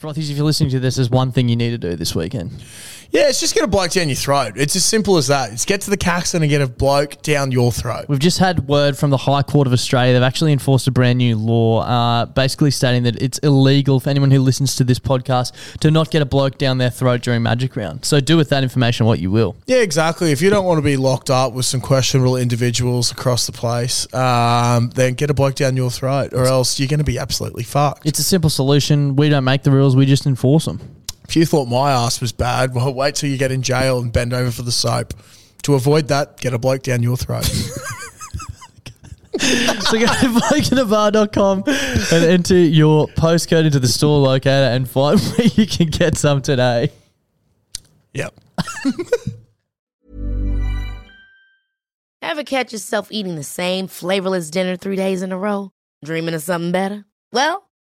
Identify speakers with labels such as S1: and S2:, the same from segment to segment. S1: Frothies, if you're listening to this, there's one thing you need to do this weekend.
S2: Yeah, it's just get a bloke down your throat. It's as simple as that. It's get to the Caxton and get a bloke down your throat.
S1: We've just had word from the High Court of Australia. They've actually enforced a brand new law, uh, basically stating that it's illegal for anyone who listens to this podcast to not get a bloke down their throat during Magic Round. So do with that information what you will.
S2: Yeah, exactly. If you don't want to be locked up with some questionable individuals across the place, um, then get a bloke down your throat, or else you're going to be absolutely fucked.
S1: It's a simple solution. We don't make the rules, we just enforce them.
S2: If you thought my ass was bad, well, wait till you get in jail and bend over for the soap. To avoid that, get a bloke down your throat.
S1: so go to blokeinabar.com and enter your postcode into the store locator and find where you can get some today.
S2: yep.
S3: Ever catch yourself eating the same flavorless dinner three days in a row? Dreaming of something better? Well,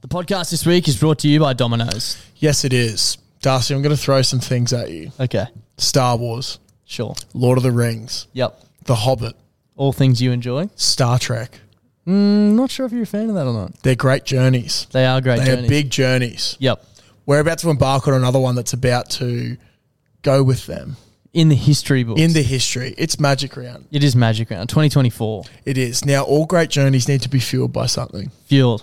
S1: The podcast this week is brought to you by Domino's.
S2: Yes, it is. Darcy, I'm going to throw some things at you
S1: Okay,
S2: Star Wars,
S1: sure.
S2: Lord of the Rings,
S1: Yep.
S2: The Hobbit,
S1: All things you enjoy.
S2: Star Trek.
S1: Mm, not sure if you're a fan of that or not.
S2: They're great journeys.
S1: They are great
S2: They're
S1: journeys.
S2: big journeys.
S1: Yep.
S2: We're about to embark on another one that's about to go with them
S1: In the history books.
S2: in the history. It's Magic Round.
S1: it is Magic Round 2024.
S2: It is. Now, all great journeys need to be fueled by something.
S1: Fueled.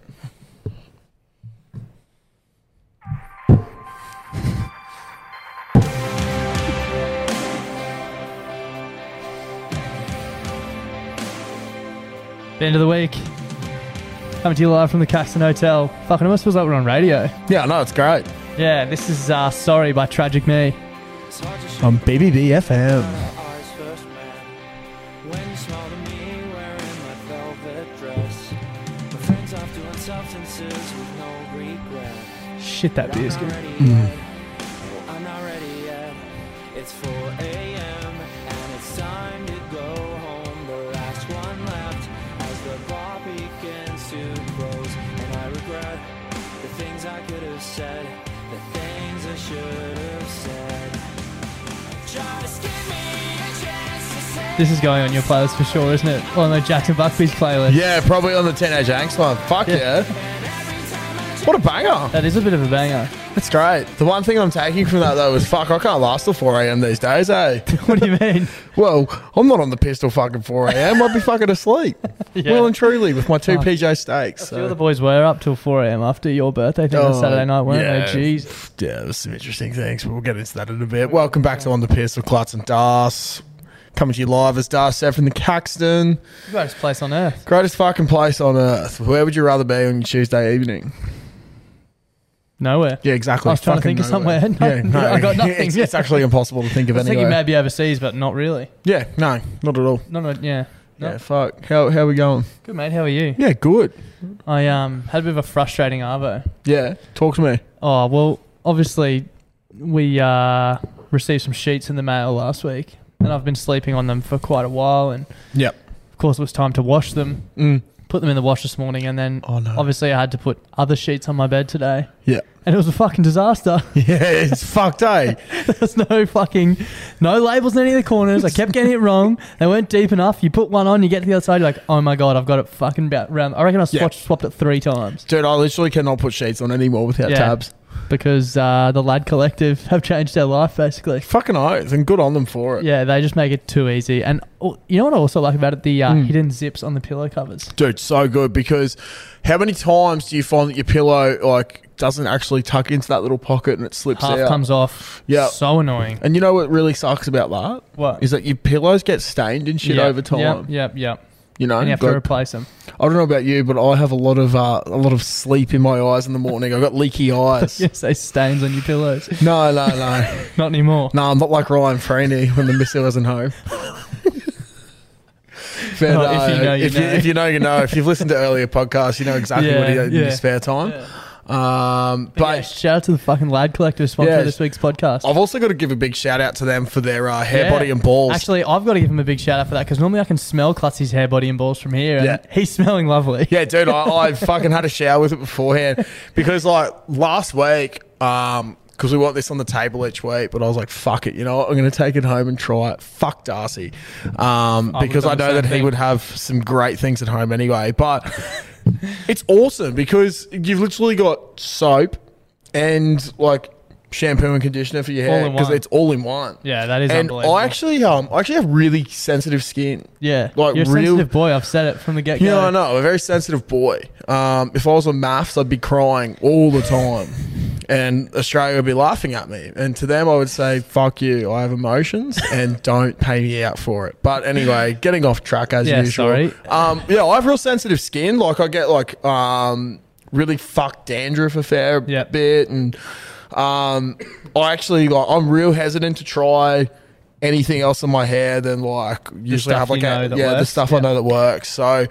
S1: End of the week. Coming to you live from the Caxton Hotel. Fucking almost feels like we're on radio.
S2: Yeah, no, it's great.
S1: Yeah, this is uh, Sorry by Tragic Me.
S2: On BBB FM.
S1: Shit, that beer's good. Mm.
S4: I'm not ready yet. It's 4 a.m. and it's time to go home. The last one left as the bar begins to close. And I regret the things I could have said, the things I should have said. Just give me a chance to say.
S1: This is going on your playlist for sure, isn't it? On the Jackson Buckby's playlist.
S2: Yeah, probably on the Teenage Angst one. Fuck
S1: Yeah.
S2: yeah. What a banger.
S1: That is a bit of a banger.
S2: That's great. The one thing I'm taking from that, though, is fuck, I can't last till 4 a.m. these days, eh?
S1: What do you mean?
S2: Well, I'm not on the pistol fucking 4 a.m. I'd be fucking asleep.
S1: Yeah.
S2: Well and truly with my two PJ steaks.
S1: Two of the
S2: So.
S1: boys were up till 4 a.m. after your birthday thing on
S2: Oh,
S1: Saturday night, weren't
S2: yeah.
S1: they? Jeez.
S2: Yeah, there's some interesting things, but we'll get into that in a bit. Welcome back to On the Pistol, Klutz and Das. Coming to you live as Das said from the Caxton.
S1: Greatest place on earth.
S2: Greatest fucking place on earth. Where would you rather be on your Tuesday evening?
S1: Nowhere.
S2: Yeah, exactly.
S1: I was trying to
S2: Fucking
S1: think of
S2: nowhere.
S1: somewhere.
S2: Yeah,
S1: No,
S2: no,
S1: I got nothing.
S2: It's, it's actually impossible to think of
S1: I was
S2: anywhere.
S1: thinking maybe overseas, but not really.
S2: yeah, no, not at all.
S1: Not, a, yeah. No.
S2: Yeah, fuck. How how we going?
S1: Good, mate. How are you?
S2: Yeah, good.
S1: I um had a bit of a frustrating arvo.
S2: Yeah, talk to me.
S1: Oh well, obviously we uh, received some sheets in the mail last week, and I've been sleeping on them for quite a while. And
S2: Yep.
S1: of course, it was time to wash them.
S2: Mm.
S1: Put them in the wash this morning, and then
S2: Oh, no.
S1: obviously I had to put other sheets on my bed today.
S2: Yeah.
S1: And it was a fucking disaster.
S2: Yeah, it's fucked, eh?
S1: There's no fucking, no labels in any of the corners. I kept getting it wrong. They weren't deep enough. You put one on, you get to the other side, you're like, oh my god, I've got it fucking about round. I reckon I
S2: Yeah.
S1: swatched, swapped it three times
S2: Dude, I literally cannot put sheets on anymore without
S1: Yeah.
S2: tabs.
S1: because uh, the Lad Collective have changed their life basically.
S2: Fucking oath, and good on them for it.
S1: Yeah, they just make it too easy. And oh, you know what I also like about it? The uh,
S2: Mm.
S1: hidden zips on the pillow covers.
S2: Dude, so good because how many times do you find that your pillow like doesn't actually tuck into that little pocket and it slips
S1: Half
S2: out?
S1: comes off.
S2: Yeah.
S1: So annoying.
S2: and you know what really sucks about that
S1: What?
S2: is that your pillows get stained and shit
S1: Yeah,
S2: over time.
S1: Yep, yep, yep.
S2: You know,
S1: And you have
S2: Like,
S1: to replace them.
S2: I don't know about you, but I have a lot of uh, a lot of sleep in my eyes in the morning. I got leaky eyes.
S1: Yes, they stains on your pillows.
S2: No, no, no,
S1: Not anymore.
S2: no. I'm not like Ryan Freeney when the missile isn't home. But,
S1: Oh,
S2: uh,
S1: if you know, you
S2: if,
S1: know.
S2: You, if you know, you know. If you've listened to earlier podcasts, you know exactly what he
S1: Yeah,
S2: did in
S1: yeah.
S2: his spare time.
S1: Yeah.
S2: Um,
S1: But yeah,
S2: but
S1: shout out to the fucking Lad Collective sponsor
S2: Yeah.
S1: of this week's podcast.
S2: I've also got to give a big shout out to them for their uh, hair,
S1: Yeah.
S2: body, and balls.
S1: Actually, I've got to give him a big shout out for that because normally I can smell Clutzy's hair, body, and balls from here. And
S2: Yeah.
S1: He's smelling lovely.
S2: Yeah, dude, I, I fucking had a shower with it beforehand because like last week, um, because we want this on the table each week, but I was like, fuck it, you know what? I'm going to take it home and try it. Fuck Darcy. Um,
S1: would've
S2: because
S1: done
S2: I
S1: the
S2: know
S1: same
S2: that he
S1: thing.
S2: would have some great things at home anyway. But it's awesome because you've literally got soap and like shampoo and conditioner for your
S1: All
S2: hair
S1: in
S2: because
S1: one.
S2: it's all in one.
S1: Yeah, that is
S2: And
S1: unbelievable.
S2: I actually, um, I actually have really sensitive skin.
S1: yeah.
S2: like,
S1: You're a
S2: real-
S1: sensitive boy. I've said it from the get go.
S2: Yeah, I know. I'm a very sensitive boy. Um, if I was on maths, I'd be crying all the time. And Australia would be laughing at me. And to them, I would say, fuck you. I have emotions and don't pay me out for it. But anyway, getting off track as
S1: Yeah,
S2: usual.
S1: sorry.
S2: Um, yeah, I have real sensitive skin. Like, I get like um, really fucked dandruff a fair
S1: Yep.
S2: bit. And um, I actually, like, I'm real hesitant to try anything else in my hair than like usually
S1: stuff
S2: have like
S1: you
S2: a,
S1: know that
S2: yeah, the
S1: works.
S2: stuff I
S1: Yeah.
S2: know that works. So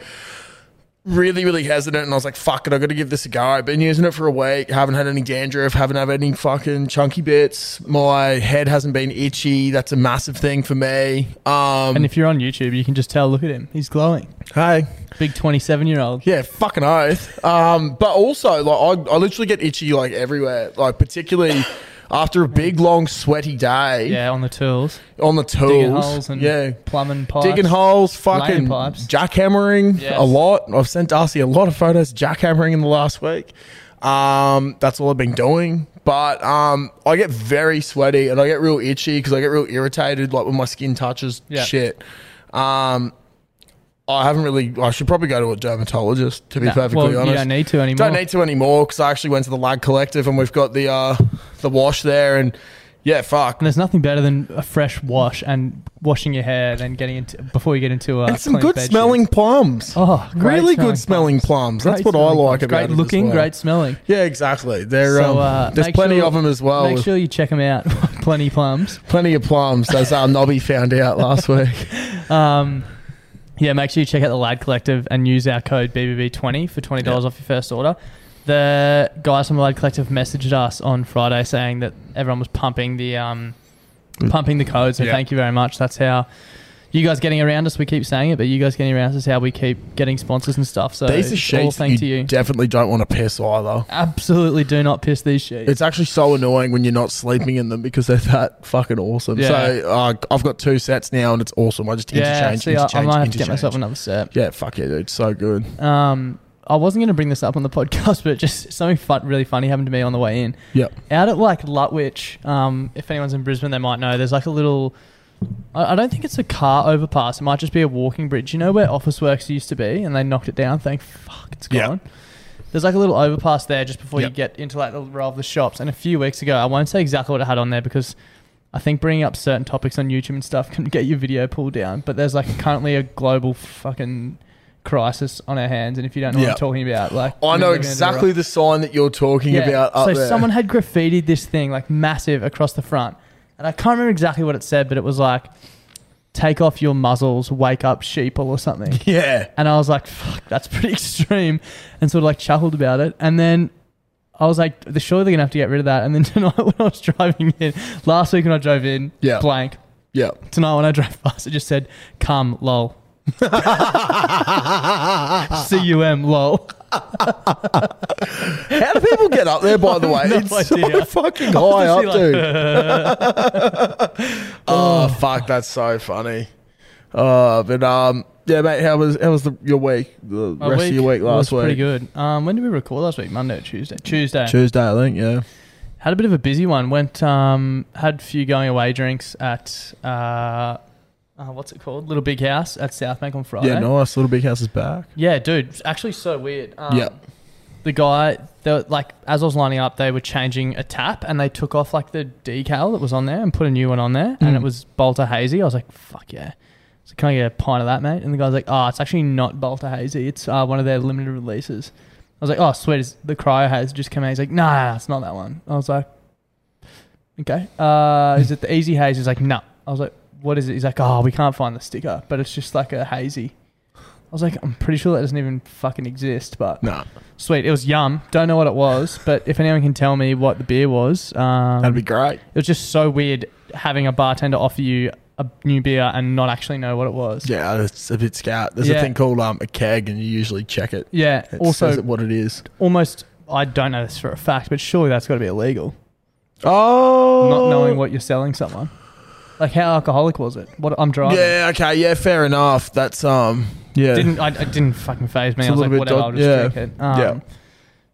S2: really, really hesitant, and I was like, "Fuck it, I got to give this a go." I've been using it for a week. Haven't had any dandruff. Haven't had any fucking chunky bits. My head hasn't been itchy. That's a massive thing for me. Um,
S1: And if you're on YouTube, you can just tell. Look at him. He's glowing.
S2: hey,
S1: Big 27 year old.
S2: yeah, fucking oath. Um, but also, like, I, I literally get itchy like everywhere. Like particularly. After a big, long, sweaty day
S1: Yeah, on the tools.
S2: on the tools,
S1: Digging holes and
S2: yeah,
S1: plumbing pipes.
S2: Digging holes, fucking
S1: Laying pipes.
S2: jackhammering
S1: Yes.
S2: a lot. I've sent Darcy a lot of photos of jackhammering in the last week. Um, that's all I've been doing. But um, I get very sweaty and I get real itchy because I get real irritated, like when my skin touches
S1: Yeah.
S2: shit. Um, I haven't really. I should probably go to a dermatologist to be
S1: Nah,
S2: perfectly
S1: well, you
S2: honest.
S1: don't need to anymore.
S2: Don't need to anymore because I actually went to the Lag Collective and we've got the uh, the wash there and yeah, fuck.
S1: And there's nothing better than a fresh wash and washing your hair than getting into before you get into a
S2: And some
S1: clean
S2: good
S1: bed sheet.
S2: smelling plums.
S1: Oh, great
S2: really
S1: smelling
S2: good smelling plums. That's
S1: Great
S2: what I
S1: smelling
S2: like
S1: plums.
S2: about
S1: Great
S2: it. as
S1: looking,
S2: well.
S1: great smelling.
S2: Yeah, exactly. They're,
S1: So,
S2: um,
S1: uh,
S2: there's
S1: make
S2: plenty
S1: sure-
S2: of them as well.
S1: Make
S2: with
S1: sure you check them out. Plenty plums.
S2: Plenty of plums, as our knobby found out last week.
S1: Um, yeah, make sure you check out the Lad Collective and use our code BBB20 for $20 off your first order. The guys from the Lad Collective messaged us on Friday saying that everyone was pumping the um, pumping the code. So
S2: Mm. Yeah.
S1: thank you very much. That's how you guys getting around us. We keep saying it, but you guys getting around us is how we keep getting sponsors and stuff. So
S2: These are
S1: it's all
S2: sheets that
S1: thanks to
S2: you,
S1: you.
S2: definitely don't want to piss either.
S1: Absolutely, do not piss these sheets.
S2: It's actually so annoying when you're not sleeping in them because they're that fucking awesome.
S1: Yeah.
S2: So uh, I've got two sets now and it's awesome. I just
S1: yeah,
S2: interchange,
S1: see, I, I
S2: interchange,
S1: might have to
S2: interchange.
S1: get myself another set.
S2: yeah, fuck yeah, dude. So good.
S1: Um, I wasn't going to bring this up on the podcast, but just something fun, really funny happened to me on the way in.
S2: Yep.
S1: Out at like Lutwich, um, if anyone's in Brisbane, they might know. There's like a little. I, I don't think it's a car overpass. It might just be a walking bridge. You know where Office Works used to be, and they knocked it down. Thank fuck, it's
S2: Yeah.
S1: gone. There's like a little overpass there just before
S2: Yep.
S1: you get into like the row of the shops. And a few weeks ago, I won't say exactly what I had on there because I think bringing up certain topics on YouTube and stuff can get your video pulled down. But there's like currently a global fucking crisis on our hands, and if you don't know
S2: Yeah.
S1: what I'm talking about, like
S2: I
S1: you're
S2: know
S1: living under a rock.
S2: exactly the sign that you're talking about up
S1: so
S2: there.
S1: someone had graffitied this thing like massive across the front, and I can't remember exactly what it said, but it was like take off your muzzles, wake up sheeple or something.
S2: Yeah.
S1: And I was like, fuck, that's pretty extreme. And sort of like chuckled about it. And then I was like, "They're surely they're going to have to get rid of that. And then tonight when I was driving in, last week when I drove in,
S2: Yeah.
S1: blank.
S2: Yeah.
S1: Tonight when I drove past, it just said, come, lol. C-U-M, lol.
S2: How do people get up there, by the way?
S1: No
S2: it's so
S1: idea.
S2: fucking high up,
S1: Just be
S2: dude.
S1: like,
S2: Oh, fuck, that's so funny. Uh, but um, yeah, mate. How was how was the, your week? The
S1: my
S2: rest of your week last
S1: was
S2: week.
S1: pretty good. Um, when did we record last week? Monday or Tuesday? Tuesday.
S2: Tuesday, I think. Yeah.
S1: Had a bit of a busy one. Went um had a few going away drinks at uh, uh what's it called? Little Big House at Southbank on Friday.
S2: Yeah. Nice. Little big house is back.
S1: Yeah, dude, it's actually so weird. Um,
S2: Yeah.
S1: The guy, they were, like, as I was lining up, they were changing a tap and they took off like the decal that was on there and put a new one on there, and it was Bolter Hazy. I was like, fuck yeah. So can I get a pint of that, mate? And the guy's like, oh, it's actually not Bolter Hazy. It's uh, one of their limited releases. I was like, oh, sweet, it's the Cryo has just come out. He's like, nah, it's not that one. I was like, okay. Uh, is it the Easy Haze? He's like, no. I was like, what is it? He's like, oh, we can't find the sticker, but it's just like a hazy. I was like, I'm pretty sure that doesn't even fucking exist, but
S2: No,
S1: sweet. It was yum. Don't know what it was, but if anyone can tell me what the beer was, um,
S2: that'd be great.
S1: it was just so weird having a bartender offer you a new beer and not actually know what it was.
S2: Yeah, it's a bit scout. There's a
S1: Yeah.
S2: thing called um a keg, and you usually check it.
S1: Yeah.
S2: It
S1: also,
S2: says it what it is.
S1: almost, I don't know this for a fact, but surely that's got to be illegal.
S2: Oh,
S1: Not knowing what you're selling someone. Like, how alcoholic was it? What I'm driving.
S2: Yeah. Okay. Yeah. Fair enough. That's um. Yeah.
S1: Didn't I, it didn't fucking phase me.
S2: It's
S1: I
S2: a
S1: was like,
S2: little bit
S1: whatever,
S2: dog-
S1: I'll just
S2: yeah.
S1: drink it. Um,
S2: Yeah.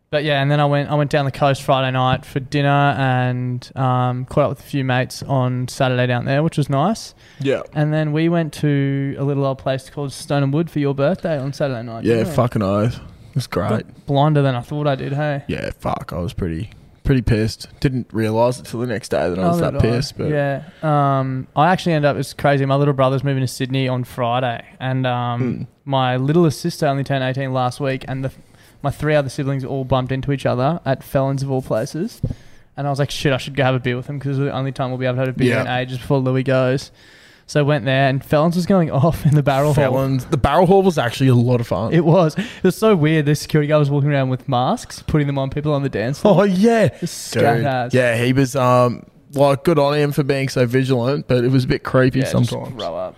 S1: But yeah, and then I went I went down the coast Friday night for dinner and um, caught up with a few mates on Saturday down there, which was nice.
S2: yeah.
S1: And then we went to a little old place called Stone and Wood for your birthday on Saturday night.
S2: Yeah.
S1: didn't we?
S2: Fucking oath. It's great.
S1: Got blinder than I thought I did. Hey,
S2: Yeah. Fuck. I was pretty pretty pissed. Didn't realize it till the next day that I was
S1: Neither
S2: that
S1: did I.
S2: pissed. But
S1: yeah, um, I actually ended up. It's crazy. My little brother's moving to Sydney on Friday, and um,
S2: Hmm.
S1: my littlest sister only turned eighteen last week, and the my three other siblings all bumped into each other at Felons of all places. And I was like, shit, I should go have a beer with him because the only time we'll be able to have a beer
S2: Yeah.
S1: in ages before Louis goes. So I went there, and Felons was going off in the barrel hole.
S2: Felons. The barrel hall was actually a lot of fun.
S1: It was. It was so weird. The security guard was walking around with masks, putting them on people on the dance floor.
S2: oh yeah,
S1: scat ass.
S2: Yeah, he was um like good on him for being so vigilant, but it was a bit creepy
S1: Yeah, just
S2: sometimes.
S1: grow up.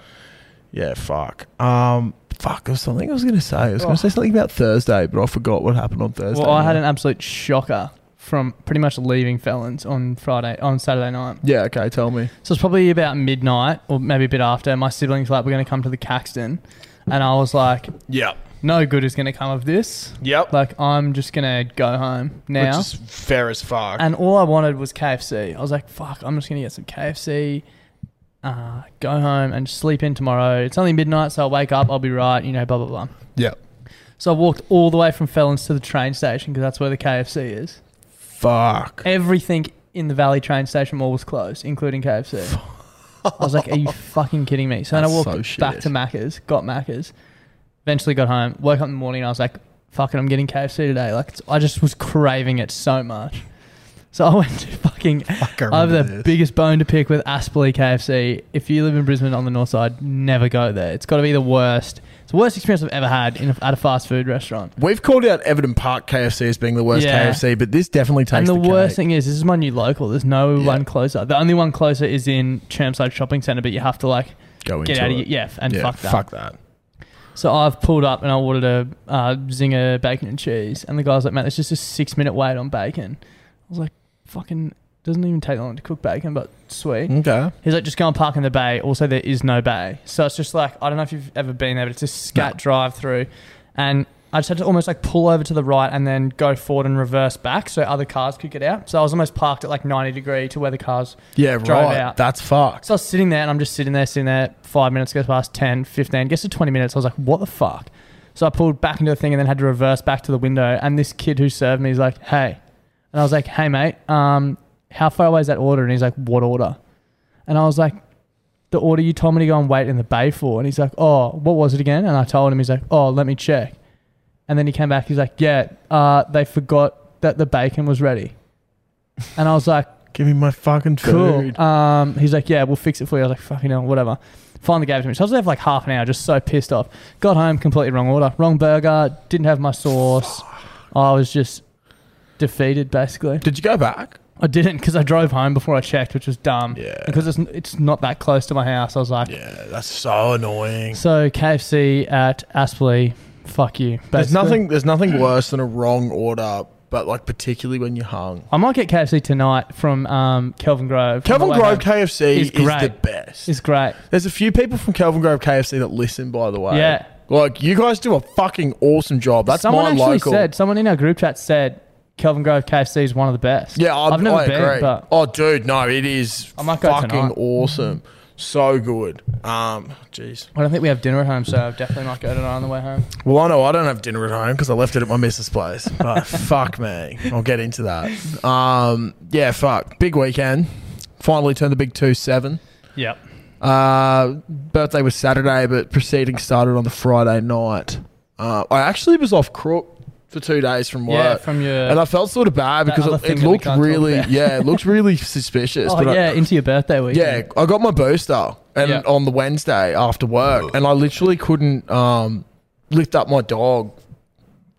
S2: Yeah, fuck. Um, fuck. There was something I was gonna say. I was gonna say something about Thursday, but I forgot what happened on Thursday.
S1: Oh. Well, I had
S2: night.
S1: an absolute shocker from pretty much leaving Felons on Friday, on Saturday night.
S2: Yeah. Okay. Tell me.
S1: So it's probably about midnight or maybe a bit after. My siblings were like, we're going to come to the Caxton. And I was like,
S2: Yep.
S1: no good is going to come of this.
S2: Yep.
S1: Like, I'm just going to go home now.
S2: Which is fair as fuck.
S1: and all I wanted was KFC. I was like, fuck, I'm just gonna get some KFC, uh, go home and sleep in tomorrow. It's only midnight, so I'll wake up, I'll be right, you know, blah blah blah.
S2: yep.
S1: So I walked all the way from Felons to the train station because that's where the KFC is.
S2: Fuck.
S1: Everything in the Valley train station mall was closed, including KFC. I was like, are you fucking kidding me? So then I
S2: That's
S1: walked
S2: so
S1: back
S2: shit.
S1: to Macca's, got Macca's, eventually got home, woke up in the morning and I was like, fuck it, I'm getting KFC today. Like, it's- I just was craving it so much. So I went to fucking
S2: Fuck, I
S1: I have
S2: remember
S1: the
S2: this.
S1: biggest bone to pick with Aspley KFC. If you live in Brisbane on the north side, never go there. It's got to be the worst. It's the worst experience I've ever had in a, at a fast food restaurant.
S2: We've called out Everton Park KFC as being the worst
S1: Yeah.
S2: KFC, but this definitely takes
S1: and the,
S2: the,
S1: worst
S2: cake.
S1: thing is, this is my new local. There's no
S2: Yeah.
S1: one closer. The only one closer is in Chermside Shopping Centre, but you have to like
S2: Go
S1: get
S2: into
S1: out
S2: it.
S1: of your yeah f- and
S2: Yeah,
S1: fuck that.
S2: Fuck that.
S1: So I've pulled up and I ordered a uh, zinger bacon and cheese, and the guy's like, "Man, it's just a six minute wait on bacon." I was like, "Fucking doesn't even take that long to cook bacon, but sweet."
S2: Okay.
S1: He's like, just go and park in the bay. Also, there is no bay. So it's just like, I don't know if you've ever been there, but it's a scat
S2: No.
S1: drive through. And I just had to almost like pull over to the right and then go forward and reverse back so other cars could get out. So I was almost parked at like 90 degree to where the cars.
S2: Yeah.
S1: Drove
S2: Right.
S1: out.
S2: That's fucked.
S1: So I was sitting there and I'm just sitting there, sitting there. Five minutes goes past, 10, 15, gets to 20 minutes. I was like, what the fuck? So I pulled back into the thing and then had to reverse back to the window. And this kid who served me is like, hey. And I was like, hey, mate, um, how far away is that order? And he's like, what order? And I was like, the order you told me to go and wait in the bay for. And he's like, oh, what was it again? And I told him, he's like, oh, let me check. And then he came back, he's like, yeah, uh, they forgot that the bacon was ready. And I was like,
S2: Give me my fucking
S1: cool.
S2: food.
S1: Um, he's like, yeah, we'll fix it for you. I was like, fucking hell, whatever. Finally gave it to me. So I was there for like half an hour, just so pissed off. Got home, completely wrong order, wrong burger, didn't have my sauce. I was just defeated, basically.
S2: Did you go back?
S1: I didn't because I drove home before I checked, which was dumb.
S2: Yeah.
S1: Because it's, it's not that close to my house. I was like,
S2: Yeah, that's so annoying.
S1: so KFC at Aspley, fuck you.
S2: There's
S1: basically.
S2: nothing. There's nothing worse than a wrong order, but like particularly when you're hung.
S1: I might get KFC tonight from um, Kelvin Grove.
S2: Kelvin Grove KFC is
S1: It's
S2: the
S1: great.
S2: best.
S1: is great.
S2: There's a few people from Kelvin Grove KFC that listen, by the way.
S1: Yeah.
S2: Like you guys do a fucking awesome job. That's
S1: someone
S2: my
S1: actually
S2: local.
S1: said. Someone in our group chat said Kelvin Grove KFC is one of the best.
S2: yeah, I,
S1: I've never
S2: I
S1: been,
S2: agree.
S1: but
S2: oh, dude, no, it is
S1: I might go
S2: fucking
S1: tonight.
S2: awesome. So good. Um, jeez.
S1: I don't think we have dinner at home, so I definitely might go tonight on the way home.
S2: Well, I know I don't have dinner at home because I left it at my missus' place. But fuck me, I'll get into that. Um, yeah, fuck. Big weekend. Finally turned the big two seven.
S1: Yep.
S2: Uh, birthday was Saturday, but proceedings started on the Friday night. Uh, I actually was off crook for two days from
S1: Yeah,
S2: work,
S1: from your.
S2: and I felt sort of bad
S1: That
S2: because
S1: other
S2: it,
S1: thing
S2: it
S1: that we
S2: looked
S1: can't talk
S2: really,
S1: about.
S2: yeah, it looked really suspicious.
S1: oh
S2: but I-
S1: yeah, into your birthday week.
S2: yeah, I got my booster and
S1: Yeah.
S2: on the Wednesday after work, and I literally couldn't um, lift up my dog,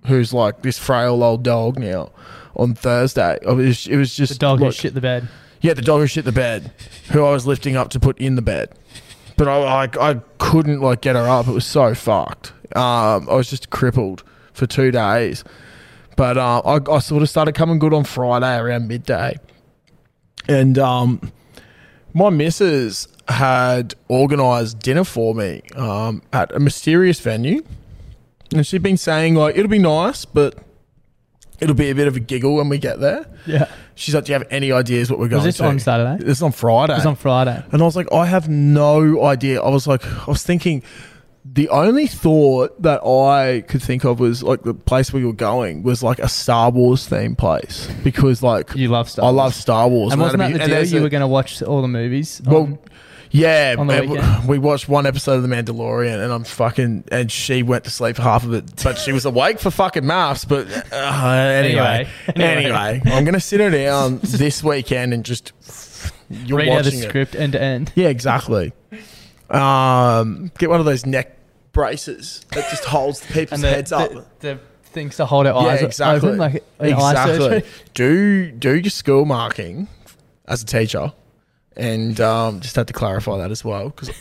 S2: who's like this frail old dog now. On Thursday, it was, it was just
S1: The dog who
S2: like-
S1: shit the bed.
S2: yeah, the dog who shit the bed, who I was lifting up to put in the bed, but I like I couldn't like get her up. It was so fucked. Um, I was just crippled for two days, but uh, I, I sort of started coming good on Friday around midday, and um, my missus had organised dinner for me um, at a mysterious venue, and she'd been saying like it'll be nice, but it'll be a bit of a giggle when we get there.
S1: Yeah.
S2: She's like, "Do you have any ideas what we're going
S1: Was this
S2: to?"
S1: on Saturday?
S2: This is on Friday.
S1: It was on Friday.
S2: and I was like, "I have no idea." I was like, I was thinking. The only thought that I could think of was like the place we were going was like a Star Wars theme place because like
S1: You love Star
S2: I
S1: Wars.
S2: love Star Wars.
S1: And wasn't that
S2: that'd
S1: the
S2: be-
S1: deal?
S2: there's
S1: You
S2: a-
S1: were going to watch all the movies.
S2: well,
S1: on-
S2: yeah,
S1: on the
S2: and w-
S1: weekend?
S2: we watched one episode of The Mandalorian, and I'm fucking, and she went to sleep for half of it, but she was awake for fucking maths. But uh, anyway,
S1: Anyway, anyway.
S2: anyway, I'm gonna sit her down this weekend and just you're
S1: read out the
S2: watching it.
S1: script end to end.
S2: Yeah, exactly. Um, get one of those neck braces that just holds people's
S1: And the,
S2: heads up.
S1: the, the things to hold our eyes
S2: yeah, exactly.
S1: open, like an eye
S2: exactly.
S1: surgery.
S2: Do do your school marking as a teacher, and um, just had to clarify that as well because.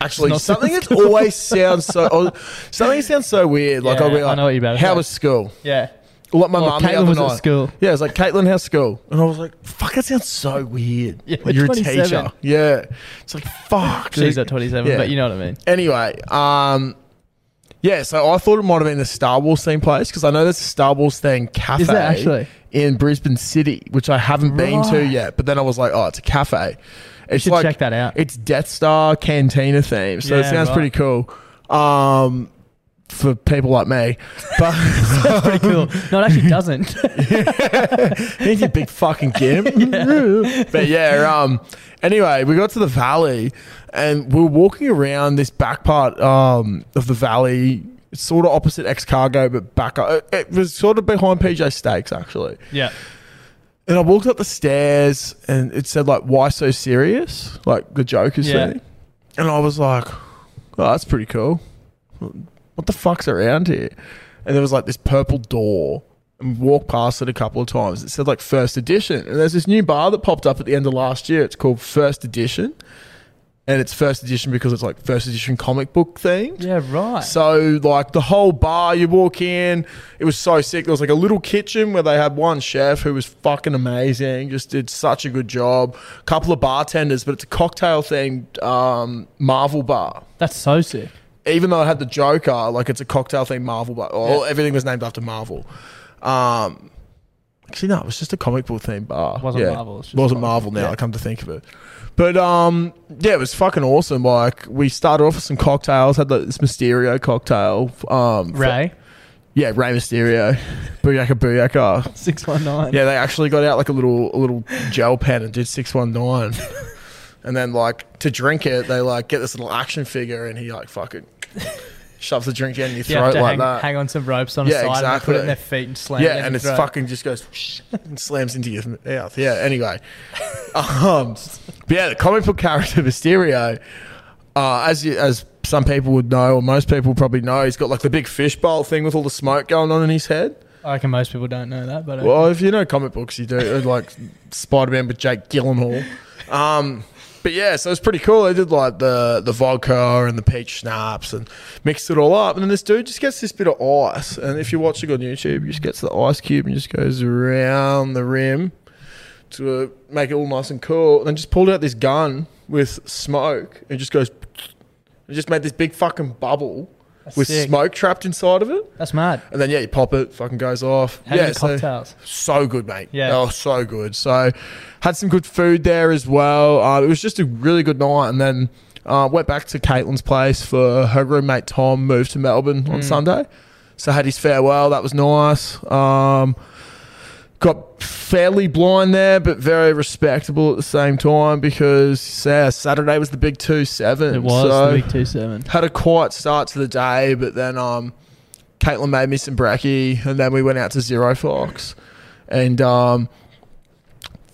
S2: Actually,
S1: not
S2: something
S1: sound
S2: that always sounds so oh, something that sounds so weird. Like
S1: Yeah,
S2: I'll be
S1: I
S2: like,
S1: know what you're about to
S2: "How
S1: say."
S2: was school?"
S1: Yeah.
S2: Like my
S1: Or
S2: mum the
S1: Caitlin
S2: other
S1: was at
S2: night.
S1: school.
S2: Yeah, it's like Caitlin, how's school? And I was like, "Fuck, that sounds so weird."
S1: Yeah,
S2: Like, you're a
S1: 27.
S2: teacher. Yeah, it's like fuck.
S1: She's
S2: dude.
S1: at 27,
S2: Yeah.
S1: but you know what I mean.
S2: Anyway, um, yeah, so I thought it might have been the Star Wars theme place because I know there's a Star Wars theme cafe
S1: there actually?
S2: in Brisbane City, which I haven't been to
S1: Right.
S2: yet. But then I was like, oh, it's a cafe. It's
S1: should
S2: like,
S1: check that out.
S2: It's Death Star Cantina theme, so it
S1: Yeah,
S2: sounds
S1: right.
S2: pretty cool. Um, for people like me, but
S1: Pretty cool. No, it actually doesn't.
S2: He's a big fucking gimp. But yeah, um anyway, we got to the valley and we were walking around this back part um of the valley. It's sort of opposite X Cargo, but back up. It was sort of behind PJ Stakes, actually.
S1: yeah.
S2: And I walked up the stairs and it said, like, why so serious? Like the Joker's
S1: Yeah.
S2: thing. And I was like, oh, that's pretty cool. What the fuck's around here? And there was like this purple door and we walked past it a couple of times. It said like first edition. And there's this new bar that popped up at the end of last year. It's called First Edition. And it's first edition because it's like first edition comic book themed.
S1: Yeah, right.
S2: So like the whole bar you walk in, it was so sick. There was like a little kitchen where they had one chef who was fucking amazing, just did such a good job. A couple of bartenders, but it's a cocktail themed um, Marvel bar.
S1: That's so sick.
S2: Even though it had the Joker, like it's a cocktail themed Marvel bar. Oh,
S1: Yeah.
S2: everything was named after Marvel. Um, actually, no, it was just a comic book themed bar.
S1: Wasn't
S2: Yeah.
S1: Marvel, it's just
S2: wasn't
S1: comic
S2: Marvel.
S1: book,
S2: Now
S1: yeah.
S2: I come to think of it. But um, yeah, it was fucking awesome. Like we started off with some cocktails. Had like, this Mysterio cocktail. Um,
S1: Ray,
S2: yeah, Rey Mysterio, Booyaka Booyaka.
S1: 619.
S2: Yeah, they actually got out like a little a little gel pen and did six one nine, and then like to drink it, they like get this little action figure and he like fucking shoves the drink down your
S1: You have
S2: throat
S1: to
S2: like
S1: hang,
S2: that.
S1: hang on some ropes on a
S2: Yeah,
S1: side and put it in
S2: exactly.
S1: their feet and slam it in
S2: yeah,
S1: your
S2: and it's
S1: throat.
S2: fucking just goes and slams into your mouth. Yeah. Anyway, um, but yeah, the comic book character Mysterio. uh, as you, as some people would know, or most people probably know, he's got like the big fishbowl thing with all the smoke going on in his head.
S1: I reckon most people don't know that, but uh,
S2: Well, if you know comic books, you do They're like Spider Man with Jake Gyllenhaal. Um, but yeah, so it's pretty cool. They did like the the vodka and the peach schnapps and mixed it all up. And then this dude just gets this bit of ice. And if you're watching on YouTube, he just gets the ice cube and just goes around the rim to uh, make it all nice and cool. And then just pulled out this gun with smoke and just goes and just made this big fucking bubble with
S1: sick.
S2: smoke trapped inside of it.
S1: that's mad.
S2: And then yeah, you pop it, fucking goes off.
S1: How
S2: yeah,
S1: do you
S2: so-
S1: cocktails?
S2: so good, mate.
S1: Yeah.
S2: They were so good. So had some good food there as well. Uh, it was just a really good night. And then uh, went back to Caitlin's place for her roommate Tom moved to Melbourne on Sunday. So had his farewell. That was nice. Um, got fairly blind there, but very respectable at the same time because yeah, Saturday was the big two seven.
S1: It was
S2: So
S1: the big two seven.
S2: had a quiet start to the day, but then um, Caitlin made me some brekkie, and then we went out to Zero Fox, and um,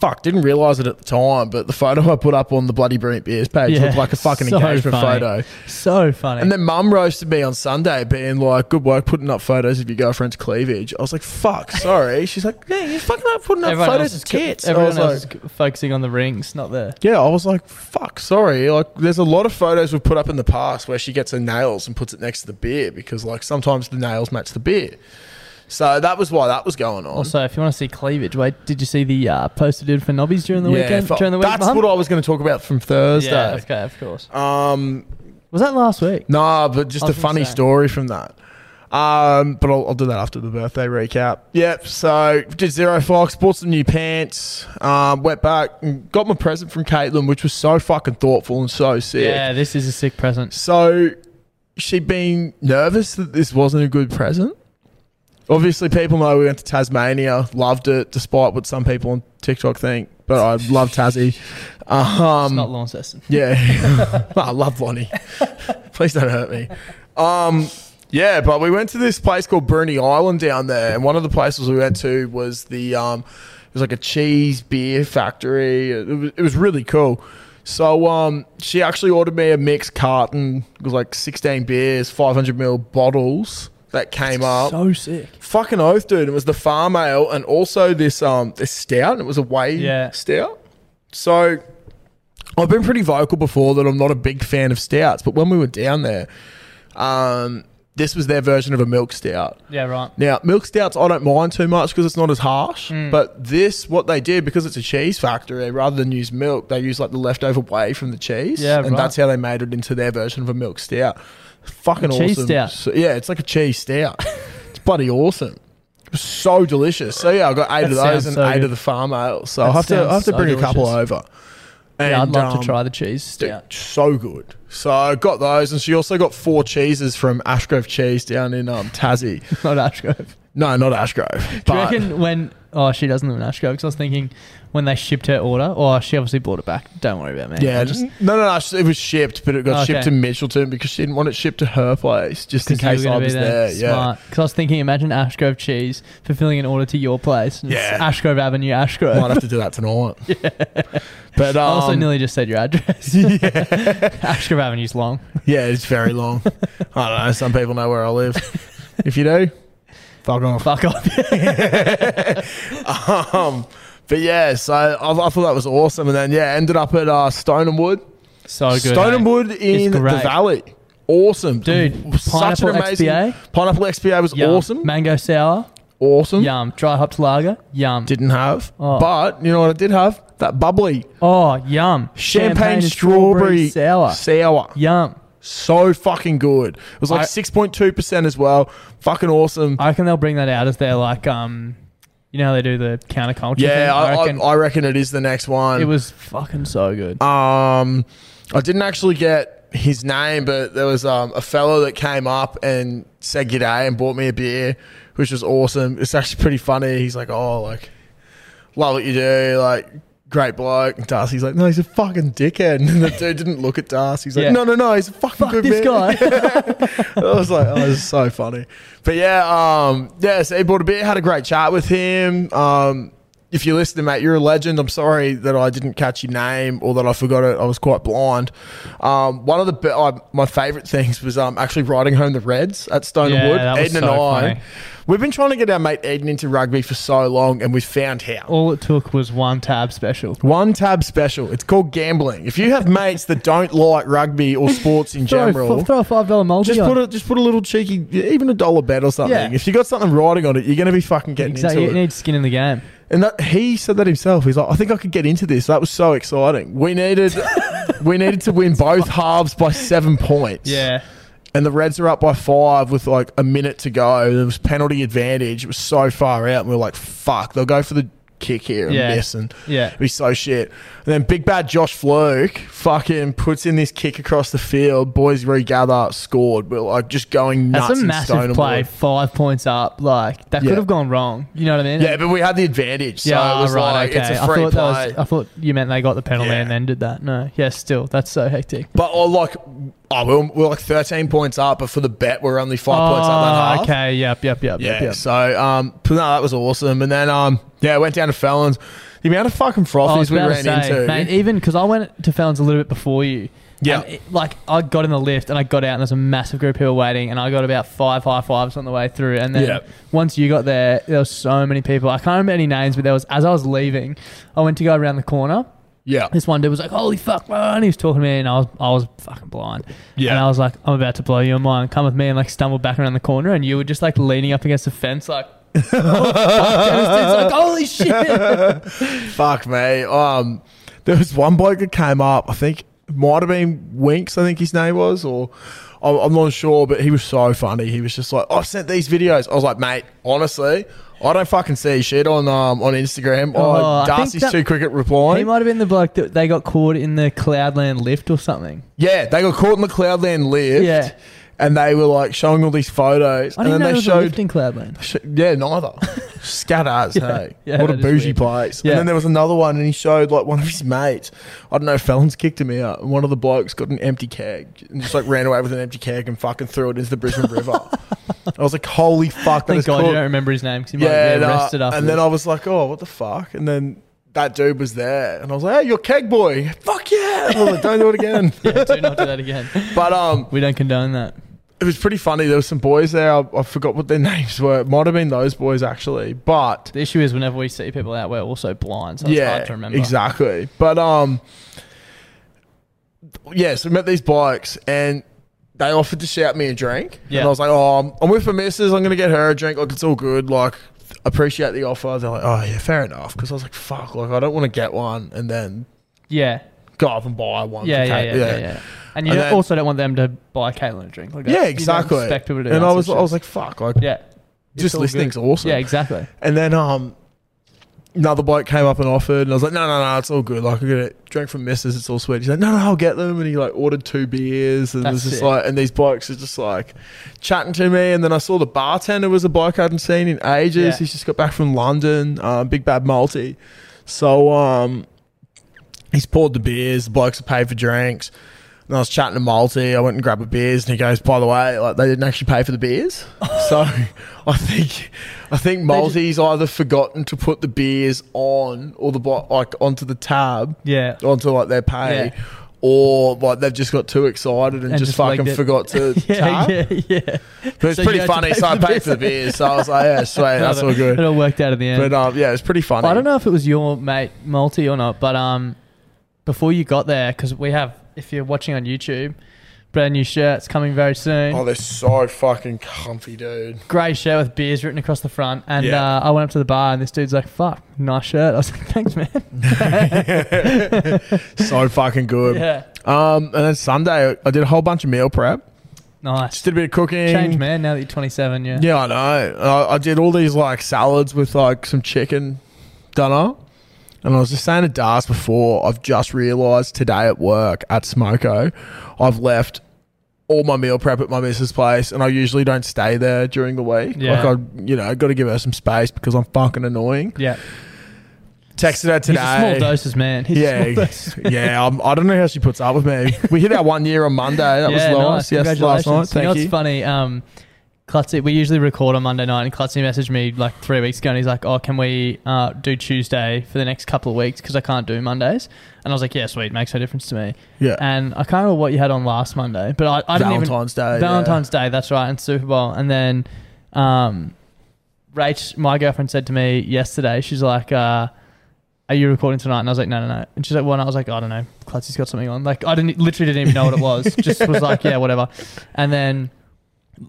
S2: fuck, didn't realize it at the time, but the photo I put up on the bloody brilliant beers page
S1: Yeah,
S2: looked like a fucking
S1: so
S2: engagement
S1: funny.
S2: photo.
S1: So funny.
S2: And then mum roasted me on Sunday, being like, "Good work putting up photos of your girlfriend's cleavage." I was like, "Fuck, sorry." She's like, "Yeah, you're fucking up putting up
S1: everyone
S2: photos
S1: else is
S2: of
S1: co-
S2: tits." And I
S1: Everyone
S2: was
S1: else
S2: like,
S1: is co- focusing on the rings, not the.
S2: yeah, I was like, fuck, sorry. Like, there's a lot of photos we've put up in the past where she gets her nails and puts it next to the beer because, like, sometimes the nails match the beer. So that was why that was going on.
S1: Also, if you want to see cleavage, wait, did you see the uh, poster did for Nobbies during the
S2: Yeah,
S1: weekend?
S2: fu-
S1: during the week,
S2: that's what I was going to talk about from
S1: Yeah,
S2: Thursday.
S1: okay, of course.
S2: um,
S1: Was that last week?
S2: nah, but just a
S1: I was gonna
S2: funny
S1: say.
S2: story from that. Um, but I'll, I'll do that after the birthday recap. Yep. So did zero fox, bought some new pants, um, went back, and got my present from Caitlin, which was so fucking thoughtful and so sick.
S1: Yeah, this is a sick present.
S2: So she'd been nervous that this wasn't a good present. Obviously, people know we went to Tasmania, loved it, despite what some people on TikTok think. But I love Tassie.
S1: It's not
S2: Um,
S1: Launceston.
S2: yeah, I love Lonnie. Please don't hurt me. Um, yeah, but we went to this place called Bruni Island down there, and one of the places we went to was the um, it was like a cheese beer factory. It was, it was really cool. So um, she actually ordered me a mixed carton. It was like sixteen beers, five hundred ml bottles that came up.
S1: So sick.
S2: Fucking oath, dude! It was the farm ale and also this um this stout. and It was a whey
S1: Yeah.
S2: stout. So I've been pretty vocal before that I'm not a big fan of stouts, but when we were down there, um, this was their version of a milk stout.
S1: Yeah, right. Hmm.
S2: Now, milk stouts I don't mind too much because it's not as harsh. But this, what they did, because it's a cheese factory, rather than use milk, they use like the leftover whey from the cheese.
S1: Yeah,
S2: and
S1: right.
S2: that's how they made it into their version of a milk stout. Fucking
S1: cheese
S2: awesome.
S1: stout.
S2: So- yeah, it's like a cheese stout. it's bloody awesome. It was so delicious. So yeah, I got eight
S1: That
S2: of
S1: sounds
S2: those and
S1: so
S2: eight
S1: good.
S2: of the farm ales. So
S1: That
S2: I have to
S1: sounds
S2: I have to
S1: so
S2: bring a couple
S1: delicious.
S2: over.
S1: Yeah, I'd
S2: And,
S1: love
S2: um,
S1: to try the cheese
S2: Dude,
S1: stout.
S2: so good. So I got those, and she also got four cheeses from Ashgrove Cheese down in um, Tassie.
S1: Not Ashgrove.
S2: No, not Ashgrove.
S1: Do you
S2: But
S1: reckon when? Oh, she doesn't live in Ashgrove. Because I was thinking when they shipped her order. Oh, she obviously brought it back. Don't worry about me.
S2: yeah,
S1: I'm
S2: just no, no, no. It was shipped, but it got
S1: Oh,
S2: shipped to
S1: okay.
S2: Mitchelton because she didn't want it shipped to her place, just in
S1: 'cause you were
S2: case I
S1: gonna be
S2: was there. Yeah,
S1: Because I was thinking, imagine Ashgrove cheese fulfilling an order to your place. and it's
S2: Yeah.
S1: Ashgrove Avenue,
S2: might
S1: Ashgrove.
S2: have to do that tonight. But um,
S1: I also nearly just said your address. Ashgrove Avenue's long.
S2: yeah, it's very long. I don't know. Some people know where I live. if you do, fuck off.
S1: Fuck off.
S2: Um, but yeah, so I, I thought that was awesome, and then yeah, ended up at uh, Stone and Wood.
S1: So good.
S2: Stone and
S1: eh?
S2: Wood in the
S1: great.
S2: Valley. Awesome.
S1: Dude, Pineapple XBA?
S2: Pineapple XBA was
S1: Yum.
S2: awesome.
S1: Mango sour.
S2: awesome.
S1: Yum. Dry hopped lager. Yum.
S2: Didn't have.
S1: Oh.
S2: But you know what I did have? That bubbly
S1: oh, yum.
S2: champagne, strawberry,
S1: sour.
S2: Sour.
S1: Yum.
S2: So fucking good. It was
S1: I-
S2: like 6.2% as well. Fucking awesome.
S1: I reckon they'll bring that out as their like um, you know how they do the counterculture. thing?
S2: yeah, I, I,
S1: reckon
S2: I reckon it is the next one.
S1: it was fucking so good.
S2: Um, I didn't actually get his name, but there was um, a fellow that came up and said g'day and bought me a beer, which was awesome. It's actually pretty funny. He's like, oh, like, love what you do, like, great bloke. And Darcy's like, no, he's a fucking dickhead. And the dude didn't look at Darcy. He's like,
S1: Yeah.
S2: no, no, no, he's a fucking
S1: Fuck
S2: good man.
S1: this guy.
S2: I was like, oh, this is so funny. But yeah, um, yeah, so he bought a beer, had a great chat with him. Um, if you're listening, mate, you're a legend. I'm sorry that I didn't catch your name or that I forgot it. I was quite blind. Um, one of the be- uh, my favourite things was um, actually riding home the Reds at Stone and
S1: Yeah,
S2: Wood.
S1: that was
S2: Eden and
S1: so
S2: I,
S1: funny.
S2: we've been trying to get our mate Eden into rugby for so long, and we found how.
S1: All it took was one tab special.
S2: One tab special. It's called gambling. If you have mates that don't like rugby or sports in
S1: Throw,
S2: general,
S1: a- throw a five dollar multi.
S2: just
S1: on.
S2: put a just put a little cheeky, even a dollar bet or something.
S1: Yeah.
S2: If you got something riding on it, you're going to be fucking getting
S1: Exactly.
S2: into
S1: You
S2: it.
S1: need skin in the game.
S2: And that he said that himself. He's like, I think I could get into this. That was so exciting. We needed, we needed to win both halves by seven points.
S1: Yeah.
S2: And the Reds are up by five with like a minute to go. There was penalty advantage. It was so far out, and we were like, fuck, they'll go for the kick here and
S1: Yeah.
S2: miss, and
S1: Yeah.
S2: it'd be so shit. And then big bad Josh Fluke fucking puts in this kick across the field. Boys regather, scored. We're like just going nuts.
S1: That's a
S2: in
S1: massive
S2: Stoneham.
S1: play. Five points up. Like that
S2: Yeah.
S1: could have gone wrong. You know what I mean?
S2: Yeah, but we had the advantage. So
S1: Yeah, oh,
S2: it was
S1: right.
S2: like,
S1: okay.
S2: it's a free
S1: I
S2: play.
S1: thought That was, I thought you meant they got the penalty
S2: Yeah.
S1: and then did that. No. Yeah. Still, that's so hectic.
S2: But or like, oh, we we're, we we're like thirteen points up, but for the bet, we're only five points up that half.
S1: Oh, okay. Yep. Yep. Yep.
S2: Yeah.
S1: Yep. Yep.
S2: So um, but no, that was awesome. And then um, yeah, went down to Felons. The amount of fucking
S1: Oh, I
S2: frothies
S1: was
S2: we
S1: about
S2: ran
S1: to say,
S2: into.
S1: mate, even because I went to Felons a little bit before you.
S2: Yeah.
S1: And it- like I got in the lift and I got out and there's a massive group of people waiting and I got about five high fives on the way through and then
S2: Yeah.
S1: once you got there there were so many people I can't remember any names but there was as I was leaving I went to go around the corner
S2: yeah.
S1: this one dude was like holy fuck man and he was talking to me and I was I was fucking blind
S2: Yeah.
S1: and I was like I'm about to blow your mind come with me and like stumbled back around the corner and you were just like leaning up against the fence like oh, fuck, and it's like holy
S5: oh,
S1: shit
S2: Fuck me. Um, there was one bloke that came up. I think might have been Winks. I think his name was, or I'm, I'm not sure. But he was so funny. He was just like, "I've sent these videos." I was like, "Mate, honestly." I don't fucking see shit on um, on Instagram.
S1: Oh,
S2: Oh,
S1: I think
S2: Darcy's
S1: that-
S2: too quick at
S1: he
S2: replying.
S1: might have been the bloke that they got caught in the Cloudland lift or something
S2: Yeah, they got caught in the Cloudland lift.
S1: Yeah.
S2: And they were like showing all these photos.
S1: I
S2: and then
S1: didn't know
S2: they
S1: it was a
S2: showed.
S1: lift in Cloudland
S2: sh- yeah, neither. Scatters, hey.
S1: yeah,
S2: what a
S1: that is
S2: bougie
S1: weird.
S2: place.
S1: Yeah.
S2: And then there was another one and he showed like one of his mates. I don't know, felons kicked him out. And one of the blokes got an empty keg and just like ran away with an empty keg and fucking threw it into the Brisbane River. I was like, holy fuck, that
S1: Thank
S2: is
S1: God
S2: cool.
S1: you don't remember his name because he
S2: Yeah,
S1: might
S2: and,
S1: get
S2: uh,
S1: arrested after.
S2: and then
S1: this.
S2: I was like, oh, what the fuck? And then that dude was there, and I was like, hey, you're keg boy. Fuck yeah! And I was like, don't do it again.
S1: yeah, do not do that again.
S2: But um,
S1: We don't condone that.
S2: it was pretty funny. There were some boys there. I, I forgot what their names were. It might have been those boys actually, but
S1: The issue is whenever we see people out, we're also blind, so it's
S2: yeah,
S1: hard to remember.
S2: exactly. But um, yeah. So we met these blokes, and they offered to shout me a drink.
S1: Yeah.
S2: and I was like, oh, I'm, I'm with my missus. I'm gonna get her a drink. Like it's all good. Like appreciate the offer. They're like, oh yeah, fair enough. Because I was like, fuck, like I don't want to get one and then
S1: Yeah,
S2: go up and buy one. for
S1: yeah, yeah,
S2: Kate.
S1: yeah, yeah, yeah. And you
S2: And
S1: don't-
S2: then-
S1: also don't want them to buy Caitlin a drink. Like that.
S2: Yeah,
S1: You don't
S2: exactly.
S1: expect people to do
S2: and
S1: that
S2: I
S1: sort
S2: was,
S1: of
S2: I
S1: shit.
S2: was like, fuck, like
S1: yeah, It's
S2: just
S1: all
S2: listening's
S1: good.
S2: awesome.
S1: Yeah, exactly.
S2: And then um, another bloke came up and offered, and I was like, no, no, no, it's all good. Like, I get a drink from Mrs. It's all sweet. He's like, no, no, I'll get them. And he like ordered two beers, and it was
S1: That's
S2: just
S1: it.
S2: like, and these blokes are just like chatting to me. And then I saw the bartender was a bloke I hadn't seen in ages.
S1: Yeah.
S2: He's just got back from London, um, Big Bad Multi. So um, he's poured the beers. The blokes have paid for drinks. And I was chatting to Malty. I went and grabbed my beers, and he goes, "By the way, like they didn't actually pay for the beers, so I think I think Malty's either forgotten to put the beers on or the bo- like onto the tab,
S1: Yeah.
S2: onto like their pay,
S1: Yeah.
S2: or like they've just got too excited and,
S1: And
S2: just,
S1: just legged
S2: fucking
S1: it.
S2: forgot to
S1: Yeah,
S2: tab.
S1: yeah, yeah.
S2: But it's
S1: So you
S2: pretty
S1: had to
S2: funny,
S1: pay
S2: so
S1: for
S2: I
S1: the
S2: paid for the beers. So I was like, "Yeah, sweet, that's all
S1: It
S2: good."
S1: all worked out in the end.
S2: But um, yeah, it's pretty funny.
S1: I don't know if it was your mate Multi or not, but um, before you got there, because we have, if you're watching on YouTube, brand new shirts coming very soon.
S2: Oh, they're so fucking comfy, dude.
S1: grey shirt with beers written across the front. And
S2: Yeah.
S1: uh, I went up to the bar and this dude's like, fuck, nice shirt. I was like, thanks, man.
S2: So fucking good.
S1: yeah.
S2: Um, and then Sunday, I did a whole bunch of meal prep.
S1: Nice.
S2: Just did a bit of cooking.
S1: Change, man, now that you're 27. Yeah.
S2: Yeah, I know. I, I did all these like salads with like some chicken done up. And I was just saying to Das before, I've just realised today at work at Smoko, I've left all my meal prep at my missus' place, and I usually don't stay there during the week.
S1: Yeah.
S2: Like I, you know, got to give her some space because I'm fucking annoying.
S1: Yeah.
S2: Texted her
S1: He's
S2: today.
S1: a small doses, man. He's yeah. Small
S2: Yeah,
S1: doses.
S2: yeah. I'm, I don't know how she puts up with me. We hit our one year on Monday. That
S1: yeah,
S2: was nice. Yes, last night.
S1: Congratulations.
S2: Thank
S1: you know
S2: you.
S1: what's funny? Um, Klutzy, we usually record on Monday night, and Klutzy messaged me like three weeks ago, and he's like, "Oh, can we uh, do Tuesday for the next couple of weeks because I can't do Mondays?" And I was like, "Yeah, sweet, makes no difference to me."
S2: Yeah.
S1: And I can't remember what you had on last Monday, but I, I didn't even
S2: Valentine's Day, yeah.
S1: Valentine's Day, that's right, and Super Bowl, and then, um, Rach, my girlfriend said to me yesterday, she's like, uh, "Are you recording tonight?" And I was like, "No, no, no." And she's like, "Well," and I was like, "I don't know. Klutzy's got something on." Like, I didn't literally didn't even know what it was. Just was like, "Yeah, whatever." And then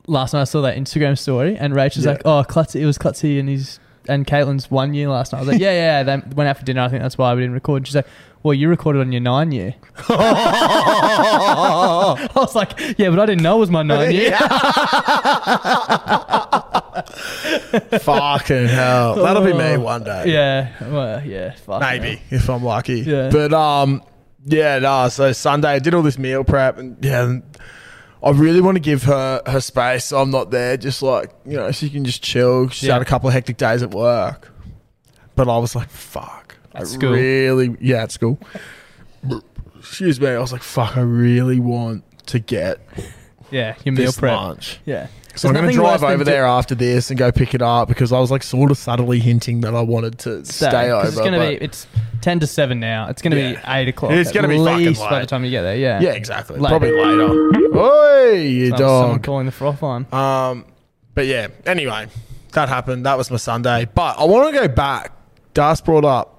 S1: last night I saw that Instagram story, and Rachel's
S2: Yeah.
S1: like, "Oh, Klutzy, it was Klutzy and his and Caitlin's one year last night." I was like, "Yeah, yeah." yeah. They went out for dinner. I think that's why we didn't record. And she's like, "Well, you recorded on your nine year." I was like, "Yeah, but I didn't know it was my nine year."
S2: Fucking hell. That'll be me one day.
S1: yeah, well, yeah, fuck
S2: Maybe
S1: no.
S2: if I'm lucky.
S1: Yeah.
S2: But um, yeah. Nah. So Sunday, I did all this meal prep, and yeah, and I really want to give her her space. So I'm not there. Just like you know, she can just chill. She's
S1: Yeah.
S2: had a couple of hectic days at work, but I was like, fuck.
S1: At
S2: I
S1: school.
S2: Really? Yeah, at school. Excuse me. I was like, fuck. I really want to get
S1: Yeah, your meal
S2: this
S1: prep.
S2: lunch.
S1: Yeah.
S2: So
S1: There's
S2: I'm going
S1: nothing
S2: to drive
S1: worse than
S2: over
S1: do-
S2: there after this and go pick it up because I was like sort of subtly hinting that I wanted to stay,
S1: 'cause
S2: over.
S1: It's gonna
S2: but-
S1: be it's ten to seven now. It's gonna be
S2: Yeah.
S1: eight o'clock.
S2: It's
S1: at
S2: gonna be fucking
S1: least by
S2: late.
S1: the time you get there. Yeah.
S2: Yeah, exactly.
S1: Later.
S2: Probably later. Oi, you
S1: That was Someone
S2: dog.
S1: calling the froth line.
S2: Um, but yeah. Anyway, that happened. That was my Sunday. But I want to go back. Das brought up.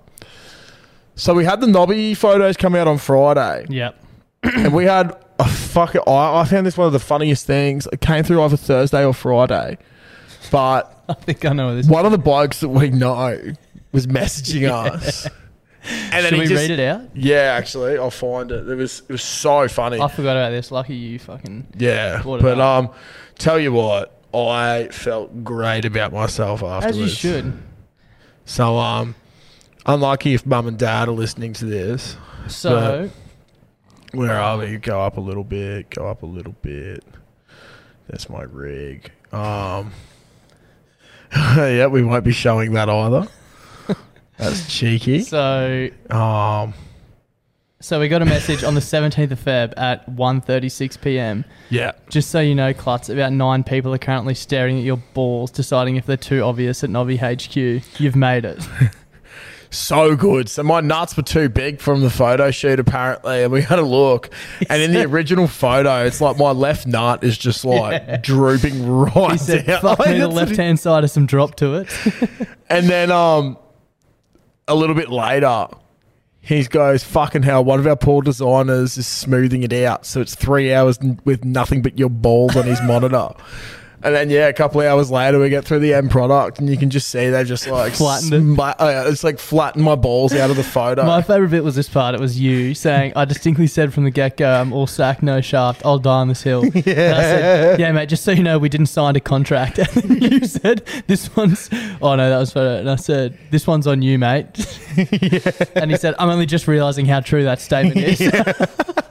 S2: So we had the knobby photos come out on Friday,
S1: Yep.
S2: and we had a fucking. I, I found this one of the funniest things. It came through either Thursday or Friday, but
S1: I think I know where this.
S2: one of the blokes that we know was messaging us. And
S1: Should
S2: he
S1: we
S2: just-
S1: read it out?
S2: Yeah, actually, I'll find it. It was it was so funny.
S1: I forgot about this. Lucky you, fucking.
S2: Yeah,
S1: Brought it
S2: but
S1: up.
S2: um, tell you what, I felt great about myself afterwards.
S1: As you should.
S2: So um, unlucky if mum and dad are listening to this.
S1: So
S2: Where are we? Go up a little bit. Go up a little bit. That's my rig. Um, yeah, we won't be showing that either. That's cheeky.
S1: so
S2: Um,
S1: so we got a message on the 17th of Feb at 1:36 p.m.
S2: yeah.
S1: Just so you know, Klutz, about nine people are currently staring at your balls, deciding if they're too obvious at Nobby HQ. You've made it.
S2: so good. So my nuts were too big from the photo shoot apparently, and we had a look. And in the original photo, it's like my left nut is just like drooping right
S1: He said,
S2: down.
S1: "Fuck
S2: Like,
S1: me, the
S2: that's what he-
S1: left-hand side has some drop to it."
S2: And then um, a little bit later. He goes, fucking hell, one of our poor designers is smoothing it out. So it's three hours n- with nothing but your balls on his monitor. And then, yeah, a couple of hours later, we get through the end product and you can just see they've just like
S1: Flattened it.
S2: sma- oh, yeah, it's like flattened my balls out of the photo.
S1: My favourite bit was this part. It was you saying, I distinctly said from the get go, I'm all sack, no shaft, I'll die on this hill. Yeah. I said, yeah, mate, just so you know, we didn't sign a contract. And then you said, this one's, oh no, that was photo. And I said, this one's on you, mate. And he said, I'm only just realising how true that statement is.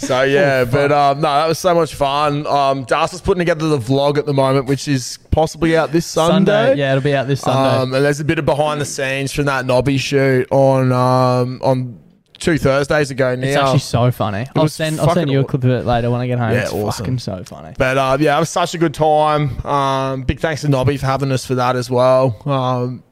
S1: Oh,
S2: So yeah, but um, no, that was so much fun. Um, Das is putting together the vlog at the moment, which is possibly out this Sunday.
S1: Yeah, it'll be out this Sunday.
S2: Um, and there's a bit of behind the scenes from that knobby shoot on um, on two Thursdays ago now.
S1: it's actually so funny. I'll
S2: was
S1: send, I'll send
S2: fucking
S1: you a
S2: aw-
S1: clip of it later when I get home.
S2: Yeah,
S1: it's
S2: awesome.
S1: fucking so funny.
S2: but uh, yeah, it was such a good time. Um, big thanks to Nobby for having us for that as well. Um,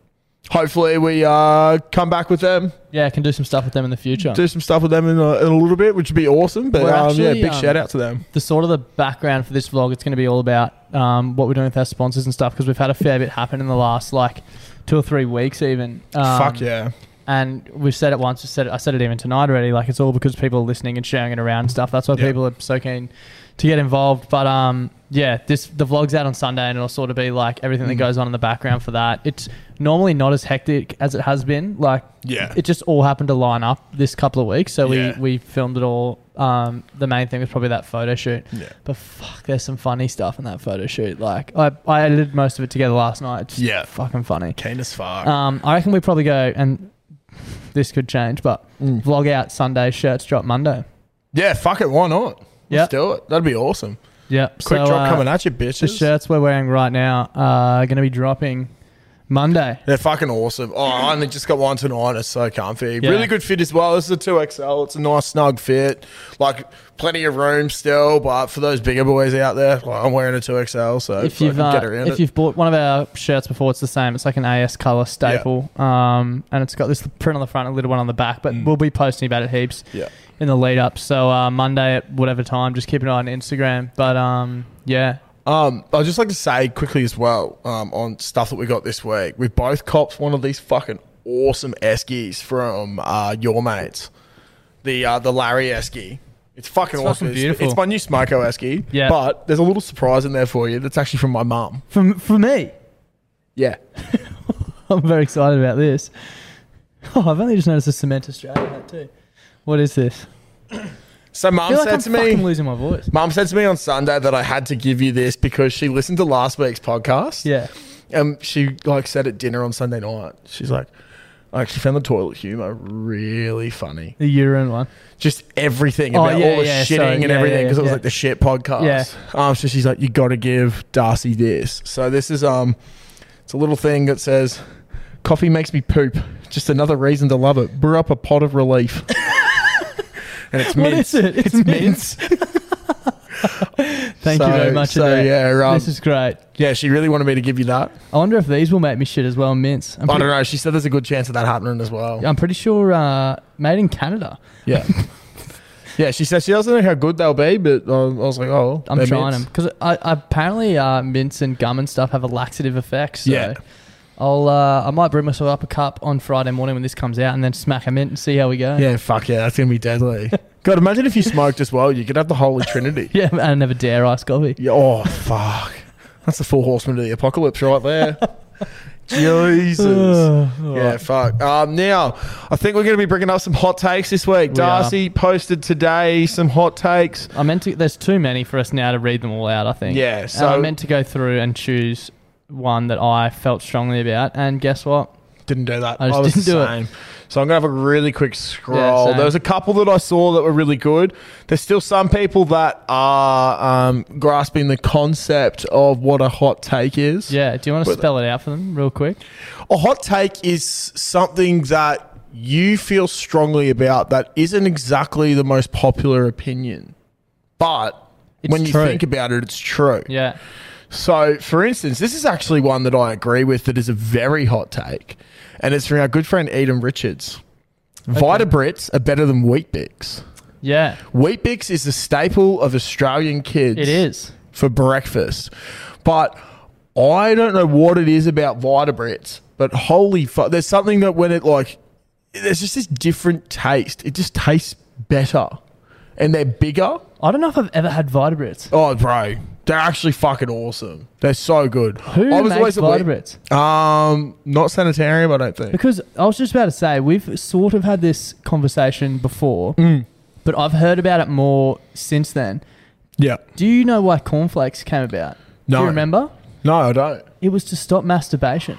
S2: hopefully, we uh, come back with them,
S1: Yeah, I can do some stuff with them in the future.
S2: do some stuff with them in a, in a little bit, which would be awesome. But
S1: We're
S2: um, yeah,
S1: actually,
S2: big
S1: um,
S2: shout out to them.
S1: the sort of the background for this vlog, it's going to be all about um, what we're doing with our sponsors and stuff because we've had a fair bit happen in the last like two or three weeks, even. Um,
S2: Fuck yeah.
S1: And we've said it once. We said it, I said it even tonight already. Like it's all because people are listening and sharing it around and stuff. That's why
S2: Yeah.
S1: people are so keen to get involved. But um, yeah, this the vlog's out on Sunday and it'll sort of be like everything that
S2: Mm.
S1: goes on in the background for that. It's normally not as hectic as it has been. Like
S2: Yeah.
S1: it just all happened to line up this couple of weeks. So
S2: Yeah.
S1: we we filmed it all. Um, the main thing was probably that photo shoot.
S2: Yeah.
S1: But fuck, there's some funny stuff in that photo shoot. Like I, I edited most of it together last night. It's
S2: Yeah.
S1: fucking funny.
S2: Keen as fuck.
S1: Um, I reckon we probably go and this could change, but
S2: Mm.
S1: vlog out Sunday, shirts drop Monday.
S2: Yeah, fuck it. Why not?
S1: Yep.
S2: Let's do it. That'd be awesome.
S1: Yep.
S2: Quick
S1: so,
S2: drop
S1: uh,
S2: coming at you,
S1: The
S2: bitches.
S1: shirts we're wearing right now are going to be dropping Monday.
S2: They're fucking awesome. Oh, I only just got one tonight. It's so comfy.
S1: Yeah.
S2: Really good fit as well. This is a 2XL. It's a nice, snug fit. Like, plenty of room still. But for those bigger boys out there, like, I'm wearing a 2XL. So
S1: If you've
S2: fucking
S1: uh,
S2: get around
S1: if
S2: it.
S1: you've bought one of our shirts before, it's the same. It's like an AS color staple, um, and it's got this print on the front, a little one on the back. But we'll be posting about it heaps
S2: Mm. Yeah.
S1: in the lead up. So uh, Monday at whatever time, just keep an eye on Instagram. But um, yeah,
S2: Um, I'd just like to say quickly as well um, on stuff that we got this week. We both copped one of these fucking awesome Eskies from uh, your mates, the uh, the Larry Esky. It's fucking
S1: It's
S2: awesome.
S1: fucking beautiful.
S2: It's, it's my new Smoko Esky.
S1: Yeah.
S2: But there's a little surprise in there for you. That's actually from my mum.
S1: for for me,
S2: Yeah.
S1: I'm very excited about this. Oh, I've only just noticed a cement Australia hat too. What is this?
S2: So mum
S1: I feel like
S2: said
S1: I'm
S2: to
S1: fucking
S2: me,
S1: losing my voice.
S2: mum said to me on Sunday that I had to give you this because she listened to last week's podcast.
S1: Yeah.
S2: um, she like said at dinner on Sunday night, she's like, I actually found the toilet humor really funny.
S1: The urine one.
S2: Just everything
S1: Oh,
S2: about
S1: yeah,
S2: all the
S1: yeah,
S2: shitting
S1: sorry.
S2: and
S1: Yeah,
S2: everything
S1: yeah,
S2: because it was
S1: yeah.
S2: like the shit podcast.
S1: Yeah.
S2: Um, so she's like, you got to give Darcy this. So this is um, it's a little thing that says, coffee makes me poop. Just another reason to love it. Brew up a pot of relief. and it's
S1: What
S2: mints.
S1: is it? It's mints. Thank
S2: So-
S1: you very much.
S2: So
S1: Annette.
S2: yeah, um,
S1: this is great.
S2: yeah, she really wanted me to give you that.
S1: I wonder if these will make me shit as well, mints. I'm
S2: I
S1: pretty,
S2: don't know. She said there's a good chance of that happening as well.
S1: I'm pretty sure uh, made in Canada.
S2: Yeah. yeah, she said she doesn't know how good they'll be, but um, I was like, oh,
S1: I'm
S2: they're
S1: trying them
S2: mints.
S1: because I, I, apparently uh, mints and gum and stuff have a laxative effect. So
S2: Yeah.
S1: I'll uh, I might brew myself up a cup on Friday morning when this comes out and then smack a mint and see how we go.
S2: Yeah, fuck yeah, that's gonna be deadly. God, imagine if you smoked as well. You could have the Holy Trinity.
S1: yeah. I never dare ice coffee.
S2: yeah. Oh fuck, that's the four horsemen of the apocalypse right there. Jesus. Yeah, fuck. Um, now, I think we're going to be bringing up some hot takes this week.
S1: We are.
S2: Darcy posted today some hot takes.
S1: I meant to. There's too many for us now to read them all out. I think.
S2: Yeah,
S1: And I
S2: so-
S1: meant to go through and choose one that I felt strongly about, and guess what?
S2: Didn't do that.
S1: I
S2: I,
S1: just
S2: was
S1: didn't do
S2: the
S1: it.
S2: same. So I'm gonna have a really quick scroll.
S1: same.
S2: there was a couple that I saw that were really good. There's still some people that are um, grasping the concept of what a hot take is.
S1: Yeah. Do you want to spell it out for them real quick?
S2: A hot take is something that you feel strongly about that isn't exactly the most popular opinion, but
S1: It's
S2: when you
S1: true.
S2: think about it, it's true.
S1: Yeah.
S2: So, for instance, this is actually one that I agree with that is a very hot take, and it's from our good friend Eden Richards. Vita Brits are better than Wheat Bix.
S1: Yeah.
S2: Wheat Bix is the staple of Australian kids
S1: It is.
S2: for breakfast. But I don't know what it is about Vita Brits, but holy fuck, there's something that when it like, there's just this different taste. It just tastes better, and they're bigger.
S1: I don't know if I've ever had Vitabrits.
S2: Oh, bro, they're actually fucking awesome. They're so good.
S1: Who
S2: I was always
S1: makes
S2: a wee-
S1: Vitabrits?
S2: Um, not sanitarium, I don't think.
S1: Because I was just about to say we've sort of had this conversation before,
S2: Mm.
S1: but I've heard about it more since then.
S2: Yeah.
S1: Do you know why cornflakes came about? Do
S2: No.
S1: you remember?
S2: No, I don't.
S1: It was to stop masturbation.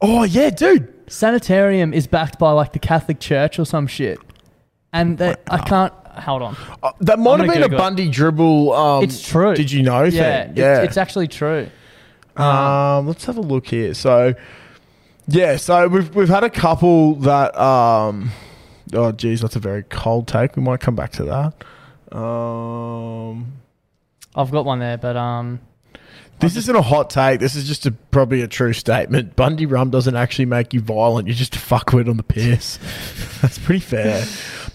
S2: Oh yeah, dude.
S1: Sanitarium is backed by like the Catholic Church or some shit, and they, I can't hold on.
S2: Uh, that might
S1: I'm
S2: have
S1: gonna
S2: been a
S1: Google it.
S2: Bundy dribble. Um,
S1: It's true.
S2: Did you know?
S1: yeah,
S2: thing.
S1: it's-
S2: yeah.
S1: It's, actually true.
S2: um, let's have a look here. So, yeah. So we've we've had a couple that. Um, oh geez, that's a very cold take. We might come back to that. Um,
S1: I've got one there, but um,
S2: This isn't a hot take. This is just a, probably a true statement. Bundy rum doesn't actually make you violent. You're just a fuckwit on the piss. That's pretty fair.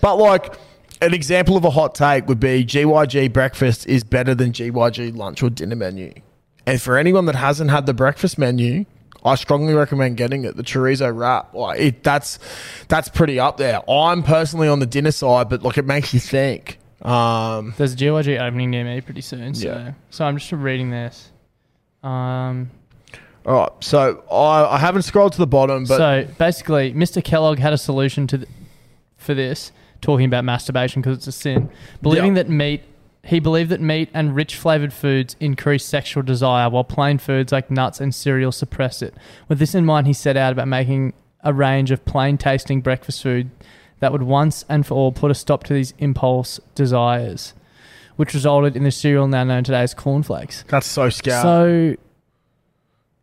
S2: But like an example of a hot take would be GYG breakfast is better than GYG lunch or dinner menu. And for anyone that hasn't had the breakfast menu, I strongly recommend getting it. The chorizo wrap, like it, that's that's pretty up there. I'm personally on the dinner side, but like it makes you think. Um,
S1: there's a GYG opening near me pretty soon. So,
S2: Yeah.
S1: so I'm just reading this. Um,
S2: all right, so I, I haven't scrolled to the bottom, but
S1: so basically, Mr. Kellogg had a solution to th- for this, talking about masturbation because it's a sin, believing
S2: Yeah.
S1: that meat. He believed that meat and rich flavored foods increase sexual desire, while plain foods like nuts and cereal suppress it. With this in mind, he set out about making a range of plain tasting breakfast food that would once and for all put a stop to these impulse desires, which resulted in the cereal now known today as cornflakes.
S2: That's so scout.
S1: So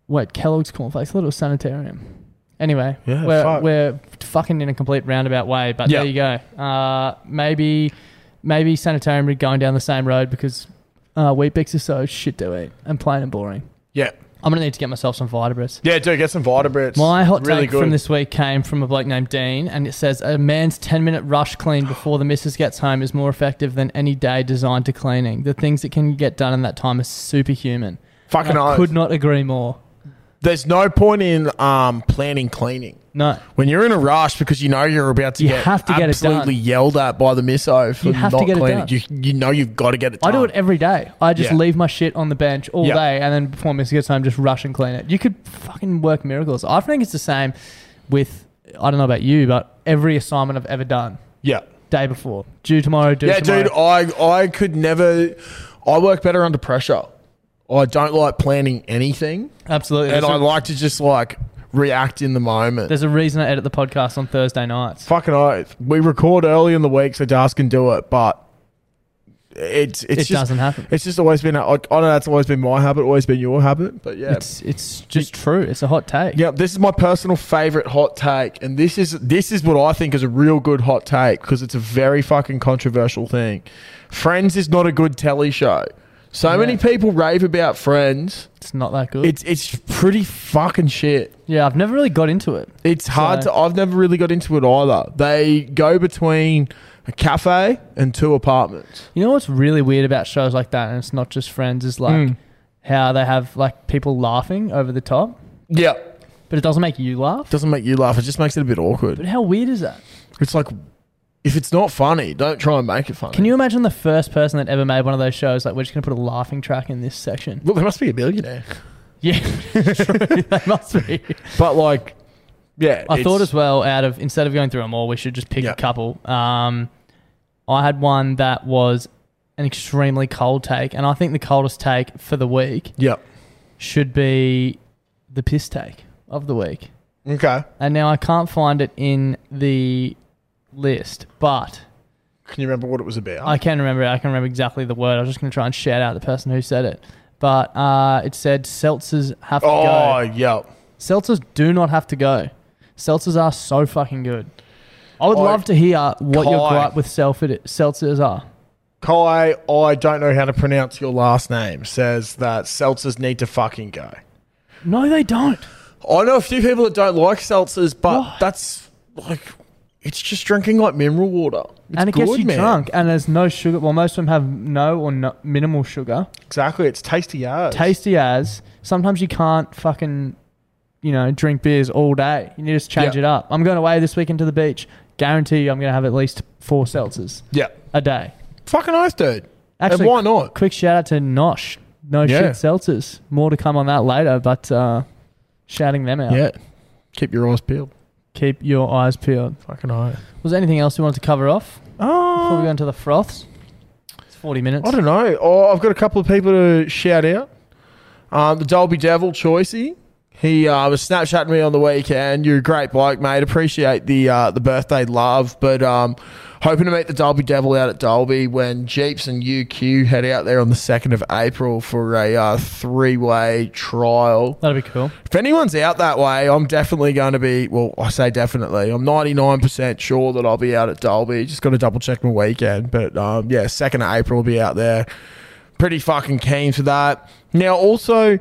S1: Wait, Kellogg's cornflakes. I thought it was sanitarium. Anyway,
S2: Yeah,
S1: we're,
S2: fuck.
S1: we're fucking in a complete roundabout way, but
S2: Yeah.
S1: there you go. Uh, maybe maybe sanitarium are going down the same road because uh, wheat bix are so shit to eat and plain and boring.
S2: Yeah.
S1: I'm gonna need to get myself some Vitabris.
S2: Yeah, dude, get some Vitabrits.
S1: My hot
S2: really
S1: take
S2: good.
S1: from this week came from a bloke named Dean, and it says a man's 10 minute rush clean before the missus gets home is more effective than any day designed to cleaning. The things that can get done in that time are superhuman.
S2: Fucking
S1: I
S2: oath.
S1: could not agree more.
S2: There's no point in um, planning cleaning.
S1: No,
S2: When you're in a rush because you know you're about to
S1: You
S2: get
S1: have to get it
S2: absolutely
S1: done.
S2: yelled at by the misso for
S1: You have to
S2: not
S1: get it
S2: cleaning.
S1: done.
S2: You, you know you've got to get it
S1: I
S2: done.
S1: do it every day. I just
S2: Yeah.
S1: leave my shit on the bench all
S2: Yeah.
S1: day, and then before missus gets home, just rush and clean it. You could fucking work miracles. I think it's the same with I don't know about you, but every assignment I've ever done,
S2: Yeah.
S1: day before, due tomorrow, due
S2: Yeah,
S1: tomorrow.
S2: dude, I, I could never. I work better under pressure. I don't like planning anything.
S1: absolutely.
S2: and
S1: There's
S2: I
S1: a-
S2: like to just like react in the moment.
S1: There's a reason I edit the podcast on Thursday nights.
S2: Fucking oath. We record early in the week so Das can do it, but it's it's
S1: It
S2: just,
S1: doesn't happen.
S2: It's just always been like I know that's always been my habit, always been your habit, but yeah.
S1: It's it's just true. It's a hot take.
S2: yeah, this is my personal favorite hot take, and this is this is what I think is a real good hot take because it's a very fucking controversial thing. Friends is not a good telly show. So many people rave about Friends.
S1: It's not that good.
S2: It's it's pretty fucking shit.
S1: yeah, I've never really got into it.
S2: It's hard
S1: So-
S2: to. I've never really got into it either. They go between a cafe and two apartments.
S1: You know what's really weird about shows like that, and it's not just friends, is like
S2: Hmm.
S1: how they have like people laughing over the top,
S2: Yeah,
S1: but it doesn't make you laugh.
S2: doesn't make you laugh. It just makes it a bit
S1: But
S2: awkward.
S1: how weird is that?
S2: It's like if it's not funny, don't try and make it funny.
S1: Can you imagine the first person that ever made one of those shows? Like, we're just gonna put a laughing track in this section.
S2: Well, there must be a billionaire.
S1: Yeah, they must be.
S2: But like, yeah,
S1: I thought
S2: it's
S1: as well, out of instead of going through them all, we should just pick
S2: Yeah.
S1: a couple. Um, I had one that was an extremely cold take, and I think the coldest take for the week
S2: yeah.
S1: should be the piss take of the week.
S2: Okay,
S1: And now I can't find it in the list, but
S2: can you remember what it was about?
S1: I can remember it. I can remember exactly the word. I was just going to try and shout out the person who said it. But uh, it said seltzers have to
S2: oh
S1: go.
S2: yeah,
S1: Seltzers do not have to go. Seltzers are so fucking good. I would
S2: I-
S1: love to hear what your
S2: Kai.
S1: gripe with self- seltzers are.
S2: Kai. I don't know how to pronounce your last name. Says that seltzers need to fucking go.
S1: No, they don't.
S2: I know a few people that don't like seltzers, but
S1: Why?
S2: that's like it's just drinking like mineral water. It's
S1: and it gets
S2: good,
S1: you
S2: man.
S1: drunk, and there's no sugar. Well, most of them have no or no, minimal sugar.
S2: Exactly, it's tasty as.
S1: Tasty as. Sometimes you can't fucking, you know, drink beers all day. You need to just change
S2: Yeah.
S1: it up. I'm going away this weekend to the beach. Guarantee you, I'm going to have at least four seltzers
S2: yeah,
S1: a day.
S2: fucking oath, dude.
S1: Actually,
S2: and why not?
S1: Quick shout out to Nosh. No
S2: Yeah.
S1: shit seltzers. More to come on that later, but uh, shouting them out.
S2: Yeah, keep your eyes peeled.
S1: Keep your eyes peeled.
S2: Fucking oath.
S1: Was there anything else we wanted to cover off before we
S2: Oh,
S1: go into the froths? It's 40 minutes.
S2: I don't know. Oh, I've got a couple of people to shout out. Um, the Dolby Devil, Choicey. He uh, was Snapchatting me on the weekend. You're a great bloke, mate. Appreciate the uh, the birthday love, but um, hoping to meet the Dolby Devil out at Dolby when Jeeps and UQ head out there on the second of April for a uh, three way trial.
S1: That'd be cool.
S2: If anyone's out that way, I'm definitely going to be. Well, I say definitely. I'm 99% sure that I'll be out at Dolby. Just got to double check my weekend. But um, yeah, 2nd of April, will be out there. Pretty fucking keen for that. Now, also, a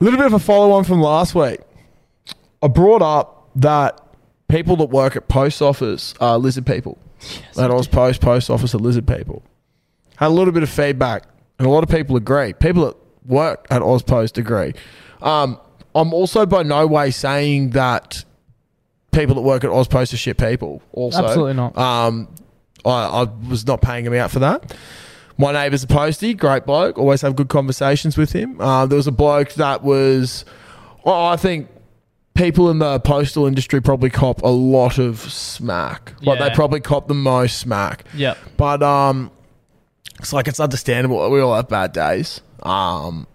S2: little bit of a follow on from last week. I brought up that people that work at post office are lizard people. that I was post post office are lizard people. Had a little bit of feedback, and a lot of people agree. People that work at OzPost agree. Um, I'm also by no way saying that people that work at OzPost are shit people. Also,
S1: Absolutely not.
S2: Um, I, I was not paying them out for that. My neighbour's a postie, great bloke. Always have good conversations with him. Uh, there was a bloke that was, oh, I think people in the postal industry probably cop a lot of smack. Like
S1: Yeah.
S2: they probably cop the most smack.
S1: Yep.
S2: But um, it's like it's understandable. We all have bad days. Um,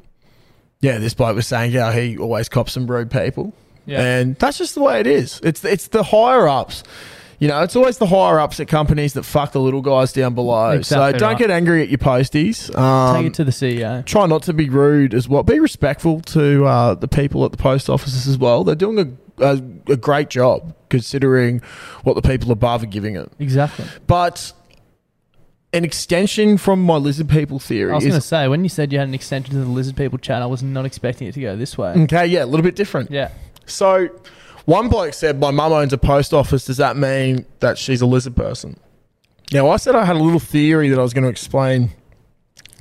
S2: yeah, this bloke was saying how he always cops some rude people,
S1: Yeah.
S2: and that's just the way it is. It's it's the higher ups. You know, it's always the higher ups at companies that fuck the little guys down below. Oh, so
S1: Exactly
S2: don't
S1: right.
S2: get angry at your posties. Um,
S1: Take it to the E CEO.
S2: try not to be rude as well. Be respectful to uh, the people at the post offices as well. They're doing a, a, a great job considering what the people above are giving it.
S1: Exactly.
S2: But an extension from my lizard people theory
S1: I was
S2: is
S1: going to say, when you said you had an extension to the Lizard People chat, I was not expecting it to go this way.
S2: okay. Yeah, a little bit different.
S1: Yeah.
S2: So one bloke said, "My mum owns a post office. Does that mean that she's a lizard person?" Now I said I had a little theory that I was going to explain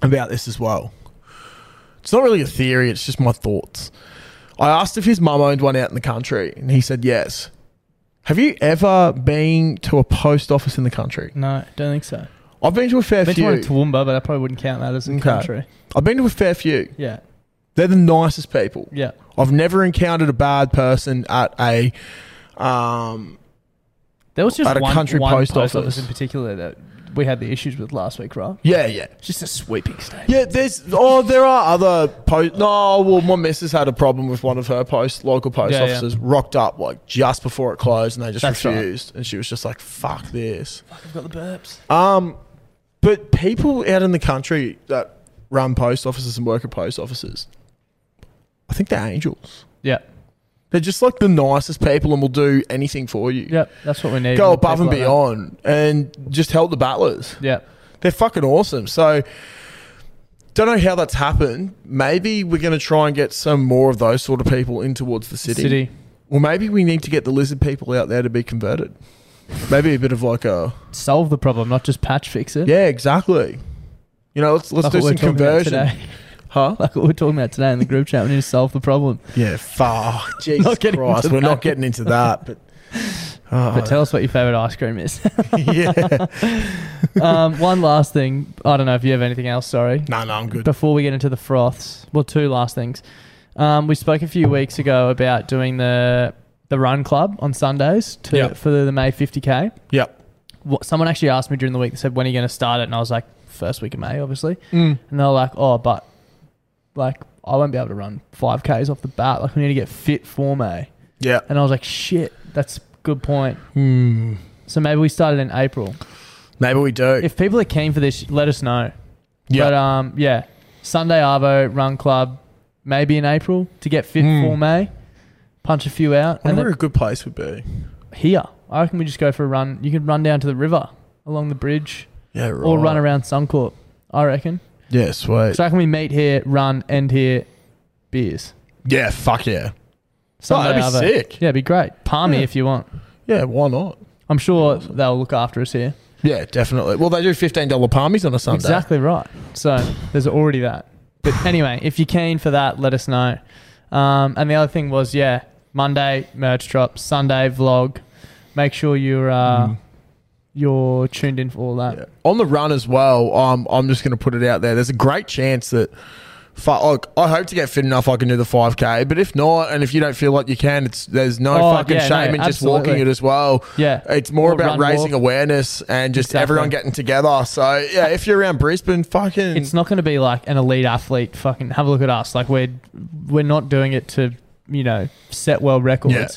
S2: about this as well. It's not really a theory; it's just my thoughts. I asked if his mum owned one out in the country, and he said yes. Have you ever been to a post office in the country?
S1: No, don't think so.
S2: I've been to a fair
S1: I've been to
S2: few.
S1: one in Toowoomba, but I probably wouldn't count that as a
S2: Okay.
S1: country.
S2: I've been to a fair few.
S1: Yeah.
S2: They're the nicest people.
S1: Yeah.
S2: I've never encountered a bad person at a um,
S1: There was just
S2: At a
S1: one,
S2: country
S1: one
S2: post
S1: post,
S2: office.
S1: office. in particular that we had the issues with last week, right?
S2: Yeah, yeah,
S1: It's just a sweeping statement.
S2: yeah. There's oh, there are other post. No, well, my missus had a problem with one of her post local post
S1: Yeah, yeah.
S2: offices. Rocked up like just before it closed, and they just
S1: That's right.
S2: refused. And she was just like, "Fuck this."
S1: I've got the burps.
S2: Um, but people out in the country that run post offices and work at post offices, I think they're angels.
S1: Yeah.
S2: They're just like the nicest people, and will do anything for you.
S1: Yep. That's what we need.
S2: Go
S1: More
S2: above and
S1: people like
S2: beyond, and just help the battlers.
S1: that. Yep.
S2: They're fucking awesome. So don't know how that's happened. Maybe we're going to try and get some more of those sort of people in towards the city.
S1: City.
S2: Or maybe we need to get the lizard people out there to be converted. Maybe a bit of like a
S1: Solve the problem, not just patch fix it.
S2: yeah, exactly. You know, let's let's
S1: Like
S2: do
S1: what we're
S2: some
S1: talking about
S2: conversion,
S1: today.
S2: huh?
S1: Like what we're talking about today in the group chat. We need to solve the problem.
S2: Yeah, fuck, Jesus
S1: Not getting
S2: Christ,
S1: into
S2: we're not
S1: that.
S2: getting into that. But, oh.
S1: But tell us what your favourite ice cream is.
S2: yeah,
S1: um, one last thing. I don't know if you have anything else, sorry.
S2: no, no, I'm good.
S1: Before we get into the froths, well, two last things. Um, we spoke a few weeks ago about doing the the run club on Sundays to,
S2: Yep.
S1: for the May 50K.
S2: Yep.
S1: What, someone actually asked me during the week, they said, when are you going to start it? And I was like, first week of May, obviously.
S2: Mm.
S1: And they're like, oh, but like I won't be able to run 5Ks off the bat. Like we need to get fit for May.
S2: Yeah. Hmm.
S1: And I was like, shit, that's a good point. So maybe we started in April.
S2: Maybe we do.
S1: If people are keen for this, let us know.
S2: yeah.
S1: But um, yeah, Sunday Arvo Run Club, maybe in April to get fit
S2: Hmm.
S1: for May. Punch a few out,
S2: I wonder
S1: and
S2: where
S1: then
S2: a good place would be.
S1: here, I reckon we just go for a run. You could run down to the river along the bridge,
S2: Yeah, right.
S1: or run around Suncorp. I reckon.
S2: Yeah, sweet.
S1: So I can we meet here, run, end here, beers.
S2: Yeah, fuck yeah. Oh, that'd be
S1: Arvo.
S2: sick.
S1: Yeah, it'd be great. Palmy
S2: Yeah.
S1: if you want.
S2: Yeah, why not?
S1: I'm sure they'll look after us here.
S2: Yeah, definitely. Well, they do fifteen dollar palmies on a Sunday.
S1: Exactly right. So there's already that. But anyway, if you're keen for that, let us know. Um, and the other thing was, yeah, Monday merch drop, Sunday vlog. Make sure you're uh, you're tuned in for all that.
S2: Mm. Yeah. On the run as well. Um, I'm just going to put it out there. There's a great chance that. fu- Look, I hope to get fit enough. I can do the five k, but if not, and if you don't feel like you can, it's there's no
S1: Oh,
S2: fucking
S1: yeah,
S2: shame
S1: no,
S2: in just
S1: absolutely.
S2: walking it as well.
S1: Yeah.
S2: it's more
S1: Or
S2: about
S1: run,
S2: raising
S1: walk.
S2: awareness and just
S1: Exactly.
S2: everyone getting together. So yeah, if you're around Brisbane, fucking
S1: It's not going to be like an elite athlete. Fucking have a look at us. Like we're we're not doing it to you know set world records.
S2: Yeah.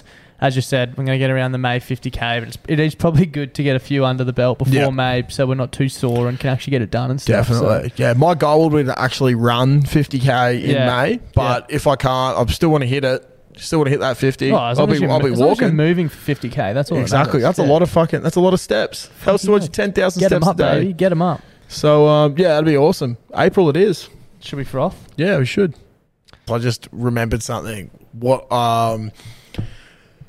S1: As you said, we're going to get around the May 50k, but it's, it is probably good to get a few under the belt before
S2: Yeah.
S1: May, so we're not too sore and can actually get it done and stuff. so-
S2: Definitely. Yeah. My goal would be to actually run 50K in
S1: Yeah.
S2: May, but if I can't, I still want to hit it. Still want to hit that 50.
S1: Oh, as
S2: I'll
S1: long
S2: be,
S1: as you're,
S2: I'll be
S1: as long as you're
S2: walking.
S1: moving for 50k. That's all. that
S2: Exactly.
S1: matters.
S2: That's a lot of fucking, that's a lot of steps. Helps towards your 10,000
S1: Get them
S2: steps
S1: up,
S2: a day.
S1: baby. Get them up.
S2: So, um, yeah, that'd be awesome. April it is.
S1: Should we froth?
S2: Yeah, we should. I just remembered something. What, um,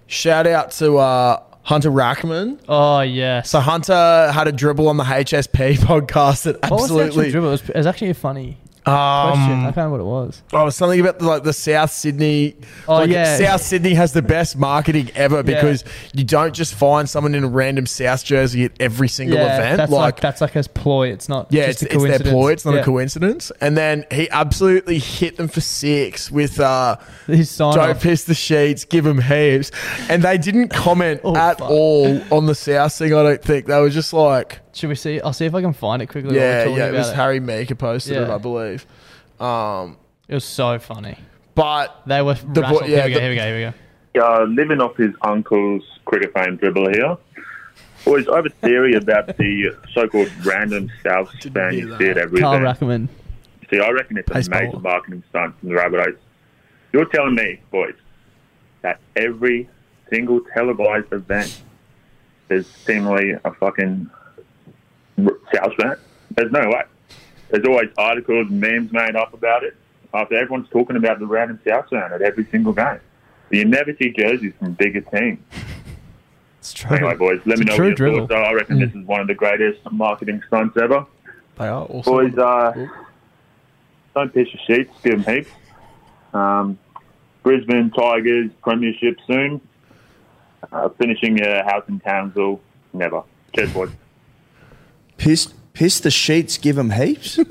S2: shout out to, uh, Hunter Rackman.
S1: Oh yes.
S2: So Hunter had a dribble on the HSP podcast that
S1: What was the actual
S2: absolutely
S1: dribble? It was, it was actually a funny
S2: um,
S1: question. I can't remember what it was.
S2: Oh, something about the, like the South Sydney.
S1: Oh,
S2: like,
S1: yeah.
S2: South Sydney has the best marketing ever because you don't just find someone in a random South jersey at every single event.
S1: that's
S2: like,
S1: like, that's like a ploy. It's not.
S2: yeah, it's,
S1: just a
S2: it's their
S1: coincidence.
S2: ploy. It's not
S1: Yeah.
S2: a coincidence. And then he absolutely hit them for six with uh,
S1: His sign
S2: "Don't
S1: off.
S2: piss the sheets, give them heaps," and they didn't comment
S1: Oh,
S2: at
S1: fuck.
S2: all on the South thing. I don't think they were just like,
S1: Should we see? I'll see if I can find it quickly. while we're
S2: yeah,
S1: talking
S2: yeah. It
S1: about
S2: was Harry Meeker posted it,
S1: Yeah.
S2: I believe. Um,
S1: It was so funny.
S2: but
S1: They were
S2: bo-
S1: rattled.
S2: yeah,
S1: here we go.
S2: the-
S1: Here we go. Here we go.
S6: uh, living off his uncle's cricket fame dribble here.
S7: Boys, I have a theory about the so-called random South fan you see at every
S1: Carl
S7: event.
S1: Ruckerman.
S7: See, I reckon it's a
S8: Baseball.
S7: major marketing stunt from the Rabbitohs. You're telling me, boys, that every single televised event there's seemingly a fucking r- South fan? There's no way. There's always articles, memes made up about it. After everyone's talking about the random South fan at every single game, but you never see jerseys from bigger teams.
S8: It's true.
S7: Anyway, boys, let
S8: It's
S7: me
S8: a
S7: know
S8: true
S7: what your
S8: dribble.
S7: thoughts are. I reckon this is one of the greatest marketing stunts ever.
S2: Hmm. They are awesome.
S7: Boys, uh, don't piss your sheets. Give them heaps. Um, Brisbane Tigers Premiership soon. Uh, finishing your house in Townsville. Never. Cheers, boys.
S5: Piss, piss the sheets, give them heaps.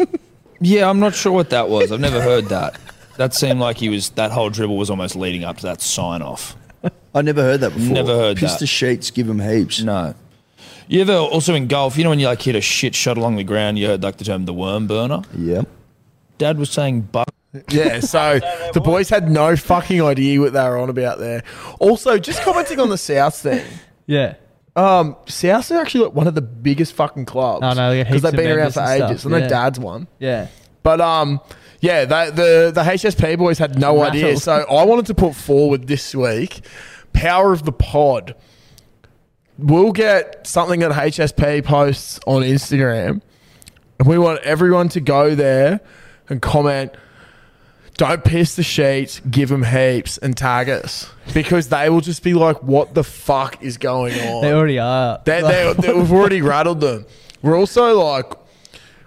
S9: Yeah, I'm not sure what that was. I've never heard that. That seemed like he was. That whole dribble was almost leading up to that sign off.
S5: I never heard that before.
S9: Never heard
S5: piss
S9: that.
S5: the sheets, give them heaps.
S9: No. You ever also in golf? You know when you like hit a shit shot along the ground, you heard like the term the worm burner.
S5: Yeah.
S9: Dad was saying buck.
S2: Yeah, so the boys had no fucking idea what they were on about there. Also, just commenting on the South thing.
S1: Yeah.
S2: Um, South are actually like one of the biggest fucking clubs.
S1: Oh, no, they got heaps
S2: they've
S1: of
S2: been around
S1: members
S2: for
S1: and stuff,
S2: ages. And their
S1: yeah.
S2: dad's one.
S1: Yeah.
S2: But um, yeah, they, the the HSP boys had no idea.
S1: Rattled.
S2: So I wanted to put forward this week, power of the pod. We'll get something that HSP posts on Instagram, and we want everyone to go there and comment. Don't piss the sheets, give them heaps, and tag us because they will just be like, "What the fuck is going on?"
S1: They already are.
S2: They, they, they- we've already rattled them. We're also like,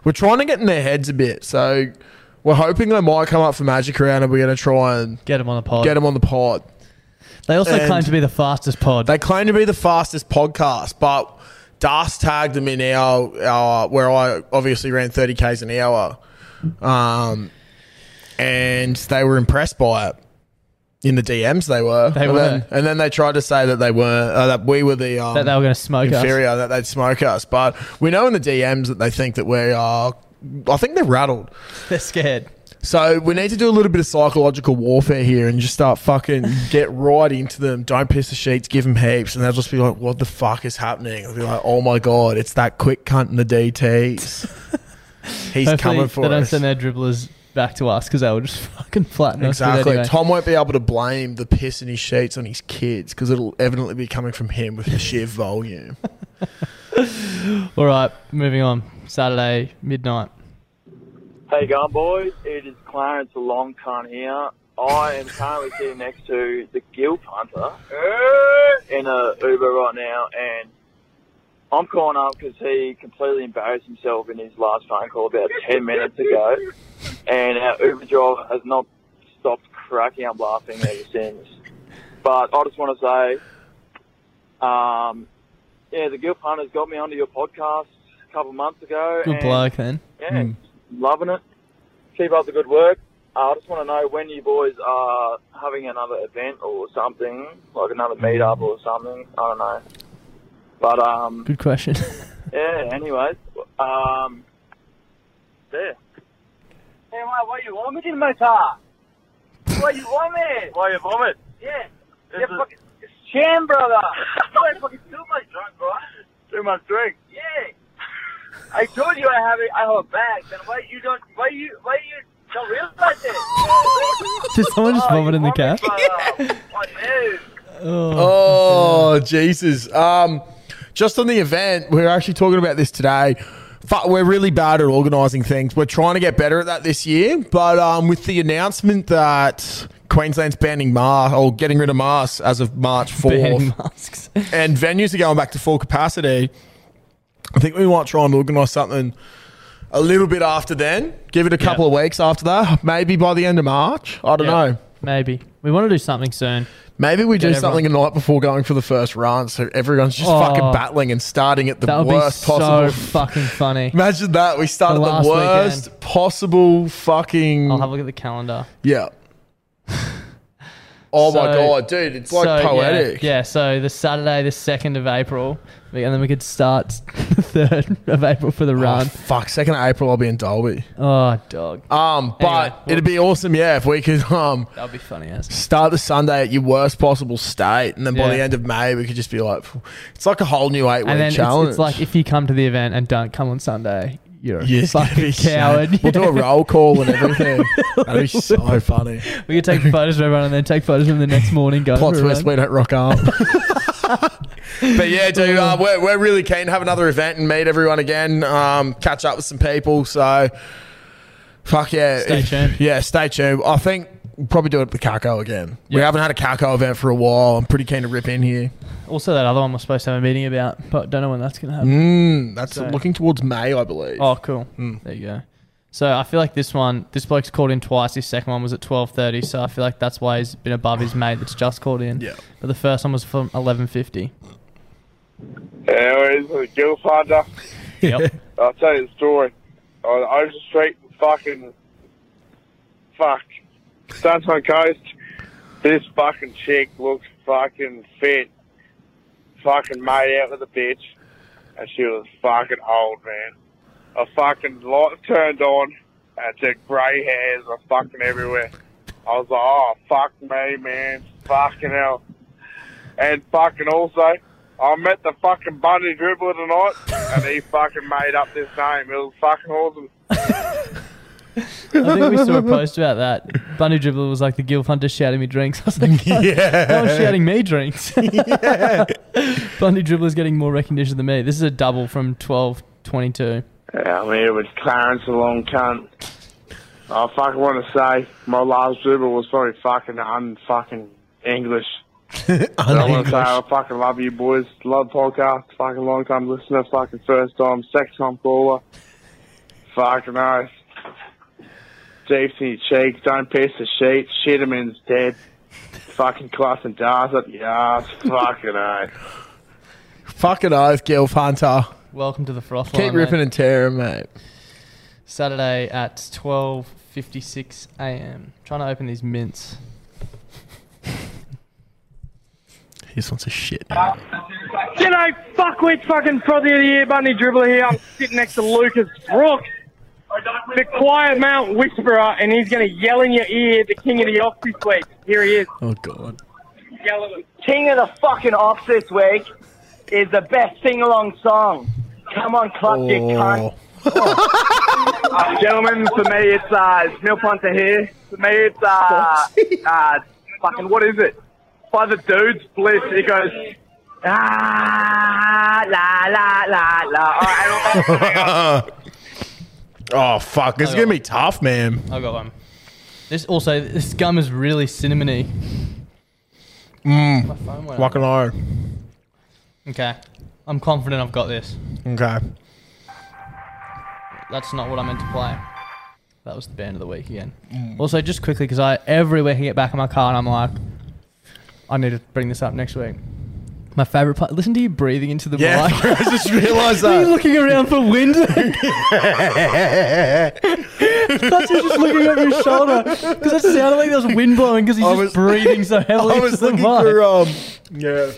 S2: we're trying to get in their heads a bit. So we're hoping they might come up for Magic Round and we're going to try and
S1: Get him on the pod.
S2: get them on the pod.
S1: They also
S2: and-
S1: claim to be the fastest pod.
S2: They claim to be the fastest podcast, but Das tagged them in our, our where I obviously ran 30Ks an hour. Um, and they were impressed by it. In the DMs, they were.
S1: They
S2: and
S1: were.
S2: Then, and then they tried to say that they weren't, uh, that we were the. Um,
S1: that they were going to smoke us.
S2: inferior that they'd smoke us. But we know in the DMs that they think that we are. I think they're rattled.
S1: They're scared.
S2: So we need to do a little bit of psychological warfare here and just start fucking get right into them. Don't piss the sheets, give them heaps, and they'll just be like, "What the fuck is happening?" They'll be like, "Oh my god, it's that quick cunt in the DTS. He's
S1: Hopefully
S2: coming for
S1: they don't
S2: us."
S1: send their dribblers back to us because they would just fucking flatten us.
S2: Exactly.
S1: with it anyway.
S2: Tom won't be able to blame the piss in his sheets on his kids because it'll evidently be coming from him with the sheer volume.
S1: All right, moving on. Saturday midnight.
S10: Hey, gun boys, it is Clarence a long time here. I am currently sitting next to the guilt hunter in a Uber right now, and I'm calling up because he completely embarrassed himself in his last phone call about 10 minutes ago, and our Uber driver has not stopped cracking up laughing ever since. But I just want to say, um, yeah, the guilt hunter's got me onto your podcast a couple months ago.
S1: Good
S10: and
S1: bloke then.
S10: yeah,
S1: Mm.
S10: loving it. Keep up the good work. Uh, I just want to know when you boys are having another event or something, like another meetup or something. I don't know. But um,
S1: Good question.
S10: yeah. Anyways, um, there. Hey, why, why you vomit in my car? Why you vomit? Why you vomit? Yeah. You're fucking shame, brother. you are fucking too much drunk, bro. Too much drink. Yeah. I told you I have it. I have a bag. Then why you don't? Why you? Why you don't realize it?
S1: Did someone just
S10: Oh,
S1: vomit
S10: you
S1: in the cab?
S10: vomit, brother. I do.
S2: Oh, Jesus. Um, just on the event, we were actually talking about this today. Fuck, we're really bad at organising things. We're trying to get better at that this year. But um, with the announcement that Queensland's banning masks or getting rid of masks as of March 4th
S1: Banning masks.
S2: and venues are going back to full capacity, I think we might try and organise something a little bit after then. Give it a couple of weeks after that. Maybe by the end of March. I don't know.
S1: Maybe. We want to do something soon.
S2: Maybe we do
S1: Get everyone-
S2: something the night before going for the first run, so everyone's just
S1: Oh.
S2: fucking battling and starting at the
S1: That would be
S2: worst
S1: so
S2: possible.
S1: fucking funny.
S2: Imagine that we start
S1: The
S2: at
S1: last
S2: the worst possible fucking.
S1: I'll have a look at the calendar.
S2: yeah, Oh my
S1: So-
S2: god, dude, it's like
S1: so, yeah,
S2: poetic.
S1: Yeah, so the Saturday, the 2nd of April, we- and then we could start the 3rd of April for the
S2: Oh,
S1: run.
S2: fuck, second of April I'll be in Dolby.
S1: Oh, dog.
S2: Um, but
S1: well-
S2: it'd be awesome, yeah, if we could um
S1: That'd be funny as.
S2: start the Sunday at your worst possible state, and then by
S1: Yeah.
S2: the end of May we could just be like, it's like a whole new eight
S1: And then
S2: week
S1: it's,
S2: challenge.
S1: it's like if you come to the event and don't come on Sunday, you're a
S2: Yes,
S1: fucking coward.
S2: We'll do a
S1: Yeah.
S2: roll call and everything. That'd be so funny.
S1: We could take photos of everyone and then take photos of them the next morning. Go
S2: Plot
S1: for a
S2: twist, we
S1: run.
S2: don't rock up. but yeah, dude, uh, we're, we're really keen to have another event and meet everyone again, um, catch up with some people. So, fuck yeah.
S1: Stay tuned.
S2: Yeah, stay tuned. I think we'll probably do it at the Caco again. We
S1: Yeah.
S2: haven't had a Caco event for a while. I'm pretty keen to rip in here.
S1: Also, that other one we're supposed to have a meeting about, but don't know when that's going to happen.
S2: Mm, that's
S1: So-
S2: looking towards May, I believe. Mm.
S1: Oh, cool. There you go. So I feel like this one, this bloke's called in twice. His second one was at twelve thirty. So I feel like that's why he's been above his mate that's just called in.
S2: Yeah.
S1: But the first one was from eleven fifty.
S11: Anyways, the Guild Finder.
S1: Yep.
S11: I'll tell you the story. On Ocean Street, fucking. Fuck. Sunshine Coast. This fucking chick looks fucking fit. Fucking made out with a bitch. And she was fucking old, man. A fucking light turned on. And her grey hairs were fucking everywhere. I was like, oh, fuck me, man. Fucking hell. And fucking also, I met the fucking Bundy dribbler tonight, and he fucking made up this name. It was fucking awesome.
S1: I think we saw a post about that. Bunny Dribbler was like the Guild Hunter shouting me drinks. I was like,
S2: yeah.
S1: no one's shouting me drinks. Bundy Dribbler's getting more recognition than me. This is a double from twelve twenty two.
S11: Yeah, I'm here with Clarence, a long cunt. I fucking want to say my last dribble was probably fucking unfucking English. But I want to say I fucking love you boys. Love podcast. Fucking long time listener. Fucking first time, second time caller. Fucking nice. Deep in your cheeks. Don't piss the sheet. Shit him in his dead. Fucking class and dars up your ass. Fucking nice.
S2: Fucking oath, Gilf Hunter.
S1: Welcome to the froth
S2: Keep
S1: line, mate.
S2: ripping and tearing, mate.
S1: Saturday at twelve fifty six a.m. Trying to open these mints.
S2: This one's a shit.
S12: G'day, fuckwit, fucking frothy of the year, Bundy dribbler here. I'm sitting next to Lucas Brooks, the quiet mount whisperer, and he's going to yell in your ear, the king of the off this week. Here he is.
S2: Oh, God.
S12: King of the fucking off this week is the best sing along song. Come on, clap your
S2: Oh.
S12: Gentlemen, for me it's uh, it's Neil Ponta here. For me it's uh, uh, fucking what is it? By the dude's bliss. It goes ah la la la la. All right,
S2: Oh fuck, it's gonna be tough, man.
S1: I got one. This also, this gum is really cinnamony. My phone went out.
S2: Mm. Fucking hard.
S1: Okay, I'm confident I've got this.
S2: Okay.
S1: That's not what I meant to play. That was the band of the week again. Mm. Also, just quickly, because I every week I get back in my car and I'm like, I need to bring this up next week. My favorite part. Listen to you breathing into the
S2: Yeah,
S1: mic.
S2: I just realised
S1: Are you
S2: that.
S1: looking around for wind? that's you just looking over your shoulder because it sounded like there was wind blowing because he's
S2: I
S1: just
S2: was-
S1: breathing so heavily.
S2: I was
S1: into the
S2: looking
S1: mic.
S2: for um. Yeah.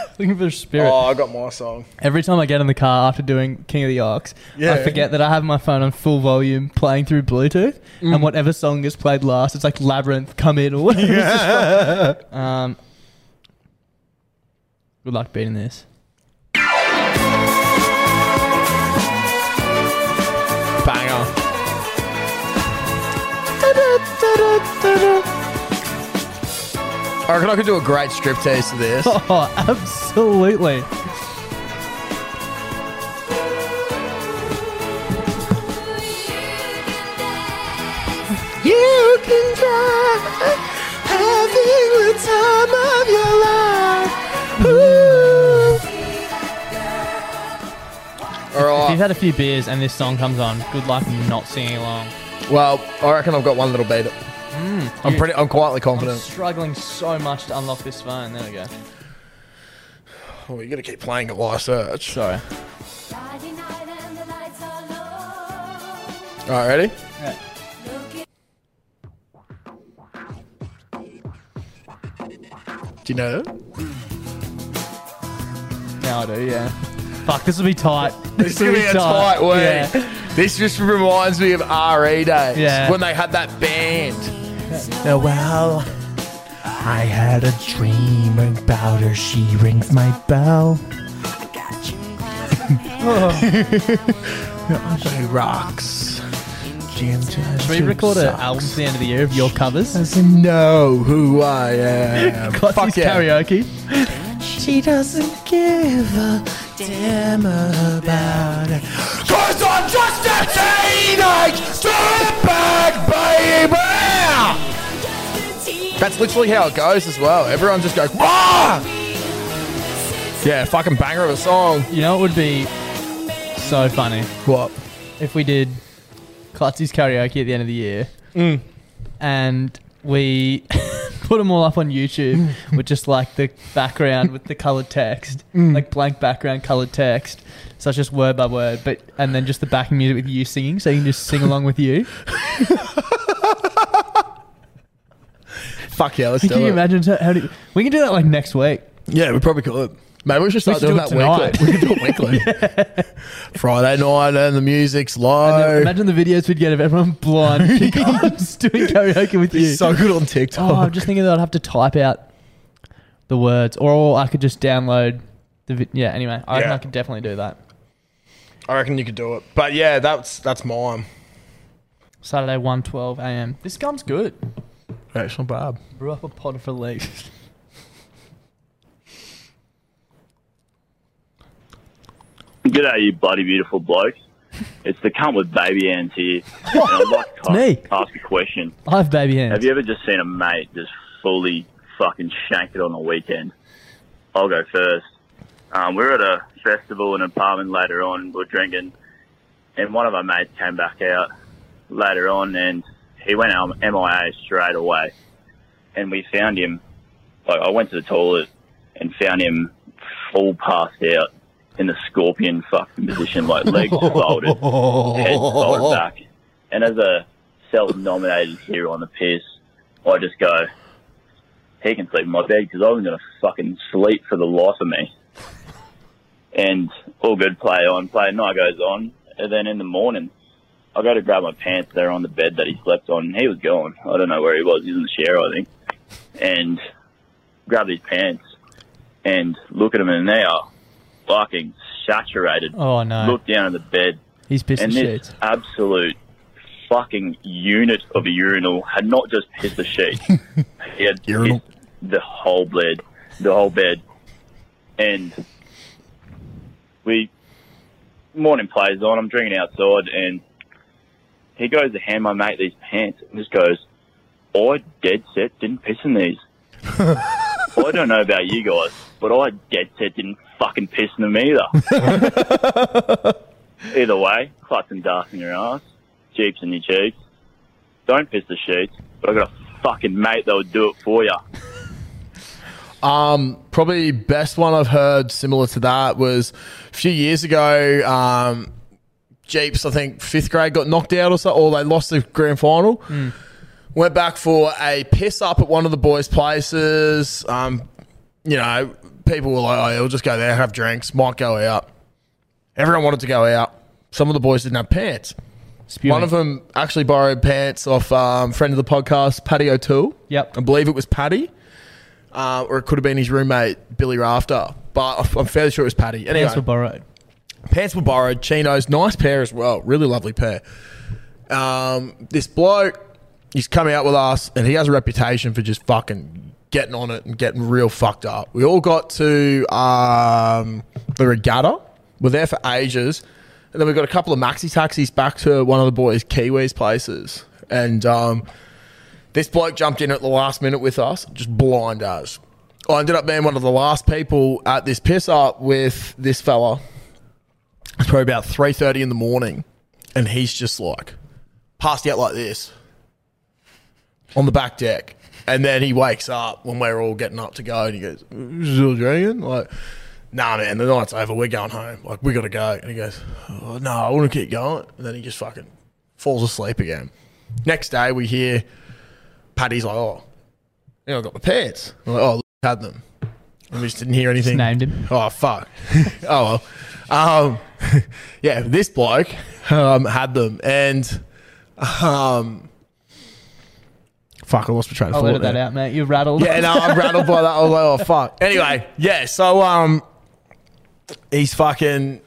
S1: looking for a spirit.
S2: Oh, I got my song.
S1: Every time I get in the car after doing King of the Ox,
S2: Yeah.
S1: I forget that I have my phone on full volume playing through Bluetooth,
S2: Mm.
S1: and whatever song is played last, it's like Labyrinth, Come In, or whatever. um, good luck beating this.
S2: Banger. I reckon I could do a great strip taste of this.
S1: Oh, absolutely.
S2: You can try having the time of your
S1: Hmm.
S2: life. All
S1: If you've
S2: right.
S1: had a few beers and this song comes on, good luck not singing along.
S2: Well, Oh, I reckon I've got one little beat.
S1: Hmm.
S2: I'm pretty. I'm quietly
S1: I'm
S2: confident.
S1: struggling so much to unlock this phone. There we go.
S2: Oh, you gotta keep playing it while I search.
S1: Sorry.
S2: All right, ready? Do you know that?
S1: Now I do, yeah. Fuck, this will be tight.
S2: This is gonna be a tight week.
S1: Yeah.
S2: This just reminds me of RE days
S1: Yeah.
S2: when they had that band. well, I had a dream about her. She rings my bell. She rocks. Should
S1: we record an album to the end of the year of your covers?
S2: know who I am.
S1: Cotsy's
S2: Fuck yeah.
S1: karaoke.
S2: She doesn't give a damn about it. Cause I'm just a teenage dirtbag, baby! That's literally how it goes as well. Everyone just goes, Wah! Yeah, fucking banger of a song.
S1: You know, it would be so funny.
S2: What?
S1: If we did Klutzy's karaoke at the end of the year
S2: Mm.
S1: and we put them all up on YouTube with just like the background with the colored text,
S13: Mm.
S1: like blank background colored text. So it's just word by word, but and then just the backing music with you singing, so you can just sing along with you.
S2: Fuck yeah, let's
S1: Can
S2: do
S1: you
S2: it.
S1: imagine how, how do you- we can do that like next week?
S2: Yeah, we probably could. Maybe we should start
S1: should
S2: doing
S1: do
S2: that
S1: it tonight.
S2: weekly. We could do it weekly. Friday night and the music's low.
S1: Imagine the videos we'd get of everyone blind kickoffs doing karaoke with you.
S2: It's so good on TikTok.
S1: Oh, I'm just thinking that I'd have to type out the words, or I could just download the vid- yeah. Anyway, I reckon
S2: Yeah.
S1: I could definitely do that.
S2: I reckon you could do it. But yeah, that's that's mine.
S1: Saturday 1:12 a.m. This gum's good.
S2: It's not bad.
S1: Brew up a pod for leaves.
S8: G'day, you bloody beautiful blokes. It's the cunt with baby hands here. And I'd like to
S1: me.
S8: ask a question.
S1: I have baby hands.
S8: Have you ever just seen a mate just fully fucking shank it on the weekend? I'll go first. Um, we were at a festival in an apartment later on. We are drinking, and one of our mates came back out later on, and he went out MIA straight away. And we found him. Like I went to the toilet and found him full passed out in the scorpion fucking position, like legs folded, head folded back. And as a self-nominated hero on the piss, I just go, he can sleep in my bed because I wasn't going to fucking sleep for the life of me. And all good, play on, play. Night goes on, and then in the morning, I go to grab my pants. They're on the bed that he slept on. and He was gone. I don't know where he was. He's in the shower, I think. And grab his pants and look at him, and they are fucking saturated.
S1: Oh, no.
S8: Look down at the bed.
S1: He's pissed
S8: and
S1: the
S8: this absolute fucking unit of a urinal had not just pissed the sheet. he had
S2: urinal.
S8: the whole bed, the whole bed, and we morning plays on. I'm drinking outside, and he goes to hand my mate these pants, and just goes, "I dead set didn't piss in these." I don't know about you guys, but I dead set didn't fucking piss in them either. Either way, clutch and dust in your ass, cheeks in your cheeks. Don't piss the sheets, but I got a fucking mate that would do it for you.
S2: Um, probably best one I've heard similar to that was a few years ago. Um, Jeeps, I think fifth grade got knocked out or so, or they lost the grand final. Went back for a piss up at one of the boys' places. Um, you know, people were like, "Oh, yeah, we'll just go there, have drinks, might go out." Everyone wanted to go out. Some of the boys didn't have pants. One of them actually borrowed pants off um, friend of the podcast, Paddy O'Toole.
S1: Yep,
S2: I believe it was Paddy, uh, or it could have been his roommate Billy Rafter, but I'm fairly sure it was Paddy. Anyway,
S1: Pants were borrowed.
S2: Pants were borrowed. Chinos, nice pair as well. Really lovely pair. Um, this bloke, he's come out with us, and he has a reputation for just fucking getting on it and getting real fucked up. We all got to um, the regatta. We're there for ages, and then we got a couple of maxi taxis back to one of the boys' Kiwis places, and. Um, this bloke jumped in at the last minute with us, just blind us. I ended up being one of the last people at this piss up with this fella. It's probably about three thirty in the morning, and he's just like passed out like this on the back deck. And then he wakes up when we're all getting up to go, and he goes, "You "Still drinking?" Like, nah, man, the night's over. We're going home. Like, we gotta go. And he goes, oh, "No, I want to keep going." And then he just fucking falls asleep again. Next day, we hear Paddy's like, "Oh, you know, I got my pants." I'm like, "Oh." had them. And we just didn't hear anything. named him. Oh fuck. oh well. Um, yeah, this bloke um, had them, and um, fuck, I lost my train of
S1: I'll
S2: thought.
S1: edit that
S2: there.
S1: out, mate. You're rattled.
S2: Yeah, no, I'm rattled by that. I was like, oh fuck. Anyway, yeah. So um, he's fucking.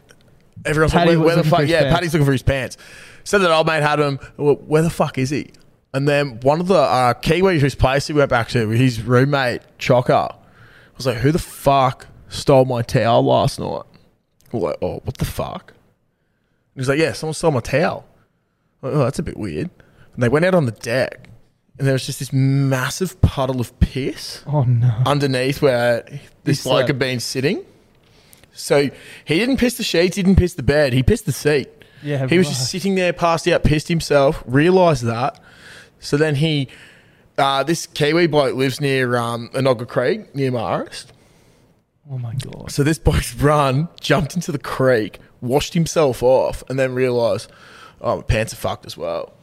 S2: Everyone's
S1: Paddy
S2: like, where,
S1: was
S2: where the
S1: looking for
S2: fuck?
S1: his
S2: Yeah,
S1: pants.
S2: Paddy's looking for his pants. Said that old mate had him. Well, Where the fuck is he? And then one of the uh, Kiwis whose place he went back to, his roommate Chocker, was like, "Who the fuck stole my towel last night?" We're like, "Oh, what the fuck?" And he's like, "Yeah, someone stole my towel." Like, oh, that's a bit weird. And they went out on the deck, and there was just this massive puddle of piss.
S1: Oh, no.
S2: Underneath where this
S1: He
S2: bloke
S1: slept.
S2: had been sitting. So he didn't piss the sheets, he didn't piss the bed, he pissed the seat.
S1: Yeah,
S2: he was just sitting there, passed out, pissed himself. Realised that. So then he, uh, this Kiwi bloke lives near um, Anoga Creek near Marist.
S1: Oh my god.
S2: So this bloke's run, jumped into the creek, washed himself off, and then realised, oh, my pants are fucked as well.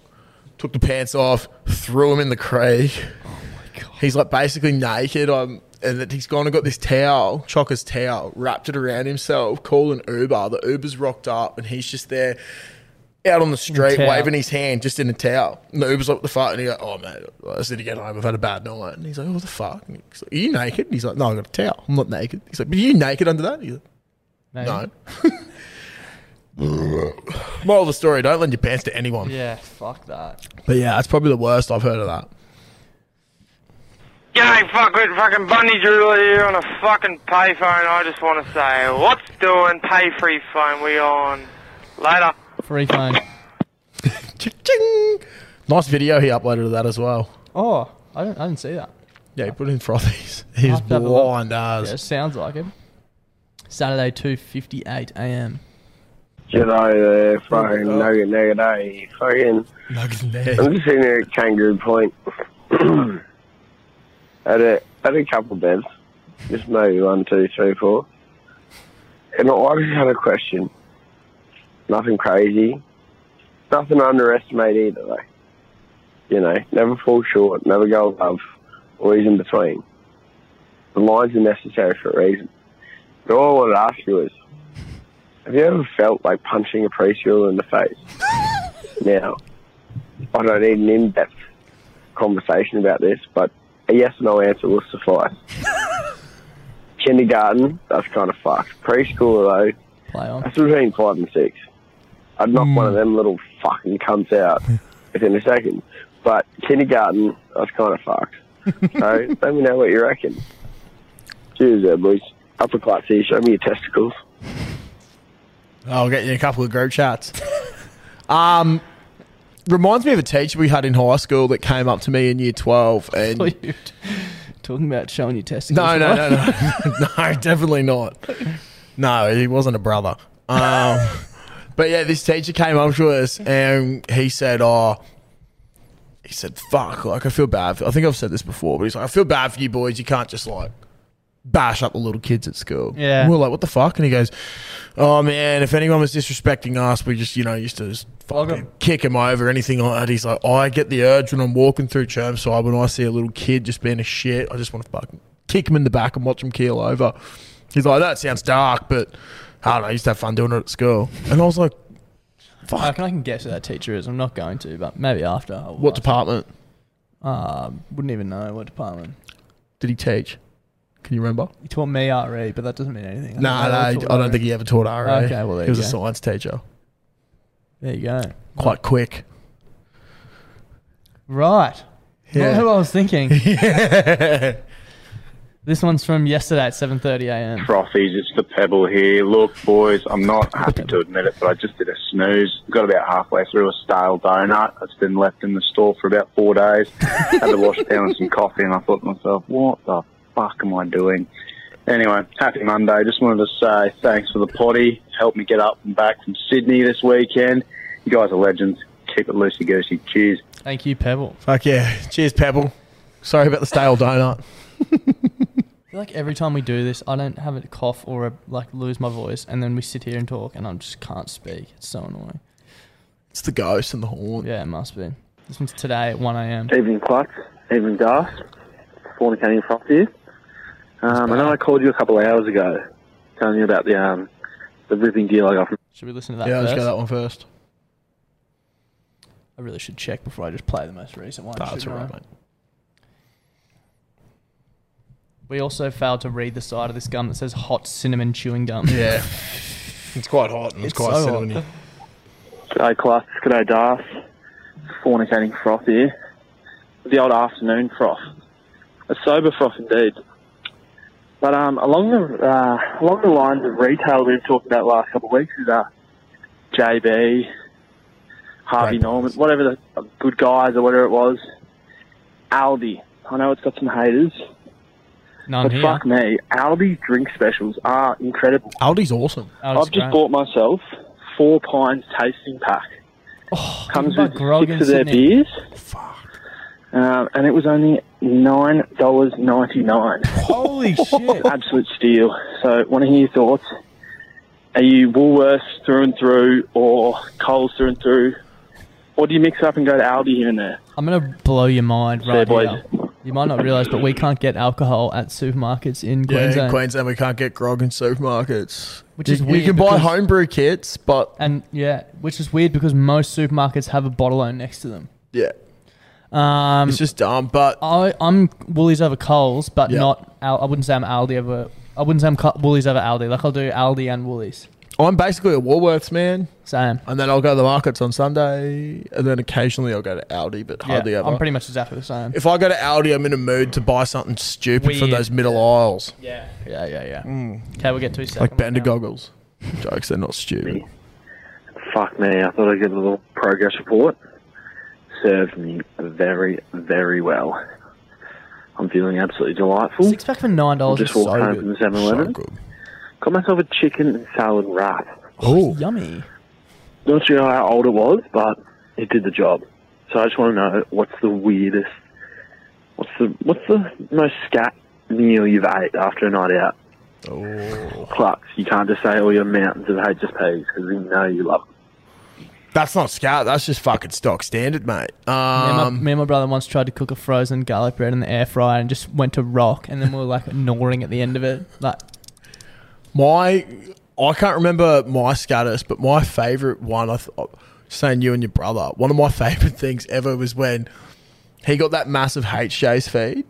S2: Took the pants off, threw him in the creek. Oh my god. He's like basically naked. Um, and that he's gone and got this towel, Chocker's towel, wrapped it around himself, called an Uber. The Uber's rocked up, and he's just there out on the street,
S1: towel.
S2: waving his hand just in a towel. And the Uber's like, what the fuck? And he goes, oh, mate, I just need to get home. I've had a bad night. And he's like, what the fuck? And he's like, are you naked? And he's like, no, I got a towel. I'm not naked. He's like, but are you naked under that? He's like, no. Moral of the story, don't lend your pants to anyone.
S1: Yeah, fuck that.
S2: But yeah, that's probably the worst I've heard of that.
S14: G'day, fuckwit, fucking bunny drooler here on a fucking payphone. I just want to say, what's doing? Pay free phone, we on. Later.
S1: Free phone.
S2: Nice video he uploaded of that as well.
S1: Oh, I didn't, I didn't see that.
S2: Yeah, he put in frothies. He was
S1: I'll have a look.
S2: blind as.
S1: Yeah, sounds like it. Saturday, 2.58 a.m.
S15: G'day there, fucking nugget, nugget, eh? Fucking. I'm just sitting here at Kangaroo Point. at a at a couple beds, just maybe one, two, three, four. And I just had a question. Nothing crazy. Nothing to underestimate either, though. You know, never fall short, never go above, always in between. The lines are necessary for a reason. But all I want to ask you is, have you ever felt like punching a preschool in the face? now, I don't need an in depth conversation about this, but a yes or no answer will suffice. Kindergarten, that's kind of fucked. Preschool, though,
S1: Play on.
S15: that's between five and six. I'd knock one of them little fucking cunts out within a second. But kindergarten, that's kind of fucked. So let me know what you reckon. Cheers there, boys. Upper class, show me your testicles.
S2: I'll get you a couple of group chats. um, reminds me of a teacher we had in high school that came up to me in year 12 and
S1: Thought you were t- talking about showing your testicles.
S2: No, no, no, no, no, definitely not. No, he wasn't a brother. Um, but yeah, this teacher came up to us and he said, "Oh, he said, fuck, like I feel bad. For, I think I've said this before, but he's like, I feel bad for you boys. You can't just like bash up the little kids at school.
S1: Yeah.
S2: And we're like, what the fuck? And he goes, oh man, if anyone was disrespecting us, we just, you know, used to just fucking kick him over, anything like that. He's like, I get the urge when I'm walking through Chermside when I see a little kid just being a shit. I just want to fucking kick him in the back and watch him keel over. He's like, that sounds dark, but I don't know. I used to have fun doing it at school. And I was like, Fuck.
S1: I can, I can guess who that teacher is. I'm not going to, but maybe after. I will
S2: what
S1: ask.
S2: department
S1: Uh, wouldn't even know what department.
S2: did he teach? Can you remember?
S1: He taught me RE, but that doesn't mean anything.
S2: No, no, I don't think he ever taught RA.
S1: E. Okay, well, there
S2: he was
S1: you
S2: a
S1: go.
S2: science teacher.
S1: There you go.
S2: Quite quick.
S1: Right.
S2: Yeah.
S1: Not who I was thinking. This one's from yesterday at 7.30 a.m.
S16: Frothies, it's the pebble here. Look, boys, I'm not happy to admit it, but I just did a snooze. Got about halfway through a stale donut that's been left in the store for about four days. Had to wash down some coffee, and I thought to myself, what the fuck am I doing? Anyway, happy Monday. Just wanted to say thanks for the potty. Helped me get up and back from Sydney this weekend. You guys are legends. Keep it loosey goosey. Cheers.
S1: Thank you, Pebble.
S2: Fuck yeah. Cheers, Pebble. Sorry about the stale donut.
S1: I feel like every time we do this, I don't have a cough or a, like lose my voice, and then we sit here and talk, and I just can't speak. It's so annoying.
S2: It's the ghost and the horn.
S1: Yeah, it must be. This one's today at 1 a.m.
S10: Evening, Clutch. Evening, Gas. Fornicating Frost here. Um, I know I called you a couple of hours ago, telling you about the um, the ripping deal I got from.
S1: Should we listen to that
S2: yeah,
S1: first?
S2: let's go that one first.
S1: I really should check before I just play the most recent one.
S2: Nah, it's
S1: shouldn't
S2: alright,
S1: I? We also failed to read the side of this gum that says hot cinnamon chewing gum.
S2: Yeah. It's quite hot and it's, quite
S1: so
S2: cinnamony.
S1: hot.
S10: G'day, class. G'day, Darth. Fornicating froth here. The old afternoon froth. A sober froth indeed. But um, along the uh, along the lines of retail we were talking about the last couple of weeks is uh, JB, Harvey Norman, whatever the uh, good guys or whatever it was. Aldi. I know it's got some haters.
S1: None
S10: but
S2: Mm-hmm.
S1: here.
S10: fuck me, Aldi's drink specials are incredible.
S2: Aldi's awesome.
S10: I've just bought myself four Pines tasting pack. Comes
S1: Oh, think
S10: with
S1: about Grogan
S10: six of their
S1: sitting
S10: beers. Um, and it was only nine dollars ninety nine.
S1: Holy shit!
S10: Absolute steal. So, want to hear your thoughts? Are you Woolworths through and through, or Coles through and through, or do you mix up and go to Aldi here and there?
S1: I'm gonna blow your mind
S10: Fair
S1: right
S10: boys.
S1: here. You might not realise, but we can't get alcohol at supermarkets in
S2: Yeah,
S1: Queensland.
S2: in Queensland we can't get grog in supermarkets.
S1: Which
S2: you,
S1: is weird
S2: You can buy
S1: because-
S2: homebrew kits, but
S1: and yeah, which is weird because most supermarkets have a bottle owned next to them.
S2: yeah,
S1: Um,
S2: it's just dumb. But
S1: I, I'm Woolies over Coles, but
S2: Yeah.
S1: not. Al- I wouldn't say I'm Aldi over. I wouldn't say I'm Co- Woolies over Aldi. Like I'll do Aldi and Woolies.
S2: I'm basically a Woolworths man.
S1: Same.
S2: And then I'll go to the markets on Sunday, and then occasionally I'll go to Aldi, but hardly
S1: yeah,
S2: ever.
S1: I'm pretty much exactly the same.
S2: if I go to Aldi, I'm in a mood to buy something stupid from
S1: Weird.
S2: those middle aisles,
S1: yeah, yeah, yeah, yeah.
S2: Mm.
S1: Okay, we'll get to his
S2: like
S1: second. one
S2: Bender
S1: now.
S2: goggles. Jokes, they're not stupid.
S10: Fuck me, I thought I'd give a little progress report. Served me very, very well. I'm feeling absolutely delightful.
S1: Six pack for
S10: I
S1: nine dollars.
S10: just walked home from the 7 Eleven. Got myself a chicken and salad wrap.
S2: Oh,
S1: yummy.
S10: Not sure how old it was, but it did the job. So I just want to know what's the weirdest, what's the what's the most scat meal you've ate after a night out?
S2: Oh.
S10: Clucks. You can't just say all your mountains of HSPs because we know you love them.
S2: That's not scout. That's just fucking stock standard, mate.
S1: Me and, my,
S2: Um,
S1: me and my brother once tried to cook a frozen garlic bread in the air fryer and just went to rock, and then we were like gnawing at the end of it. Like,
S2: my, I can't remember my scatters, but my favorite one, I th- oh, saying you and your brother, one of my favorite things ever was when he got that massive HJ's feed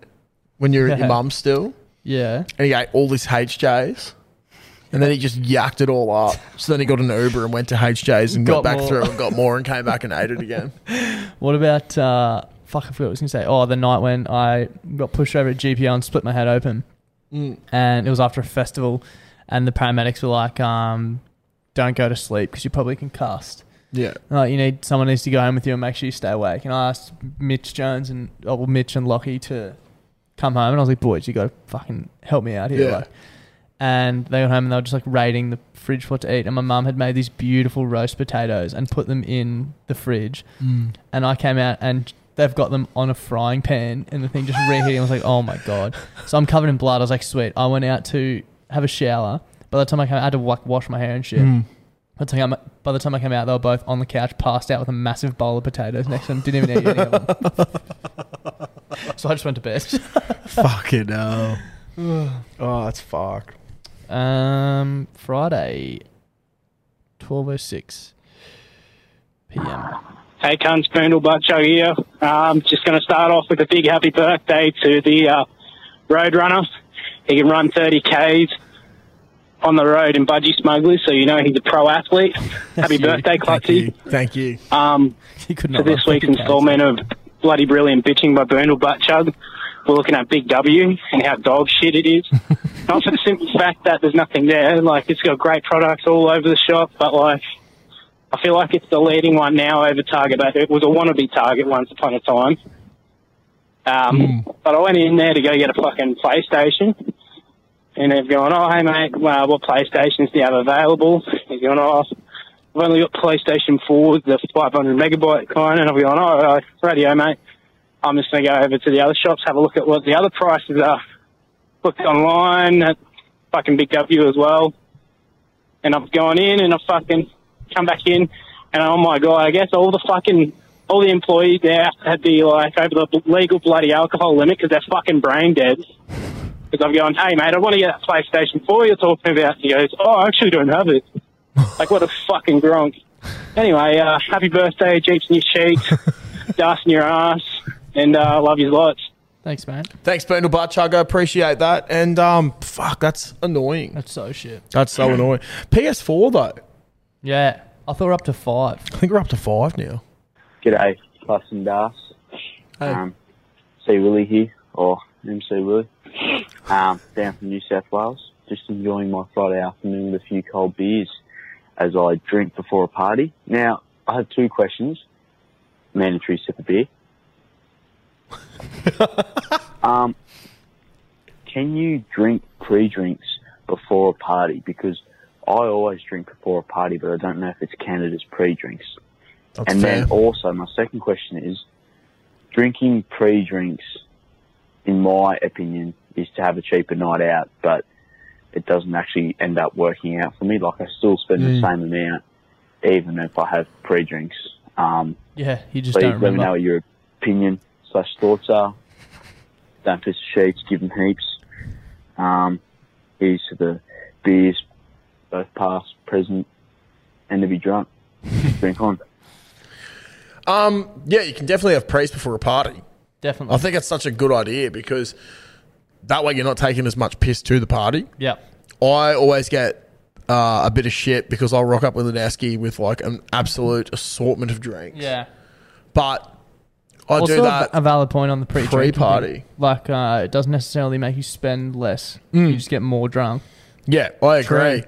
S2: when you're at
S1: Yeah.
S2: your mum's still.
S1: yeah.
S2: and he ate all this HJs. And then he just yacked it all up. So then he got an Uber and went to HJs and got,
S1: Got
S2: back
S1: more.
S2: through and got more and came back and ate it again.
S1: What about uh, fuck? I forgot what I was gonna say. Oh, the night when I got pushed over at GPO and split my head open,
S2: Mm.
S1: and it was after a festival, and the paramedics were like, um, "Don't go to sleep because you probably concussed."
S2: Yeah.
S1: Like you need someone needs to go home with you and make sure you stay awake. And I asked Mitch Jones and oh, well, Mitch and Lockie to come home, and I was like, "Boys, you got to fucking help me out here."
S2: Yeah.
S1: Like, and they got home and they were just like raiding the fridge for what to eat. And my mum had made these beautiful roast potatoes and put them in the fridge.
S2: Mm.
S1: And I came out and they've got them on a frying pan and the thing just reheating. I was like, "Oh my god!" So I'm covered in blood. I was like, "Sweet." I went out to have a shower. By the time I came, out, I had to like wash my hair and shit.
S2: Mm.
S1: By the, time I, by the time I came out, they were both on the couch, passed out with a massive bowl of potatoes next to them. Didn't even eat any of them. so I just went to bed.
S2: Fucking hell. oh, that's fucked.
S1: Um, Friday, twelve oh six p.m.
S17: Hey, cunts, Boondle Buttcho here. Um, just going to start off with a big happy birthday to the uh, road runner. He can run 30 Ks on the road in budgie smugglers, so you know he's a pro athlete. happy birthday, Clutzy.
S2: Thank you.
S17: Um,
S1: not
S17: for this
S1: run
S17: week's
S1: 30 Ks.
S17: installment of Bloody Brilliant Bitching by Boondle Buttchug, we're looking at Big W and how dog shit it is. Not for the simple fact that there's nothing there. Like, it's got great products all over the shop, but like, I feel like it's the leading one now over Target. But it was a wannabe Target once upon a time. Um,
S1: Hmm.
S17: But I went in there to go get a fucking PlayStation. And they're going, oh, hey, mate, well, what PlayStations do you have available? They're going, oh, I've only got PlayStation 4, the 500 megabyte kind. And I'm going, oh, right, radio, mate. I'm just going to go over to the other shops, have a look at what the other prices are. Looked online at fucking Big W as well. And I've gone in and I've fucking come back in. And oh my God, I guess all the fucking, all the employees there have to be like over the legal bloody alcohol limit because they're fucking brain dead. Because I'm going, hey, mate, I want to get that PlayStation 4 you're talking about. He goes, oh, I actually don't have it. like, what a fucking gronk. Anyway, uh, happy birthday, Jeeps in your cheeks, dust in your ass, and uh, love you lots.
S1: Thanks, man.
S2: Thanks, Bernal Barchug. I appreciate that. And um, fuck, that's annoying.
S1: That's so shit.
S2: That's so annoying. PS4 though.
S1: Yeah. I thought we're up to five.
S2: I think we're up to five now.
S18: G'day, Plus and Das. Um, C Willie here, or MC Willie. Um, down from New South Wales. Just enjoying my Friday afternoon with a few cold beers as I drink before a party. Now, I have two questions. Mandatory sip of beer. um, can you drink pre-drinks before a party? Because I always drink before a party, but I don't know if it's counted as pre-drinks.
S2: That's
S18: and
S2: fair.
S18: then also, my second question is, drinking pre-drinks, in my opinion, is to have a cheaper night out, but it doesn't actually end up working out for me. Like I still spend
S1: Mm.
S18: the same amount, even if I have pre-drinks. Um,
S1: Yeah, you just
S18: Please
S1: don't
S18: let me know
S1: remember.
S18: what your opinion slash thoughts are. Don't piss the sheets, give them heaps. Um, here's to the beers, both past, present, and to be drunk. Drink on.
S2: Um, yeah, you can definitely have praise before a party.
S1: Definitely.
S2: I think it's such a good idea because that way you're not taking as much piss to the party.
S1: Yeah.
S2: I always get uh, a bit of shit because I'll rock up with an esky with like an absolute assortment of drinks.
S1: Yeah.
S2: But I
S1: also
S2: do
S1: a-
S2: that.
S1: A valid point on the pre
S2: pre-party.
S1: Like, uh, it doesn't necessarily make you spend less.
S2: Mm.
S1: You just get more drunk.
S2: Yeah, I
S1: True.
S2: agree.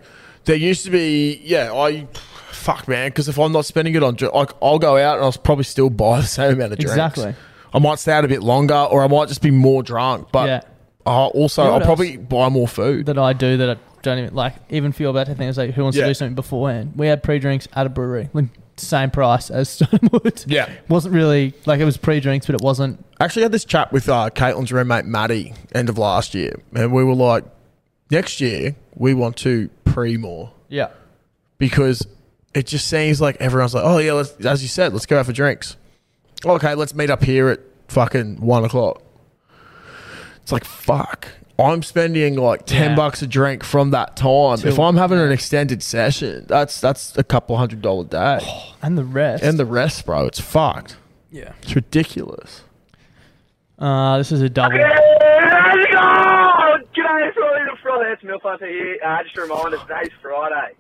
S2: There used to be, yeah, I fuck man, because if I'm not spending it on, dr- like I'll go out and I'll probably still buy the same amount of drinks.
S1: Exactly.
S2: I might stay out a bit longer, or I might just be more drunk. But
S1: Yeah.
S2: I'll also,
S1: You know
S2: I'll
S1: what
S2: probably buy more food.
S1: That I do that I don't even like even feel bad to think it's like who wants
S2: Yeah.
S1: to do something beforehand. We had pre drinks at a brewery. Like same price as Stonewood.
S2: Yeah.
S1: Wasn't really like it was pre drinks, but it wasn't
S2: Actually, had this chat with uh, Caitlin's roommate Maddie end of last year, and we were like, next year we want to pre more.
S1: Yeah.
S2: because it just seems like everyone's like, oh yeah, let's, as you said, let's go out for drinks. Okay, let's meet up here at fucking one o'clock. It's like fuck. I'm spending like ten
S1: Yeah.
S2: bucks a drink from that time. if
S1: Till-
S2: I'm having an extended session, that's that's a couple hundred dollar day,
S1: and the rest.
S2: and the rest, bro, it's fucked.
S1: Yeah.
S2: it's ridiculous.
S1: Uh, this is a double.
S15: How's it going? G'day, everybody. The Friday, it's Milf Hunter here. Uh, just a reminder, today's Friday.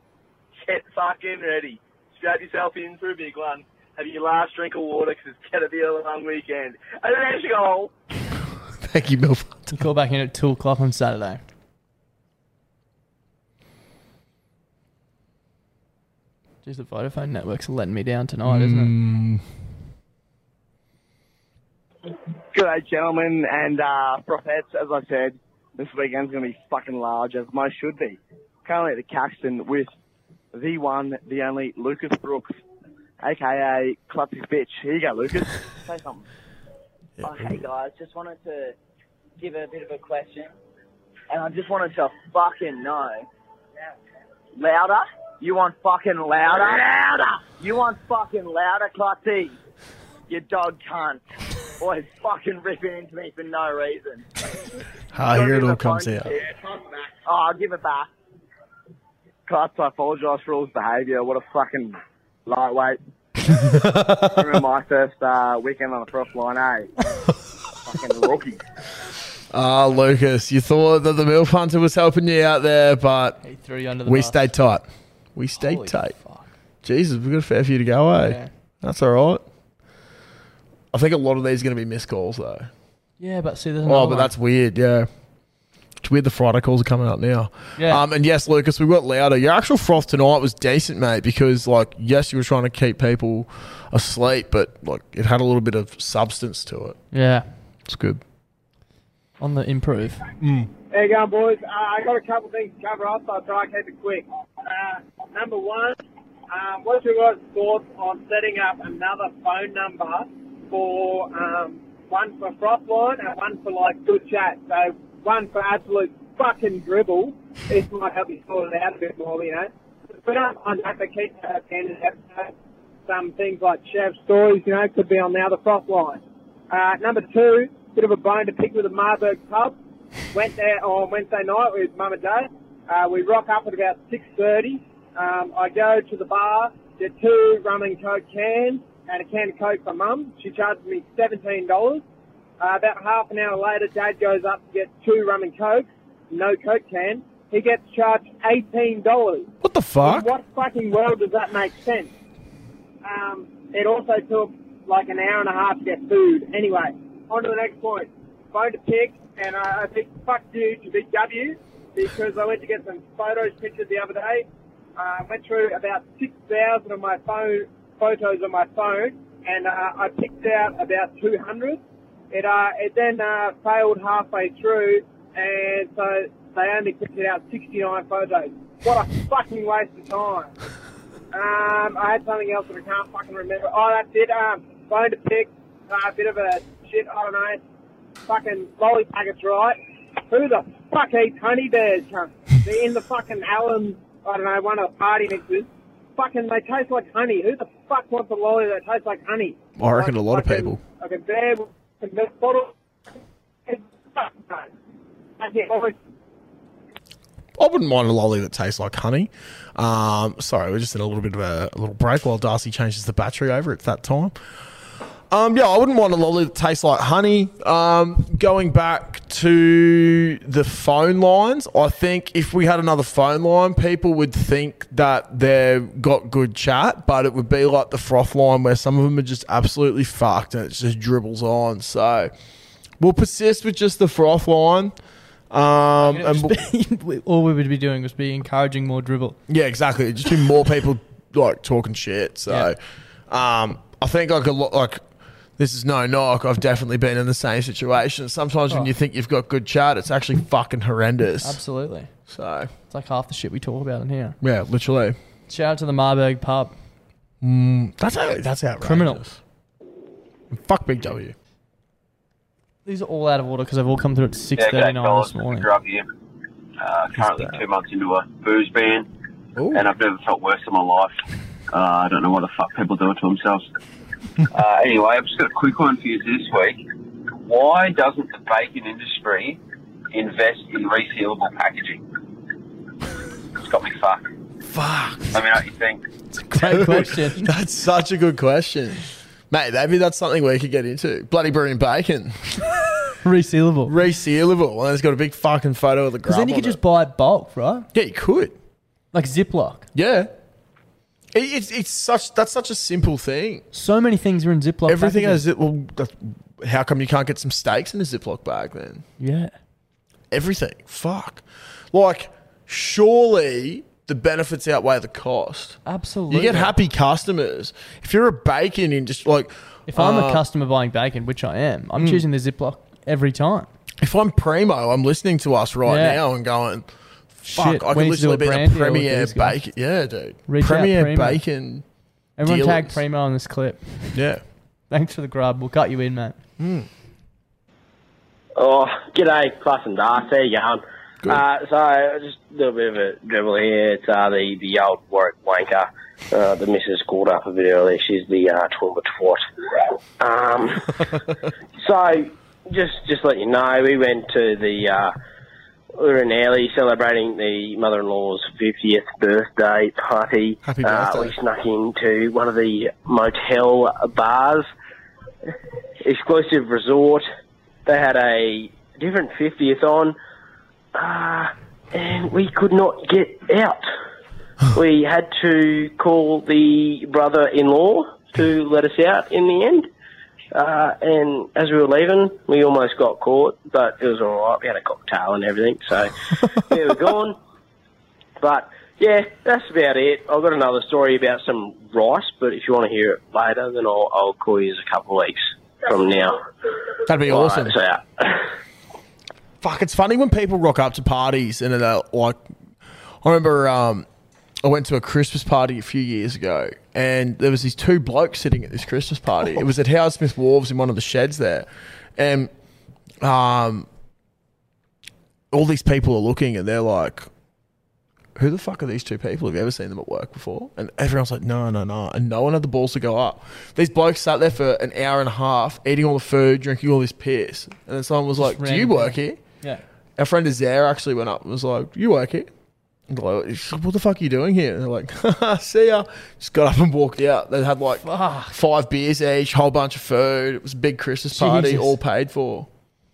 S15: Get fucking ready. Strap yourself in for a big one. Have your last drink of water 'cause it's going to be a long weekend. And then you go.
S2: Thank you, Milf.
S1: To call back in at two o'clock on Saturday. Jeez, the Vodafone network's letting me down tonight,
S2: Mm.
S1: isn't
S15: G'day, gentlemen, and uh, Brofettes, as I said, this weekend's going to be fucking large, as most should be. Currently at the Caxton with the one, the only Lucas Brooks, aka Clutzy's bitch. Here you go, Lucas.
S19: Say something. Oh, hey guys, just wanted to give a bit of a question, and I just wanted to fucking know. Louder? You want fucking louder?
S15: Louder!
S19: You want fucking louder, Clutzy? You dog cunt. Always fucking ripping into me for no reason.
S2: Ah, here it all comes out.
S19: Oh, I'll give it back.
S15: Clutz, I apologise for all his behaviour. What a fucking lightweight. Remember my first uh, weekend on the prof line, eh? fucking rookie.
S2: Ah, Lucas, you thought that the milf hunter was helping you out there, but
S1: He threw you under the
S2: we
S1: bus.
S2: stayed tight. We stayed
S1: Holy
S2: tight. Jesus, we've got a fair few to go, eh?
S1: Yeah.
S2: That's all right. I think a lot of these are going to be missed calls, though.
S1: Yeah, but see, there's
S2: Oh,
S1: another
S2: but
S1: one.
S2: that's weird, yeah. It's weird the Friday calls are coming up now.
S1: Yeah.
S2: Um, and yes, Lucas, we got louder. Your actual froth tonight was decent, mate, because, like, yes, you were trying to keep people asleep, but, like, it had a little bit of substance to it.
S1: Yeah.
S2: It's good. Mm.
S1: on the improve.
S12: Hey, going, boys. Uh, I got a couple things to cover off, so I'll try and keep it quick. Uh, number one, um, what's your guys' thoughts on setting up another phone number for um, one for Frothline and one for like good chat? So one for absolute fucking dribble. This might help you sort it out a bit more, you know. But um, on that, they keep uh, standard episodes. Some things like Chef's stories, you know, could be on the other Frothline. Uh, number two, bit of a bone to pick with the Marburg pub. Went there on Wednesday night with mum and dad. Uh, we rock up at about 6.30. Um, I go to the bar, get two rum and coke cans and a can of coke for mum. She charges me $17. Uh, about half an hour later, dad goes up to get two rum and coke, no coke can. He gets charged $18.
S2: What the fuck?
S12: In what fucking world does that make sense? Um, it also took like an hour and a half to get food. Anyway, on to the next point. Phone to pick, and I, I think fuck you to Big W because I went to get some photos pictured the other day. Uh, I went through about 6,000 of my phone photos on my phone, and uh, I picked out about 200. It, uh, it then uh, failed halfway through, and so they only picked out 69 photos. What a fucking waste of time. Um, I had something else that I can't fucking remember. Oh, that's it. Um, phone to pick. Uh, a bit of a shit. I don't know. Fucking lolly packets, right? Who the fuck eats honey bears? Cunt? They're in the fucking Allen. I don't know. One of the party mixes. Fucking, they taste like honey. Who the fuck wants a lolly that tastes like honey?
S2: I reckon a lot of people.
S12: Like a bear with a milk bottle. Fuck no. That's it. Always
S2: I wouldn't mind a lolly that tastes like honey. Um, sorry, we're just in a little bit of a, a little break while Darcy changes the battery over at that time. Um, yeah, I wouldn't want a lolly that tastes like honey. Um, going back to the phone lines, I think if we had another phone line, people would think that they've got good chat, but it would be like the froth line where some of them are just absolutely fucked and it just dribbles on. So we'll persist with just the froth line. Um, and we'll-
S1: All we would be doing was be encouraging more dribble.
S2: Yeah, exactly. It'd just be more people like talking shit. So, um, I think like a lot like this is no knock. I've definitely been in the same situation. Sometimes when you think you've got good chat, it's actually fucking horrendous.
S1: Oh. Absolutely.
S2: So
S1: it's like half the shit we talk about in here.
S2: Yeah, literally.
S1: Shout out to the Marburg pub.
S2: Mm, that's out, that's outrageous.
S1: Criminals.
S2: Fuck Big W.
S1: These are all out of order because they've all come through at six
S18: Yeah, good
S1: thirty nine
S18: fellas.
S1: this morning.
S18: Grew up here. Uh, currently two months into a booze ban, and I've never felt worse in my life. Uh, I don't know what the fuck people do it to themselves. uh, anyway, I've just got a quick one for you this week. Why doesn't the bacon industry invest in resealable packaging? It's got me fucked.
S2: Fuck.
S18: I mean, don't you think?
S2: Great question. that's such a good question, mate. Maybe that's something we could get into. Bloody brilliant bacon.
S1: Resealable.
S2: Resealable. And it's got a big fucking photo of the
S1: Because
S2: grub.
S1: then you
S2: on
S1: could
S2: it.
S1: just buy it bulk, right?
S2: Yeah, you could.
S1: Like Ziploc.
S2: Yeah. It, it's it's such that's such a simple thing.
S1: So many things are in Ziploc.
S2: Everything has
S1: packages.
S2: it. Well, that- how come you can't get some steaks in a Ziploc bag then?
S1: Yeah.
S2: Everything. Fuck. Like, surely the benefits outweigh the cost.
S1: Absolutely.
S2: You get happy customers. If you're a bacon industry, like
S1: If I'm a
S2: uh,
S1: customer buying bacon, which I am, I'm
S2: Mm.
S1: choosing the Ziploc every time.
S2: if I'm primo, I'm listening to us right
S1: Yeah.
S2: now and going, fuck,
S1: Shit,
S2: I
S1: we
S2: can
S1: need to do
S2: literally
S1: a
S2: be
S1: brand
S2: the
S1: deal with
S2: premier
S1: these guys.
S2: bacon. Yeah, dude.
S1: Reach out
S2: premier
S1: Primo.
S2: bacon.
S1: Everyone tag
S2: dealers.
S1: Primo on this clip.
S2: Yeah. Hmm.
S1: Thanks for the grub. We'll cut you in, mate.
S18: Oh, g'day, Class and Dark. There you go.
S20: Uh, so just a little bit of a dribble here. It's uh, the the old Warwick wanker. Uh, the missus called up a bit earlier. She's the uh, toilet twat. Um, so just just let you know, we went to the uh, we were in Airlie celebrating the mother-in-law's fiftieth birthday party.
S18: Happy
S20: Uh,
S18: birthday.
S20: we snuck into one of the motel bars, exclusive resort. They had a different fiftieth on, uh, and we could not get out. we had to call the brother-in-law to let us out in the end. Uh, and as we were leaving, we almost got caught, but it was all right. We had a cocktail and everything, so we were gone. But yeah, that's about it. I've got another story about some rice, but if you want to hear it later, then I'll, I'll call you in a couple of weeks from now.
S2: That'd be
S20: All right,
S2: awesome.
S20: so, yeah.
S2: Fuck, it's funny when people rock up to parties and they're like, I remember um, I went to a Christmas party a few years ago, and there was these two blokes sitting at this Christmas party. It was at Howard Smith Wharves in one of the sheds there, and um, all these people are looking and they're like, who the fuck are these two people? Have you ever seen them at work before? And everyone's like, no, no, no. And no one had the balls to go up. These blokes sat there for an hour and a half, eating all the food, drinking all this piss. And then someone was like, do you
S1: random
S2: work here?
S1: Yeah.
S2: Our friend Azair actually went up and was like, "You work here?" And they're like, "She's like, what the fuck are you doing here? And they're like, "See ya." Just got up and walked out. They had like five beers each, whole bunch of food. It was a big Christmas party,
S21: Jesus.
S2: all paid for.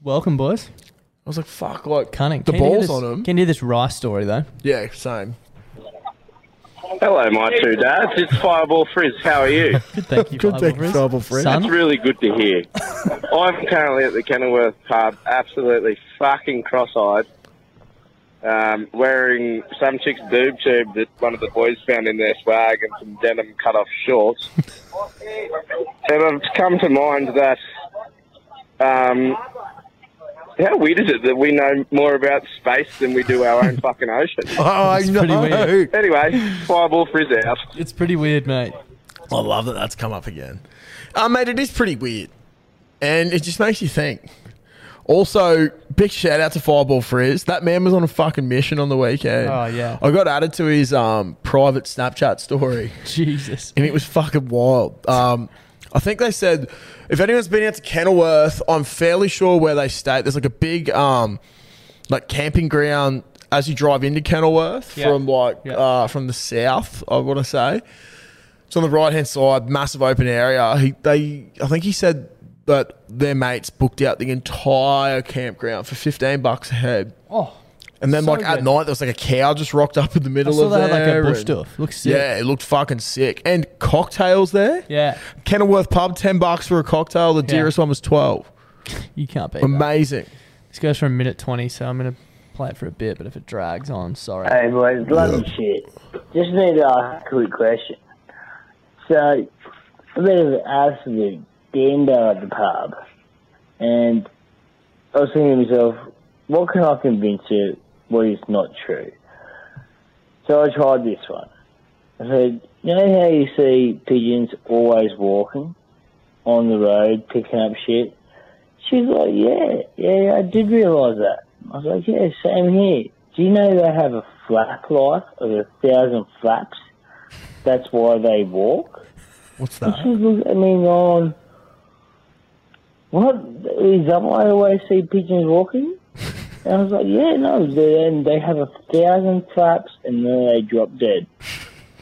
S21: Welcome, boys.
S2: I was like, fuck, like
S21: cunning.
S2: the
S21: Keen to hear
S2: balls
S21: this-
S2: on 'em.
S21: Keen to hear this rice story though.
S2: Yeah, same.
S16: Hello, my two dads. It's Fireball Frizz. How are you? Good,
S21: thank you, Good, Fireball thank you, Frizz. Fireball Frizz. Son?
S16: That's really good to hear. I'm currently at the Kenilworth pub, absolutely fucking cross-eyed, um, wearing some chick's boob tube that one of the boys found in their swag and some denim cut-off shorts. and I've come to mind that um, how weird is it that we know more about space than we do our own fucking ocean?
S2: Oh, I It's pretty know. weird.
S16: Anyway, fireball frizz out.
S21: It's pretty weird, mate.
S2: I love that that's come up again. Uh, mate, it is pretty weird. And it just makes you think. Also, big shout out to Fireball Frizz. That man was on a fucking mission on the weekend.
S21: Oh, yeah.
S2: I got added to his um, private Snapchat story.
S21: Jesus.
S2: And it was fucking wild. Um, I think they said, if anyone's been out to Kenilworth, I'm fairly sure where they stay. There's like a big um, like camping ground as you drive into Kenilworth
S21: Yeah.
S2: from like uh, from the south, I want to say. It's on the right hand side, massive open area. He, they, I think he said that their mates booked out the entire campground for fifteen bucks a head.
S21: Oh,
S2: and then
S21: so
S2: like at
S21: good.
S2: night, there was like a cow just rocked up in the middle
S21: saw
S2: of
S21: they
S2: there.
S21: had, like, a bush
S2: and-
S21: stuff. Looks sick.
S2: Yeah, it looked fucking sick. And cocktails there.
S21: Yeah.
S2: Kenilworth Pub, ten bucks for a cocktail. The
S21: Yeah.
S2: dearest one was twelve.
S21: You can't beat
S2: Amazing.
S21: This goes for a minute twenty, so I'm gonna play it for a bit. But if it drags on, sorry.
S22: Hey boys, love your shit. Just need to ask a quick question. So, a bit of an absolute dando at the pub, and I was thinking to myself, what can I convince you what is not true? So I tried this one. I said, you know how you see pigeons always walking on the road, picking up shit? She's like, yeah, yeah, I did realise that. I was like, yeah, same here. Do you know they have a flap life of a thousand flaps? That's why they walk.
S2: What's
S22: And she looked at me on. What is that? Why I always see pigeons walking? And I was like, yeah, no, they- and they have a thousand flaps and then they drop dead.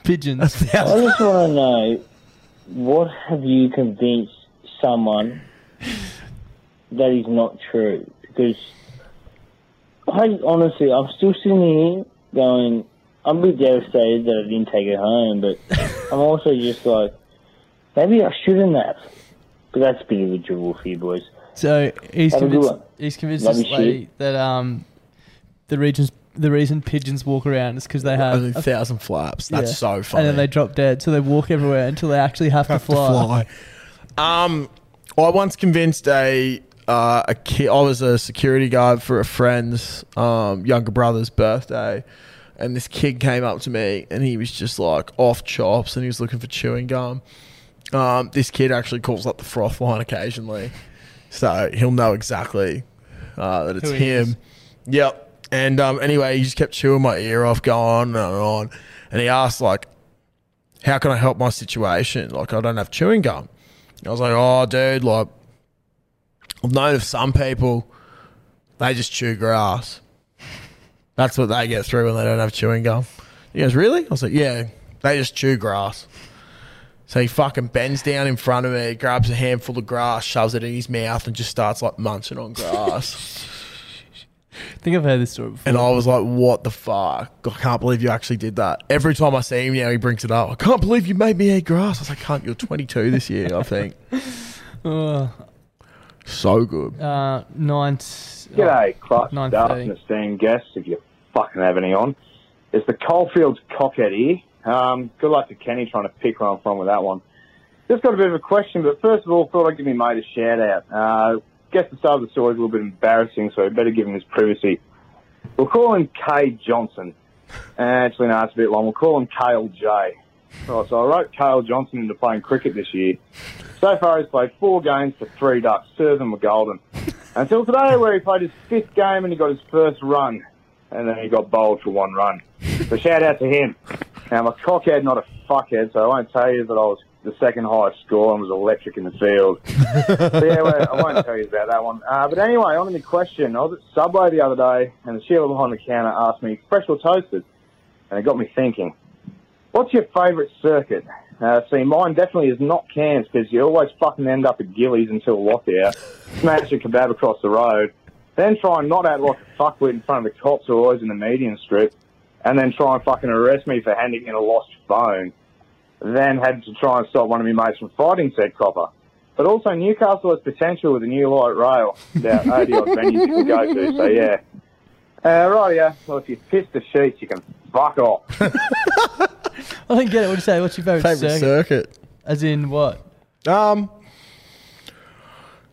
S21: Pigeons.
S22: I just want to know, what have you convinced someone that is not true? Because I honestly, I'm still sitting here going, I'm a bit devastated that I didn't take it home, but I'm also just like, maybe I shouldn't have. But that's a bit of a dribble for you boys.
S21: So he's
S22: Have a good
S21: convinced,
S22: one.
S21: he's convinced
S22: Love
S21: this
S22: your
S21: lady that um the regions the reason pigeons walk around is because they have
S2: Only 1,000 flaps. That's so
S21: And
S2: funny.
S21: then they drop dead, so they walk everywhere until they actually have, to fly.
S2: fly. Um, I once convinced a uh, a kid. I was a security guard for a friend's um, younger brother's birthday, and this kid came up to me and he was just like off chops and he was looking for chewing gum. Um, this kid actually calls up the froth line occasionally, so he'll know exactly uh, that it's
S21: Who he
S2: him.
S21: is.
S2: Yep. And um, anyway, he just kept chewing my ear off, going on and on. And he asked, like, how can I help my situation? Like, I don't have chewing gum. I was like, oh, dude, like, I've known of some people, they just chew grass. That's what they get through when they don't have chewing gum. He goes, really? I was like, yeah, they just chew grass. So he fucking bends down in front of me, grabs a handful of grass, shoves it in his mouth, and just starts like munching on grass.
S21: I think I've heard this story before.
S2: And I was like, what the fuck? I can't believe you actually did that. Every time I see him now, he brings it up. I can't believe you made me eat grass. I was like, cunt, you're 22 this year, I think.
S21: Ugh.
S2: So good.
S21: uh, nine.
S16: G'day, Clark
S21: Nine
S16: Duff
S21: thirty.
S16: and esteemed guests, if you fucking have any on. It's the Coalfields Cockhead here. Um, good luck to Kenny trying to pick where I'm from with that one. Just got a bit of a question, but first of all, thought I'd give me mate a shout out. Uh, guess the start of the story is a little bit embarrassing, so I better give him his privacy. We'll call him K Johnson. Actually, no, it's a bit long. We'll call him Kale J. Right, so I wrote Kale Johnson into playing cricket this year. So far, he's played four games for three ducks. Serve him a golden. Until today, where he played his fifth game and he got his first run. And then he got bowled for one run. So shout out to him. Now, I'm a cockhead, not a fuckhead, so I won't tell you that I was the second highest score and was electric in the field. But yeah, well, I won't tell you about that one. Uh, but anyway, on to the question. I was at Subway the other day, and the sheila behind the counter asked me, fresh or toasted? And it got me thinking, what's your favourite circuit? Uh, see, mine definitely is not Cairns because you always fucking end up at Gillies until lockout, smash a kebab across the road, then try and not act like a fuckwit in front of the cops or always in the median strip, and then try and fucking arrest me for handing in a lost phone. Then had to try and stop one of my mates from fighting said copper. But also Newcastle has potential with a new light rail, about 80 odd venues you can go to, so yeah. Uh, right, yeah. Well, if you piss the sheets, you can fuck off.
S21: I didn't get it. What would you say? What's your favorite,
S2: Favorite circuit?
S21: As in what?
S2: Um.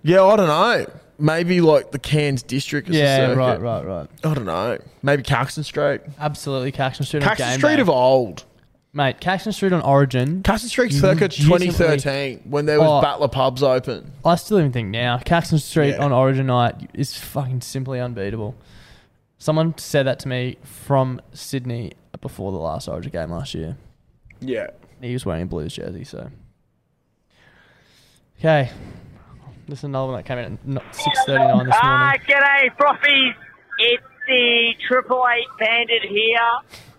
S2: Yeah, I don't know. Maybe like the Cairns district. Is a
S21: Yeah,
S2: circuit.
S21: right, right, right.
S2: I don't know. Maybe Caxton Street.
S21: Absolutely, Caxton Street.
S2: Caxton
S21: on game
S2: Street
S21: day.
S2: of old.
S21: Mate, Caxton Street on Origin.
S2: Caxton Street circa 2013 when there was
S21: Oh.
S2: Battler pubs open.
S21: I still even think now Caxton Street
S2: Yeah.
S21: on Origin night is fucking simply unbeatable. Someone said that to me from Sydney before the last Origin game last year.
S2: Yeah.
S21: He was wearing a Blues jersey, so. Okay. This is another one that came in at not- 6.39 this
S19: Ah,
S21: morning.
S19: g'day, Frothies. It's the Triple Eight Bandit here.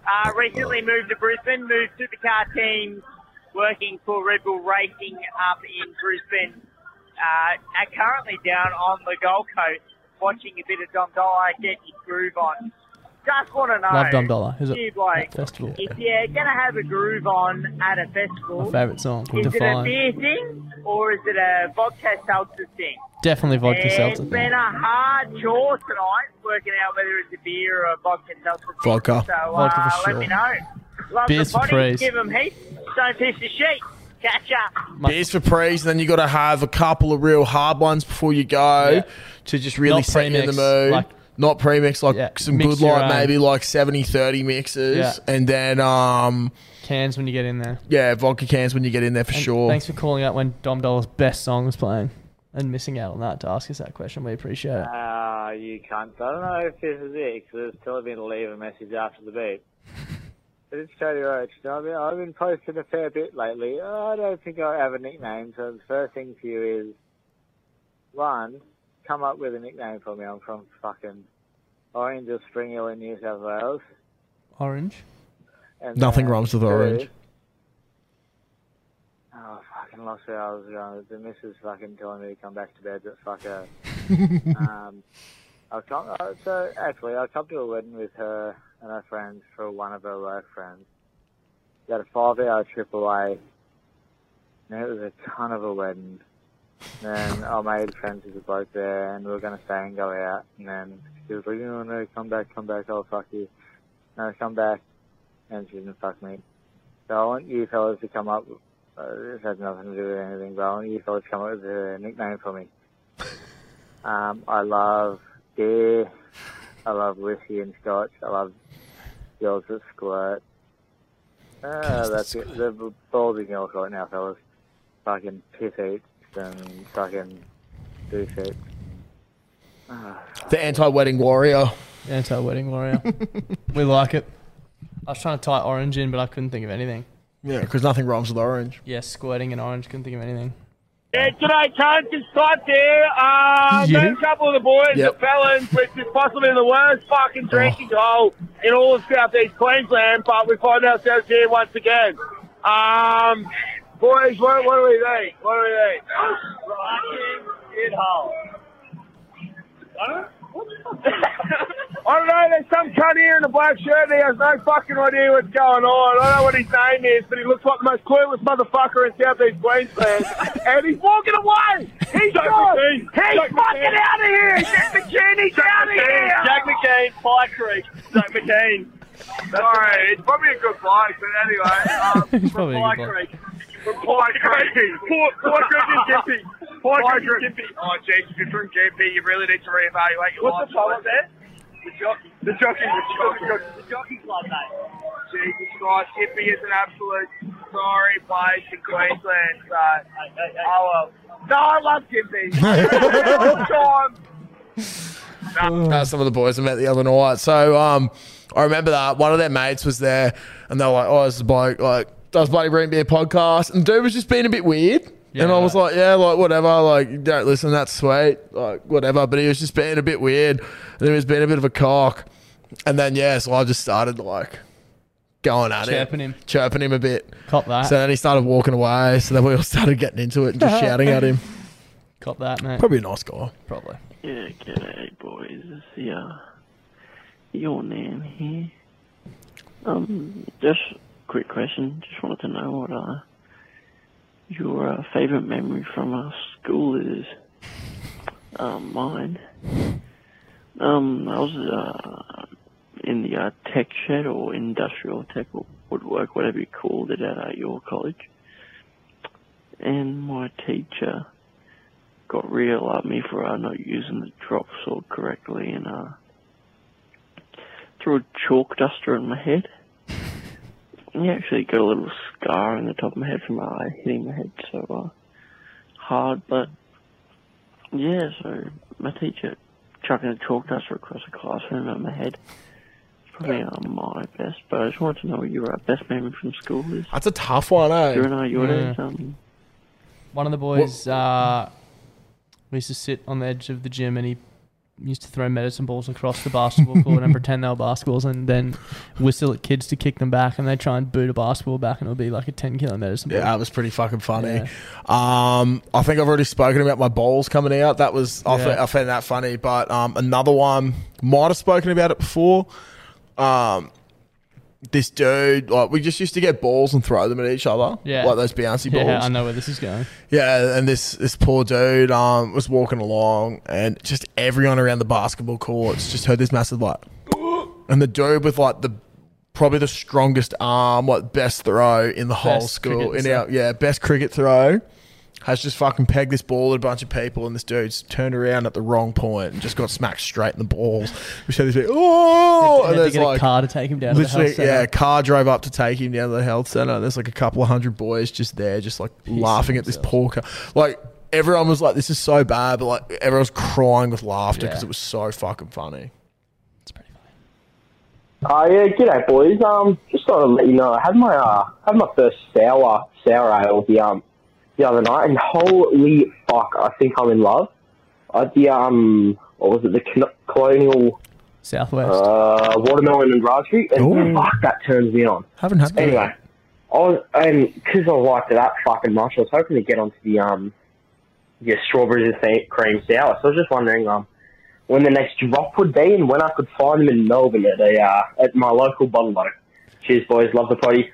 S19: Uh, recently moved to Brisbane, moved supercar team, working for Red Bull Racing up in Brisbane. Uh, and currently down on the Gold Coast, watching a bit of Dom Dollar get his groove on. Just want to know,
S21: Love Dom Dollar. Who's it?
S19: you like,
S21: That festival.
S19: if you're going to have a groove on uh, at a
S21: My
S19: festival,
S21: favourite song,
S19: is it a
S21: Define.
S19: beer thing or is it a vodka seltzer thing?
S21: Definitely vodka
S19: It's
S21: seltzer.
S19: been a hard chore tonight working out whether it's a beer or a vodka seltzer. thing.
S21: Vodka.
S19: So uh,
S21: Vodka for
S19: let me
S21: sure.
S19: know. Love
S2: Beers
S19: the
S2: for
S19: body,
S2: praise.
S19: give 'em heat. Don't piss the sheet. Catch up.
S2: Beers for prees, and then you got to have a couple of real hard ones before you go to just really
S21: Not
S2: set you in the
S21: premix,
S2: mood.
S21: like-
S2: Not premix, like some
S21: mix
S2: good
S21: your
S2: light,
S21: own.
S2: maybe like 70 30 mixes,
S21: Yeah.
S2: and then um,
S21: Cans when you get in there.
S2: yeah, vodka cans when you get in there for
S21: And
S2: sure.
S21: Thanks for calling out when Dom Dollar's best song was playing and missing out on that to ask us that question. We appreciate it.
S23: Ah, you can't. I don't know if this is it because it's telling me to leave a message after the beep. But it's Cody Roach. You know, I've been, I've been posting a fair bit lately. I don't think I have a nickname, so the first thing for you is one, come up with a nickname for me. I'm from fucking Orange or Spring Hill in New South Wales.
S21: Orange.
S23: And
S2: Nothing
S23: then
S2: rhymes with
S23: two,
S2: orange.
S23: Oh, I fucking lost where I was going. The missus fucking telling me to come back to bed, but fuck her. um, I come, uh, so actually, I come to a wedding with her and her friends for one of her work friends. We had a five hour trip away, and it was a ton of a wedding. And then I made friends with a bloke there, and we were going to stay and go out. And then she was like, no, no, come back, come back, I'll fuck you. No, come back. And she didn't fuck me. So I want you fellas to come up. Uh, this has nothing to do with anything, but I want you fellas to come up with a nickname for me. Um, I love beer. I love whiskey and scotch. I love girls that squirt. Ah, that's it. The balls in your court now, fellas. Fucking piss eats and fucking douche eats. Ah,
S2: The anti wedding warrior.
S21: Anti wedding warrior. we like it. I was trying to tie orange in, but I couldn't think of anything.
S2: Yeah, because nothing rhymes with orange.
S21: Yeah, squirting and orange. Couldn't think of anything.
S12: Yeah, g'day, cunts. It's Todd there. Uh,
S21: You?
S12: met a couple of the boys,
S21: Yep.
S12: the felons, which is possibly the worst fucking drinking hole in all of southeast Queensland, but we find ourselves here once again. Um, boys, what, what do we think? What do we think? Fucking shithole. Huh? I don't know, there's some cunt here in a black shirt and he has no fucking idea what's going on. I don't know what his name is, but he looks like the most clueless motherfucker in southeast Queensland. and he's walking away! He's gone! He's fucking out of here! Jack McKean, he's out of here! Jack McKean, Pie Creek, Jack McKean. Sorry, it's probably a good bloke, but anyway, um,
S21: probably a
S12: Pie
S21: good bloke.
S12: Creek. Pie Creek. Pie Creek and Gippy. Pie Creek and Gippy. Oh, jeez, if you're from Gippy, you really need to reevaluate your
S24: What's
S12: life.
S24: the problem
S12: there? The jockey. The jockey. The jockey. The jockey club, mate. Jesus Christ, Hippie is an absolute sorry place in Queensland, so I love. No, I love Hippie. All the time.
S2: Uh, some of the boys I met the other night. So um, I remember that one of their mates was there, and they were like, "Oh, this bloke like does Bloody Green Beer podcast, and dude was just being a bit weird. and I was like, yeah, like whatever, like you don't listen, that's sweet, like whatever. But he was just being a bit weird, and he was being a bit of a cock. And then yeah, so I just started like going at
S1: Chirping
S2: him,
S1: him.
S2: chirping him a bit.
S1: Cop that.
S2: So then he started walking away. So then we all started getting into it and just shouting at him.
S1: Cop that, mate.
S2: Probably a nice guy.
S1: Probably.
S3: Yeah, g'day, boys. It's yeah, your nan here. Um, just a quick question. Just wanted to know what uh your uh, favourite memory from uh, school is. Um, mine. Um, I was uh in the uh, tech shed or industrial tech or woodwork, whatever you called it at uh, your college, and my teacher got real at me for uh, not using the drop sword correctly and uh, threw a chalk duster in my head. And I actually got a little scar on the top of my head from uh, hitting my head so uh, hard, but yeah, so my teacher chucking a chalk duster across the classroom at my head. Probably uh, my best, but I just wanted to know what your uh, best memory from school is.
S2: That's a tough one, eh?
S3: You're an your
S1: Yeah.
S3: days, um,
S1: One of the boys, uh, we used to sit on the edge of the gym and he used to throw medicine balls across the basketball court and pretend they were basketballs and then whistle at kids to kick them back and they try and boot a basketball back and it'll be like a 10 kilo medicine ball.
S2: Yeah, that was pretty fucking funny. Um, I think I've already spoken about my balls coming out. That was I,
S1: Yeah.
S2: found, I found that funny. But um, another one might have spoken about it before. Um, this dude, like we just used to get balls and throw them at each other.
S1: Yeah.
S2: like those bouncy balls.
S1: Yeah, I know where this is going.
S2: Yeah, and this this poor dude um was walking along, and just everyone around the basketball courts just heard this massive like, and the dude with like the probably the strongest arm, like best throw in the whole
S1: Best
S2: school,
S1: cricket
S2: in our yeah best cricket throw, has just fucking pegged this ball at a bunch of people, and this dude's turned around at the wrong point and just got smacked straight in the balls. We said this big oh,
S1: Had to- had
S2: and
S1: to
S2: there's
S1: get a
S2: like
S1: car to take him down to the
S2: literally,
S1: health centre.
S2: yeah, a car drove up to take him down to the health center. There's like a couple of hundred boys just there, just like laughing at this poor car. Like everyone was like, "This is so bad," but like everyone was crying with laughter because
S1: Yeah.
S2: it was so fucking funny.
S15: Uh, yeah, g'day boys. Um, just thought I'd let you know I had my uh, had my first sour sour ale the um the other night, and holy fuck, I think I'm in love. I had the um, what was it, the Col- colonial
S1: Southwest
S15: uh, watermelon and raspberry, and
S1: Ooh.
S15: fuck, that turns me on.
S2: Haven't had that.
S15: Anyway, I was and because I liked it that fucking much, I was hoping to get onto the um, yeah, strawberries and sa- cream sour. So I was just wondering um, when the next drop would be and when I could find them in Melbourne at a uh, at my local bottle. Cheers, boys. Love the potty.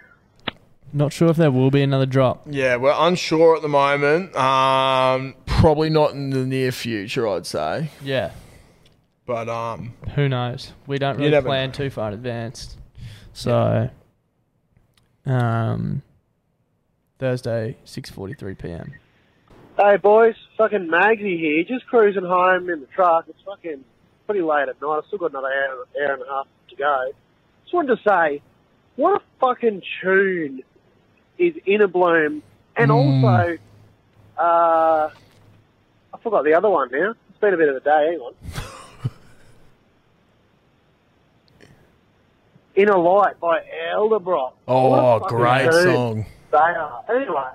S1: Not sure if there will be another drop.
S2: Yeah, we're unsure at the moment. Um, probably not in the near future, I'd say.
S1: Yeah.
S2: But um,
S1: Who knows? We don't
S2: You
S1: really
S2: never
S1: plan too far in advance. So, um, Thursday, six forty-three p.m.
S12: Hey boys, fucking Maggie here, just cruising home in the truck. It's fucking pretty late at night. I've still got another hour, hour and a half to go. Just wanted to say, what a fucking tune is Inner Bloom, and also, uh, I forgot the other one now. It's been a bit of a day, hang on. Inner Light by Elderbrock.
S2: oh,
S12: What a fucking
S2: great
S12: tune.
S2: song.
S12: They are. Anyway,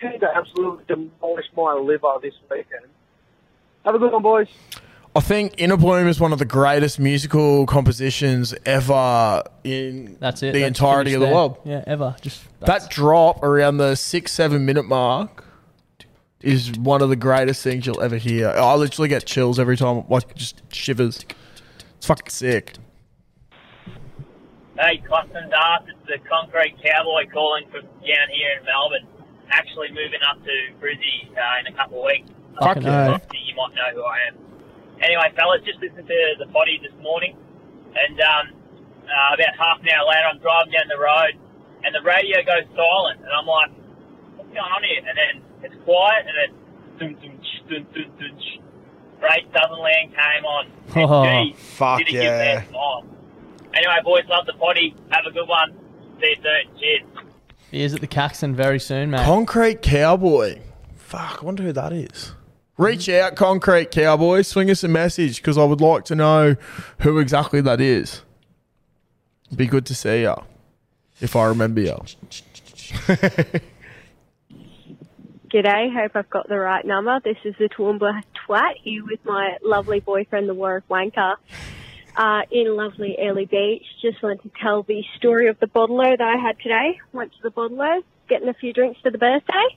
S12: going to absolutely demolish my liver this weekend. Have a good one, boys.
S2: I think Inner Bloom is one of the greatest musical compositions ever in
S1: That's it.
S2: the
S1: That's
S2: entirety of
S1: finished
S2: the
S1: there.
S2: world.
S1: Yeah, ever. Just
S2: That drop around the six, seven minute mark is one of the greatest things you'll ever hear. I literally get chills every time, like just shivers. It's fucking sick.
S24: Hey, Constant Darth, it's the Concrete Cowboy calling from down here in Melbourne. Actually, moving up to Brizzy uh, in a couple of weeks.
S1: Fucking yeah.
S24: Obviously, You might know who I am. Anyway, fellas, just listened to the potty this morning, and um, uh, about half an hour later, I'm driving down the road, and the radio goes silent, and I'm like, "What's going on here?" And then it's quiet, and then dun, dun, ch, dun, dun, dun, ch. Great Sutherland came on. And
S2: Oh,
S24: gee,
S2: fuck
S24: did it give
S2: yeah.
S24: me a smile. Anyway, boys, love the potty. Have a good one. See you soon. Cheers.
S1: He is at the Caxton very soon, mate.
S2: Concrete Cowboy. Fuck, I wonder who that is. Reach out, Concrete Cowboy. Swing us a message because I would like to know who exactly that is. Be good to see ya. If I remember ya.
S6: G'day, hope I've got the right number. This is the Toowoomba Twat, here with my lovely boyfriend, the Warwick Wanker, uh, in lovely Early Beach. Just wanted to tell the story of the bottler that I had today. Went to the bottler, getting a few drinks for the birthday,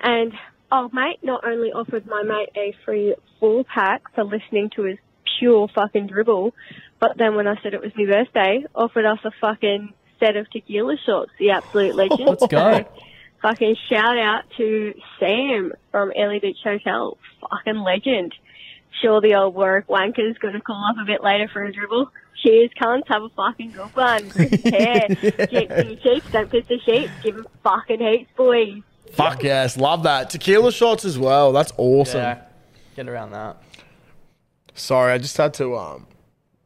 S6: and oh mate, not only offered my mate a free full pack for listening to his pure fucking dribble, but then when I said it was my birthday, offered us a fucking set of tequila shots. The absolute legend.
S1: Let's go.
S6: Fucking shout out to Sam from Ellie Beach Hotel. Fucking legend. Sure, the old work wanker's going to call up a bit later for a dribble. Cheers, cunts. Have a fucking good one. yeah. Cheeks to your cheeks. Don't piss the sheets. Give 'em fucking heaps, boys.
S2: Fuck yes, love that. Tequila shots as well. That's awesome.
S1: Yeah. Get around that.
S2: Sorry, I just had to. Um,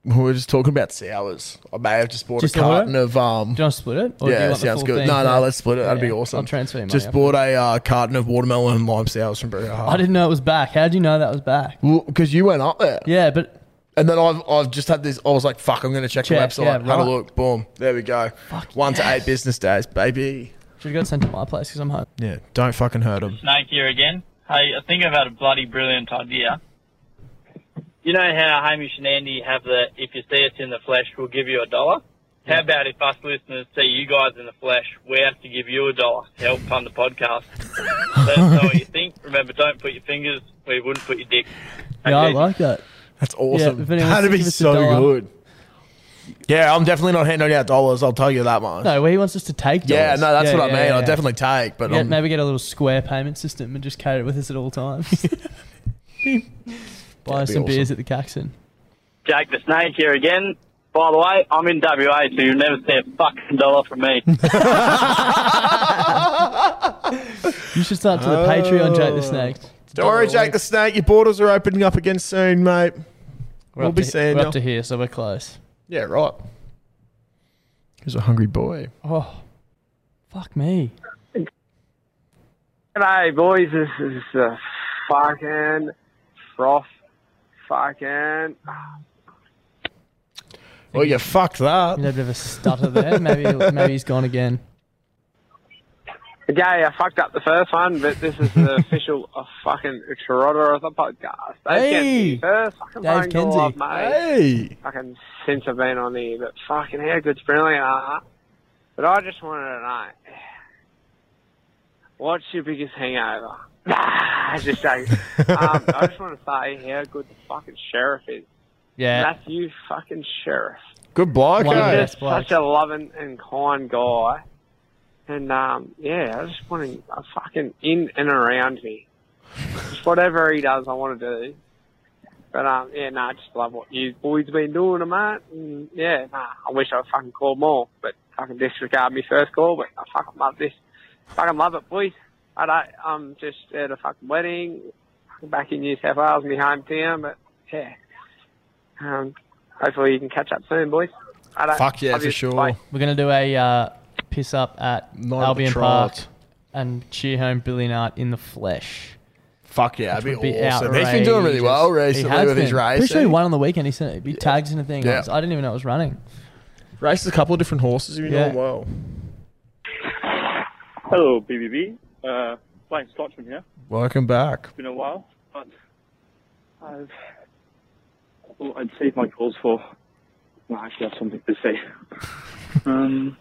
S2: we were just talking about sours. I may have just bought
S1: Just
S2: a
S1: a little
S2: carton of. Um,
S1: Do you want to split it? Or do you
S2: yeah,
S1: want the
S2: sounds
S1: full
S2: good.
S1: thing?
S2: No,
S1: Yeah.
S2: no, let's split it. That'd be
S1: Yeah.
S2: awesome.
S1: I'll transfer you money.
S2: Just
S1: after.
S2: bought a uh, carton of watermelon and lime sours from Brew
S1: I didn't know it was back. How did you know that was back?
S2: Well, because you went up there.
S1: Yeah, but
S2: and then I've I've just had this. I was like, fuck, I'm gonna check,
S1: Check,
S2: the website.
S1: yeah,
S2: Had a
S1: right.
S2: look. Boom. There we go. One to eight business days, baby.
S1: Should have got sent to my place because I'm home.
S2: Yeah, don't fucking hurt them.
S21: Snake here again. Hey, I think I've had a bloody brilliant idea. You know how Hamish and Andy have the if you see us in the flesh, we'll give you a dollar? How about if us listeners see you guys in the flesh, we have to give you a dollar to help fund the podcast? Let us know what you think. Remember, don't put your fingers where you wouldn't put your dick.
S1: Yeah, I like that.
S2: That's
S1: Yeah,
S2: awesome.
S1: if anyone wants
S2: That'd
S1: to
S2: be
S1: give us a
S2: so
S1: dollar-
S2: good. Yeah, I'm definitely not handing out dollars. I'll tell you that much.
S1: No, he wants us to take.
S2: Yeah,
S1: dollars.
S2: no, that's
S1: Yeah,
S2: what I
S1: yeah,
S2: mean.
S1: yeah,
S2: I'll
S1: yeah.
S2: definitely take, but
S1: Yeah,
S2: I'm-
S1: maybe get a little square payment system and just carry it with us at all times. Buy
S21: That'd
S1: us
S21: be
S1: some beers
S21: awesome.
S1: at the Caxton.
S21: Jake the Snake here again. By the way, I'm in WA, so you'll never see a fucking dollar from me.
S1: You should start to
S2: Oh.
S1: the Patreon, Jake the Snake.
S2: Don't worry, Jake the Snake. Your borders are opening up again soon, mate.
S1: We're
S2: we'll
S1: up
S2: be
S1: to,
S2: seeing
S1: we're
S2: you.
S1: up to here, so we're close.
S2: Yeah, right. He's a hungry boy.
S1: Oh, fuck me.
S14: G'day, boys. This is uh, fucking froth. Fucking.
S2: Well, you fucked that.
S1: You had a bit of a stutter there. Maybe, maybe he's gone again.
S14: Okay, I fucked up the first one, but this is the official uh, fucking Toronto of the podcast. Dave
S1: Hey!
S14: Kenzie first. Fucking
S1: Dave
S14: phone call
S1: Kenzie.
S14: I've made.
S2: Hey!
S14: Fucking since I've been on here, but fucking how good's brilliant, uh-huh. But I just wanted to know, what's your biggest hangover? Nah, just joking. um, I just want to say how good the fucking sheriff is.
S1: Yeah.
S14: Matthew fucking sheriff.
S2: Good bloke,
S14: He's
S2: eh?
S14: just such a loving and kind guy. And um, yeah, I just want him uh, fucking in and around me. Just whatever he does, I want to do. But um, yeah, no, I just love what you boys been doing, mate. And yeah, nah, I wish I fucking called more, but fucking disregard me first call. But I fucking love this. Fucking love it, boys. I don't, I'm just at a fucking wedding, fucking back in New South Wales, my hometown. But yeah, um, hopefully you can catch up soon, boys. I don't, love you. Bye.
S1: We're gonna do a uh, piss up at
S2: of
S1: Albion
S2: the
S1: Park
S2: Trot.
S1: and cheer home Billy Nart in the flesh.
S2: Fuck yeah,
S1: Which
S2: that'd
S1: would
S2: be awesome. He's been doing really
S1: outrageous.
S2: well
S1: He
S2: recently
S1: has
S2: with his
S1: been. Pretty sure he
S2: racing.
S1: won on the weekend. He sent he tags in a thing.
S2: Yeah.
S1: I, was- I didn't even know it was running.
S2: Raced a couple of different horses. You've been
S1: Yeah.
S2: doing well.
S10: Hello, BBB. Uh, Blaine Scotchman here.
S2: Welcome back.
S10: It's been a while, but I've, well, I'd save my calls for. Well, I actually have something to say. Um,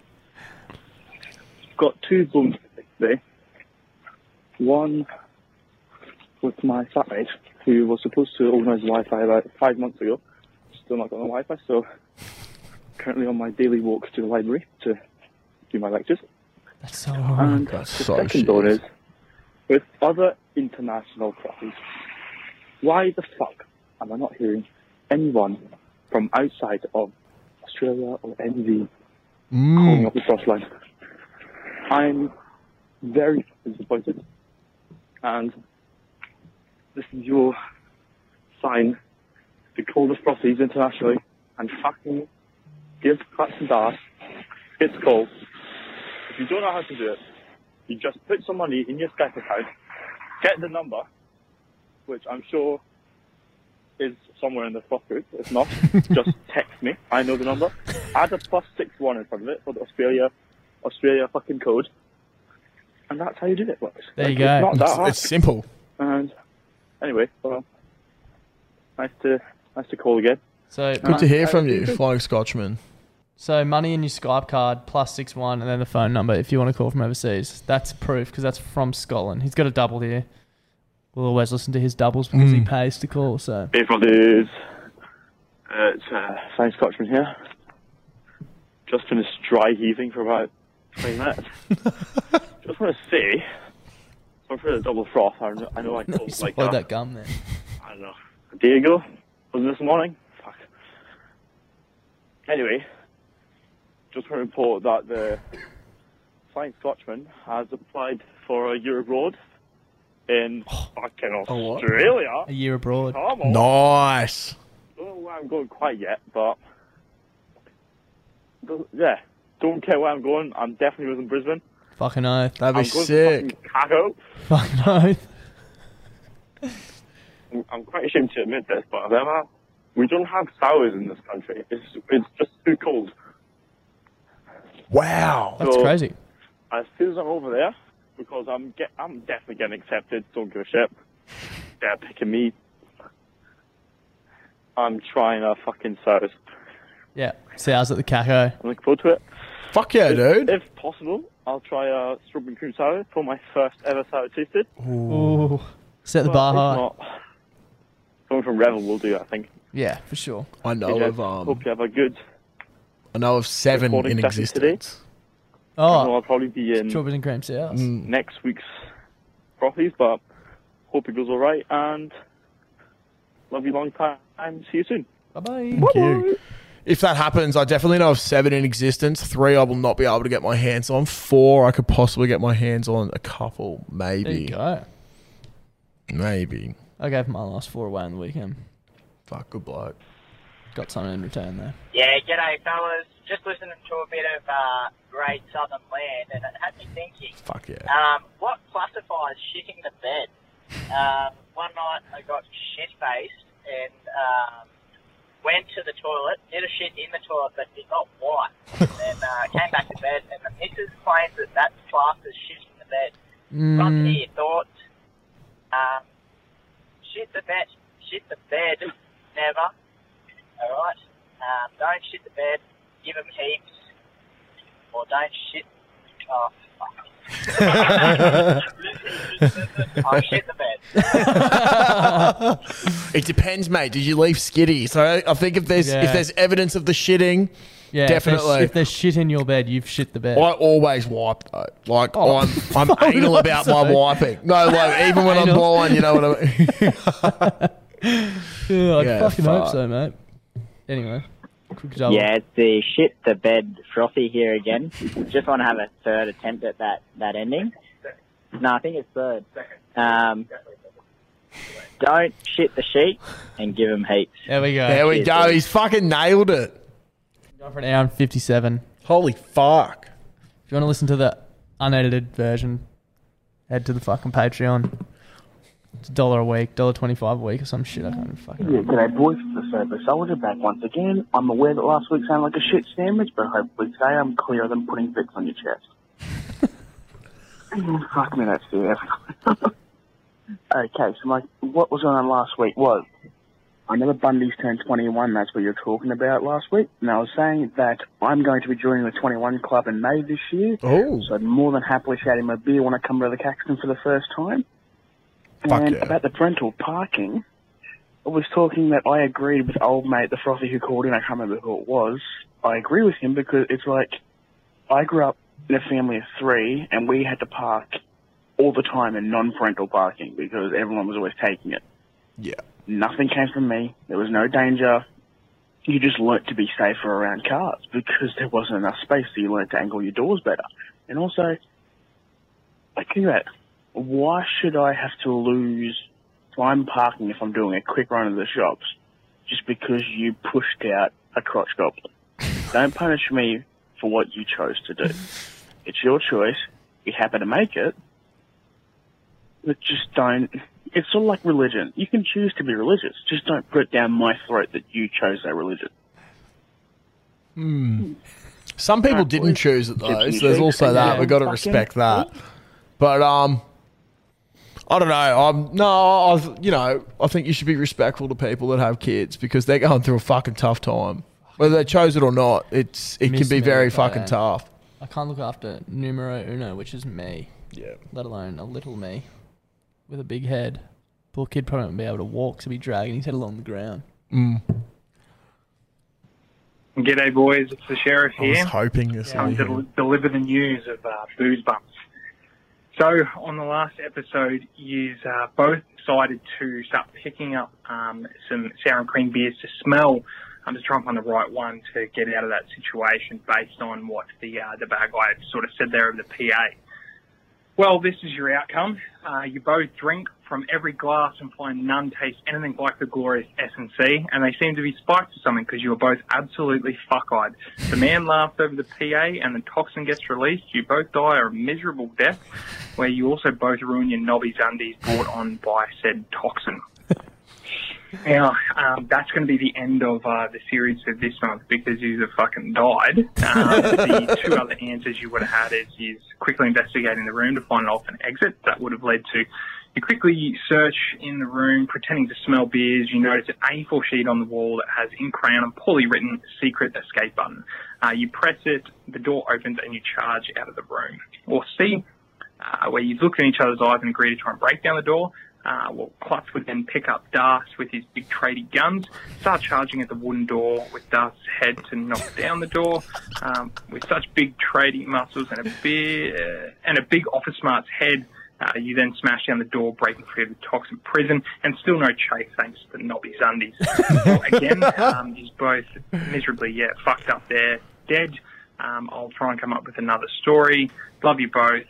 S10: got two booms to pick today. One with my flatmate, who was supposed to organise Wi-Fi about five months ago. Still not got the Wi-Fi, so currently on my daily walk to the library to do my lectures.
S1: That's so
S10: And
S1: hard.
S2: Oh,
S10: the second one is with other international crappies. Why the fuck am I not hearing anyone from outside of Australia or NZ
S1: Mm.
S10: calling
S2: Mm.
S10: up the cross line? I'm very disappointed. And this is your sign to call the frothies internationally and fucking give cuts and ass its call. If you don't know how to do it, you just put some money in your Skype account, get the number, which I'm sure is somewhere in the fuck group. If not, just text me. I know the number. Add a plus six one in front of it for the Australia Australia fucking code, and that's how you do it. Boys.
S1: There you
S10: Like, it's
S1: go.
S10: not that hard.
S2: It's simple.
S10: And anyway, well, nice to nice to call again.
S1: So uh,
S2: Good to hear from you, Flying Scotchman.
S1: So money in your Skype card plus six one, and then the phone number if you want to call from overseas. That's proof because that's from Scotland. He's got a double here. We'll always listen to his doubles because
S2: Mm.
S1: he pays to call. So
S10: Hey, from dudes. Uh, it's uh, Flying Scotchman here. Just finished dry heaving for about 20 minutes. Just want to say, sorry for the double froth. I know I, know I called like
S1: swallowed
S10: uh,
S1: that gum there.
S10: I don't know a day ago. Was it this morning? Fuck. Anyway, just want to report that the Flying Scotchman has applied for a year abroad in fucking
S1: A what?
S10: Australia.
S1: A year abroad.
S10: Oh. Come on.
S2: Nice.
S10: Don't know where I'm going quite yet, but Don't- yeah, don't care where I'm going. I'm definitely within Brisbane.
S1: Fucking oath.
S10: I'm going To fucking Chicago.
S1: Fucking oath.
S10: I'm- I'm quite ashamed to admit this, but there we don't have sours in this country. It's it's just too cold.
S2: Wow.
S1: That's
S10: So-
S1: crazy.
S10: As soon as I'm over there, because I'm get I'm definitely getting accepted. Don't give a shit. They're picking me. I'm trying a fucking sours.
S1: Yeah. See, I was at the caco.
S10: I'm looking forward to it.
S2: Fuck yeah, dude.
S10: If possible, I'll try a strawberry and cream sour for my first ever sour tasted.
S1: Ooh. Set the bar high.
S10: Someone from Revel will do, I think.
S1: Yeah, for sure.
S2: I know
S10: Hey, Jeff,
S2: of um,
S10: Hope you have a good
S2: I know of seven
S10: recording
S2: in
S10: session
S2: existence.
S10: today. I know
S1: Oh,
S10: I'll probably be in
S1: strawberries and cream sours.
S2: Mm.
S10: next week's profits, but hope it goes all right. And love you long time. See you soon.
S1: Bye bye.
S2: Thank you. If that happens, I definitely know of seven in existence. Three, I will not be able to get my hands on. Four, I could possibly get my hands on a couple,
S1: There you
S2: maybe,
S1: go.
S2: maybe.
S1: I gave my last four away on the weekend.
S2: Fuck, good bloke.
S1: Got something in return there.
S19: Yeah, g'day fellas. Just listening to a bit of uh, great southern land, and it had me thinking.
S2: Fuck yeah.
S19: Um, what classifies shitting the bed? Um, one night I got shit faced and um, went to the toilet, did a shit in the toilet, but did not wipe. and uh, came back to bed, and the missus claims that that's classed as shitting the bed.
S2: Mm.
S19: Love to hear your thoughts. Um, shit the bed, shit the bed, never. All right. Um, don't shit the bed. Give 'em heaps, or don't shit. Oh, fuck. I'll shit the bed.
S2: it depends, mate. Did you leave skitty? So I- I think if there's
S1: Yeah.
S2: if there's evidence of the shitting,
S1: Yeah, if there's-
S2: definitely.
S1: If there's shit in your bed, you've shit the bed.
S2: I always wipe though. Like
S1: Oh.
S2: I'm, I'm
S1: I would
S2: anal about
S1: hope
S2: my
S1: so.
S2: wiping. No, like even when I'm
S1: Anal.
S2: blind, you know what I mean.
S1: Yeah, I
S2: Yeah,
S1: fucking hope
S2: fuck.
S1: so, mate. Anyway, quick double.
S25: Yeah, it's the shit the bed frothy here again. Just want to have a third attempt at that, that ending. No, I think it's third. Um, don't shit the sheet and give them heaps.
S1: There we go.
S2: There we
S25: Cheers,
S2: go.
S25: dude.
S2: He's fucking nailed it.
S1: Going for an hour and 57.
S2: Holy fuck.
S1: If you want to listen to the unedited version, head to the fucking Patreon. It's a dollar a week, dollar twenty-five a week, or some shit. I can't even fucking.
S26: Yeah, g'day boys, the sober soldier back once again. I'm aware that last week sounded like a shit sandwich, but hopefully today I'm clearer than putting Vicks on your chest. Oh, Fuck me, that's fair. okay, so like, what was going on last week was, I know that Bundy's turned 21, that's what you're talking about last week, and I was saying that I'm going to be joining the 21 club in May this year,
S2: oh.
S26: so I'd more than happily shout him a beer when I come to the Caxton for the first time.
S2: Fuck
S26: and
S2: yeah.
S26: about the parental parking, I was talking that I agreed with old mate, the frothy who called in, I can't remember who it was. I agree with him because it's like, I grew up in a family of three, and we had to park all the time in non-parental parking because everyone was always taking it.
S2: Yeah.
S26: Nothing came from me. There was no danger. You just learnt to be safer around cars because there wasn't enough space, so you learnt to angle your doors better. And also, I think that why should I have to lose time parking if I'm doing a quick run of the shops just because you pushed out a crotch goblin? Don't punish me for what you chose to do. It's your choice. You happen to make it. But just don't. It's sort of like religion. You can choose to be religious. Just don't put it down my throat that you chose that religion.
S2: Hmm. Some people didn't choose it though, so there's also that. We've got to respect that. But um, I don't know. I'm no, I've you know, I think you should be respectful to people that have kids because they're going through a fucking tough time, whether they chose it or not. It's it can
S21: Miss
S2: be very
S21: America,
S2: fucking
S21: eh?
S2: tough.
S21: I can't look after numero uno, which is me.
S2: Yeah.
S21: Let alone a little me with a big head. Poor kid probably won't be able to walk, so he'll be dragging his head along the ground.
S2: Mm.
S27: G'day, boys. It's the sheriff
S2: I was
S27: here.
S2: hoping this
S27: Come
S2: would
S27: to
S2: be
S27: del- deliver the news of uh, booze bumps. So on the last episode, you uh, both decided to start picking up um, some sour and cream beers to smell um, to try and find the right one to get out of that situation based on what the uh, the bad guy had sort of said there of the PA. Well, this is your outcome. Uh, you both drink from every glass and find none taste anything like the glorious S&C, and they seem to be spiked or something because you were both absolutely fuck-eyed. The man laughed over the PA, and the toxin gets released. You both die a miserable death, where you also both ruin your knobby's undies brought on by said toxin. Now, um, that's going to be the end of uh, the series for this month because you've fucking died. Um, the two other answers you would have had is you quickly investigating the room to find an alternate exit. That would have led to you quickly search in the room, pretending to smell beers. You notice an A4 sheet on the wall that has in crayon and poorly written secret escape button. Uh, you press it, the door opens, and you charge out of the room. Or C, uh, where you look in each other's eyes and agree to try and break down the door. Uh, well, Klutz would then pick up Das with his big tradie guns, start charging at the wooden door with Das' head to knock down the door. Um, with such big tradie muscles and a big, uh, and a big office smart's head, uh, you then smash down the door, breaking free of the toxin prison, and still no chase thanks to the knobby's undies. Well, again, um, he's both miserably, yeah, fucked up there, dead. Um, I'll try and come up with another story. Love you both.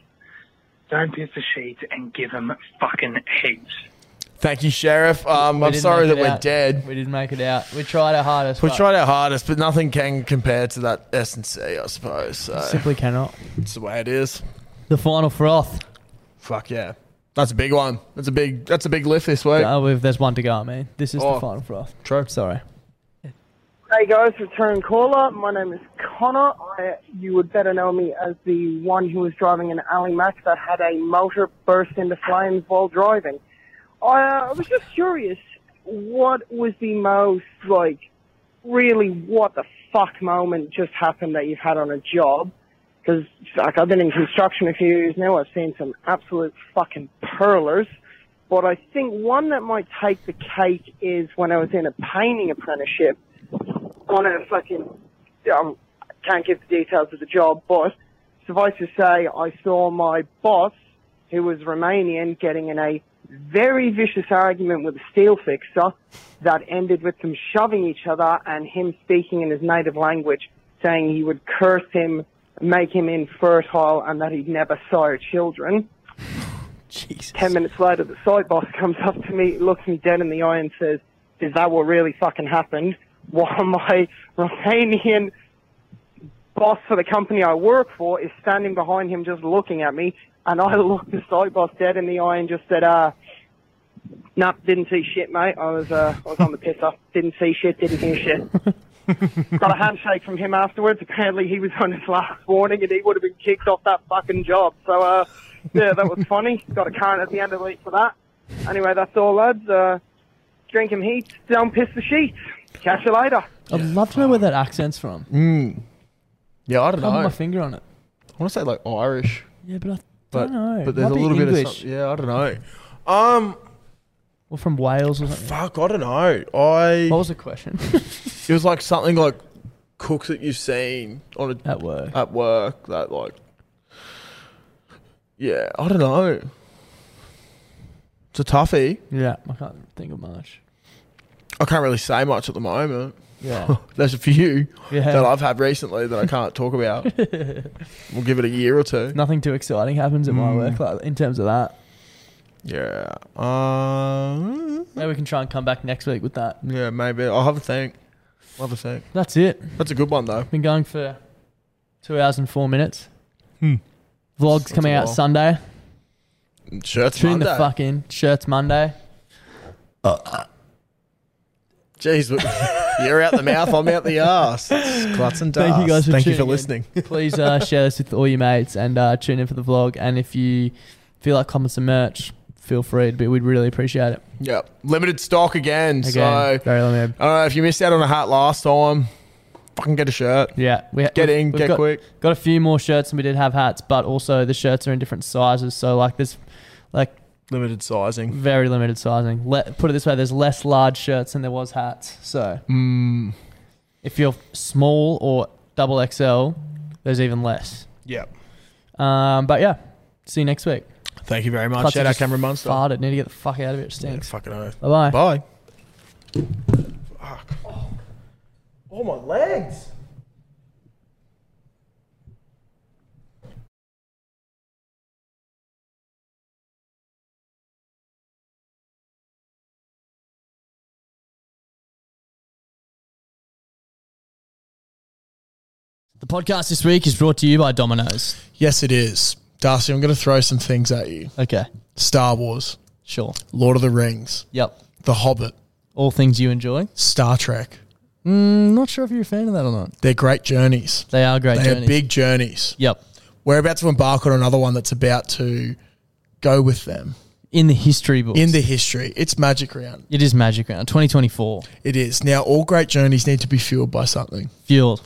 S27: Don't piss the sheets and give them fucking heaps.
S2: Thank you, Sheriff. Um,
S21: We
S2: I'm
S21: didn't
S2: sorry
S21: make
S2: that
S21: it
S2: we're
S21: out.
S2: dead.
S21: We didn't make it out. We tried our hardest.
S2: We
S21: but
S2: tried our hardest, but nothing can compare to that S and C, I suppose. So
S21: Simply cannot.
S2: It's the way it is.
S21: The final froth.
S2: Fuck yeah, that's a big one. That's a big. That's a big lift this week.
S21: No, we've, Oh, there's one to go, man. This is
S2: Oh.
S21: the final froth. True. Sorry.
S28: Hey guys, return caller. My name is Connor. I, you would better know me as the one who was driving an alley Mac that had a motor burst into flames while driving. I, uh, I was just curious, what was the most, like, really what the fuck moment just happened that you've had on a job? Because, like, I've been in construction a few years now, I've seen some absolute fucking pearlers. But I think one that might take the cake is when I was in a painting apprenticeship on a fucking. Um, can't give the details of the job, but suffice to say, I saw my boss, who was Romanian, getting in a very vicious argument with a steel fixer that ended with them shoving each other and him speaking in his native language, saying he would curse him, make him infertile, and that he'd never sire children. Ten minutes later, the side boss comes up to me, looks me dead in the eye, and says, "Is that what really fucking happened?" While my Romanian boss for the company I work for is standing behind him, just looking at me, and I looked the side boss dead in the eye and just said, "Uh, nah, didn't see shit, mate. I was, uh, I was on the pisser. Didn't see shit. Didn't hear shit." Got a handshake from him afterwards. Apparently, he was on his last warning, and he would have been kicked off that fucking job. So, uh, yeah, that was funny. Got a current at the end of the week for that. Anyway, that's all, lads. Uh, drink 'em heat. Don't piss the sheets. Catch you later.
S21: I'd love to know where that accent's from.
S2: Mm. Yeah, I don't
S21: Can't put
S2: know.
S21: my finger on it.
S2: I want to say like oh, Irish.
S21: Yeah, but I
S2: But,
S21: don't know.
S2: but there's
S21: Might
S2: a
S21: be
S2: little bit of
S21: English.
S2: some, yeah, I don't know. Um,
S21: well, from Wales or something.
S2: Fuck, I don't know. I what
S21: was the question?
S2: it was like something like cooks that you've seen on a,
S21: at work.
S2: At work, that like, yeah, I don't know. It's a toughie.
S21: Yeah, I can't think of much.
S2: I can't really say much at the moment.
S21: Yeah.
S2: there's a few
S21: Yeah.
S2: that I've had recently that I can't talk about. we'll give it a year or two.
S21: Nothing too exciting happens at my
S2: Mm.
S21: work like, in terms of that.
S2: Yeah. Um,
S21: Maybe we can try and come back next week with that.
S2: Yeah, maybe. I'll have a think. I'll have a think.
S21: That's it.
S2: That's a good one though.
S21: Been going for two hours and four minutes.
S2: Hmm.
S21: Vlogs coming
S2: a
S21: out
S2: while.
S21: Sunday.
S2: Shirts
S21: Tune the
S2: Monday.
S21: fuck in. Shirts Monday.
S2: Jeez, we- you're out the mouth, I'm out the ass. It's Klutz and
S21: Thank you guys
S2: Dust.
S21: for
S2: Thank you for
S21: tuning in.
S2: listening.
S1: uh,
S21: Please uh, share this with all your mates and uh, tune in for the vlog. And if you
S1: feel like comments and merch, feel free. But we'd really appreciate it.
S2: Yep. Limited stock again. so
S1: Again, very limited.
S2: I don't know if you missed out on a hat last time. Fucking get a shirt.
S1: Yeah, we
S2: get
S1: we've-
S2: in,
S1: we've
S2: get
S1: got,
S2: quick.
S1: Got a few more shirts than we did have hats, but also the shirts are in different sizes. So like there's like
S2: limited sizing,
S1: very limited sizing. Let put it this way: there's less large shirts than there was hats. So
S2: Mm.
S1: if you're small or double XL, there's even less.
S2: Yep.
S1: Um, but yeah, see you next week.
S2: Thank you very much.
S1: Clutch
S2: Shout out
S1: just
S2: Cameron Munster.
S1: Farted. Need to get the fuck out of it. It stinks.
S2: fucking oath.
S1: Bye bye.
S2: Bye.
S1: Oh my legs. The podcast this week is brought to you by Domino's.
S2: Yes, it is. Darcy, I'm going to throw some things at you.
S1: Okay.
S2: Star Wars.
S1: Sure.
S2: Lord of the Rings.
S1: Yep.
S2: The Hobbit.
S1: All things you enjoy.
S2: Star Trek.
S1: Mm, not sure if you're a fan of that or not.
S2: They're great journeys.
S1: They are great
S2: They
S1: journeys.
S2: are big journeys.
S1: Yep.
S2: We're about to embark on another one that's about to go with them.
S1: In the history books.
S2: In the history. It's Magic Round.
S1: It is Magic Round 2024.
S2: It is. Now, all great journeys need to be fueled by something.
S1: Fueled.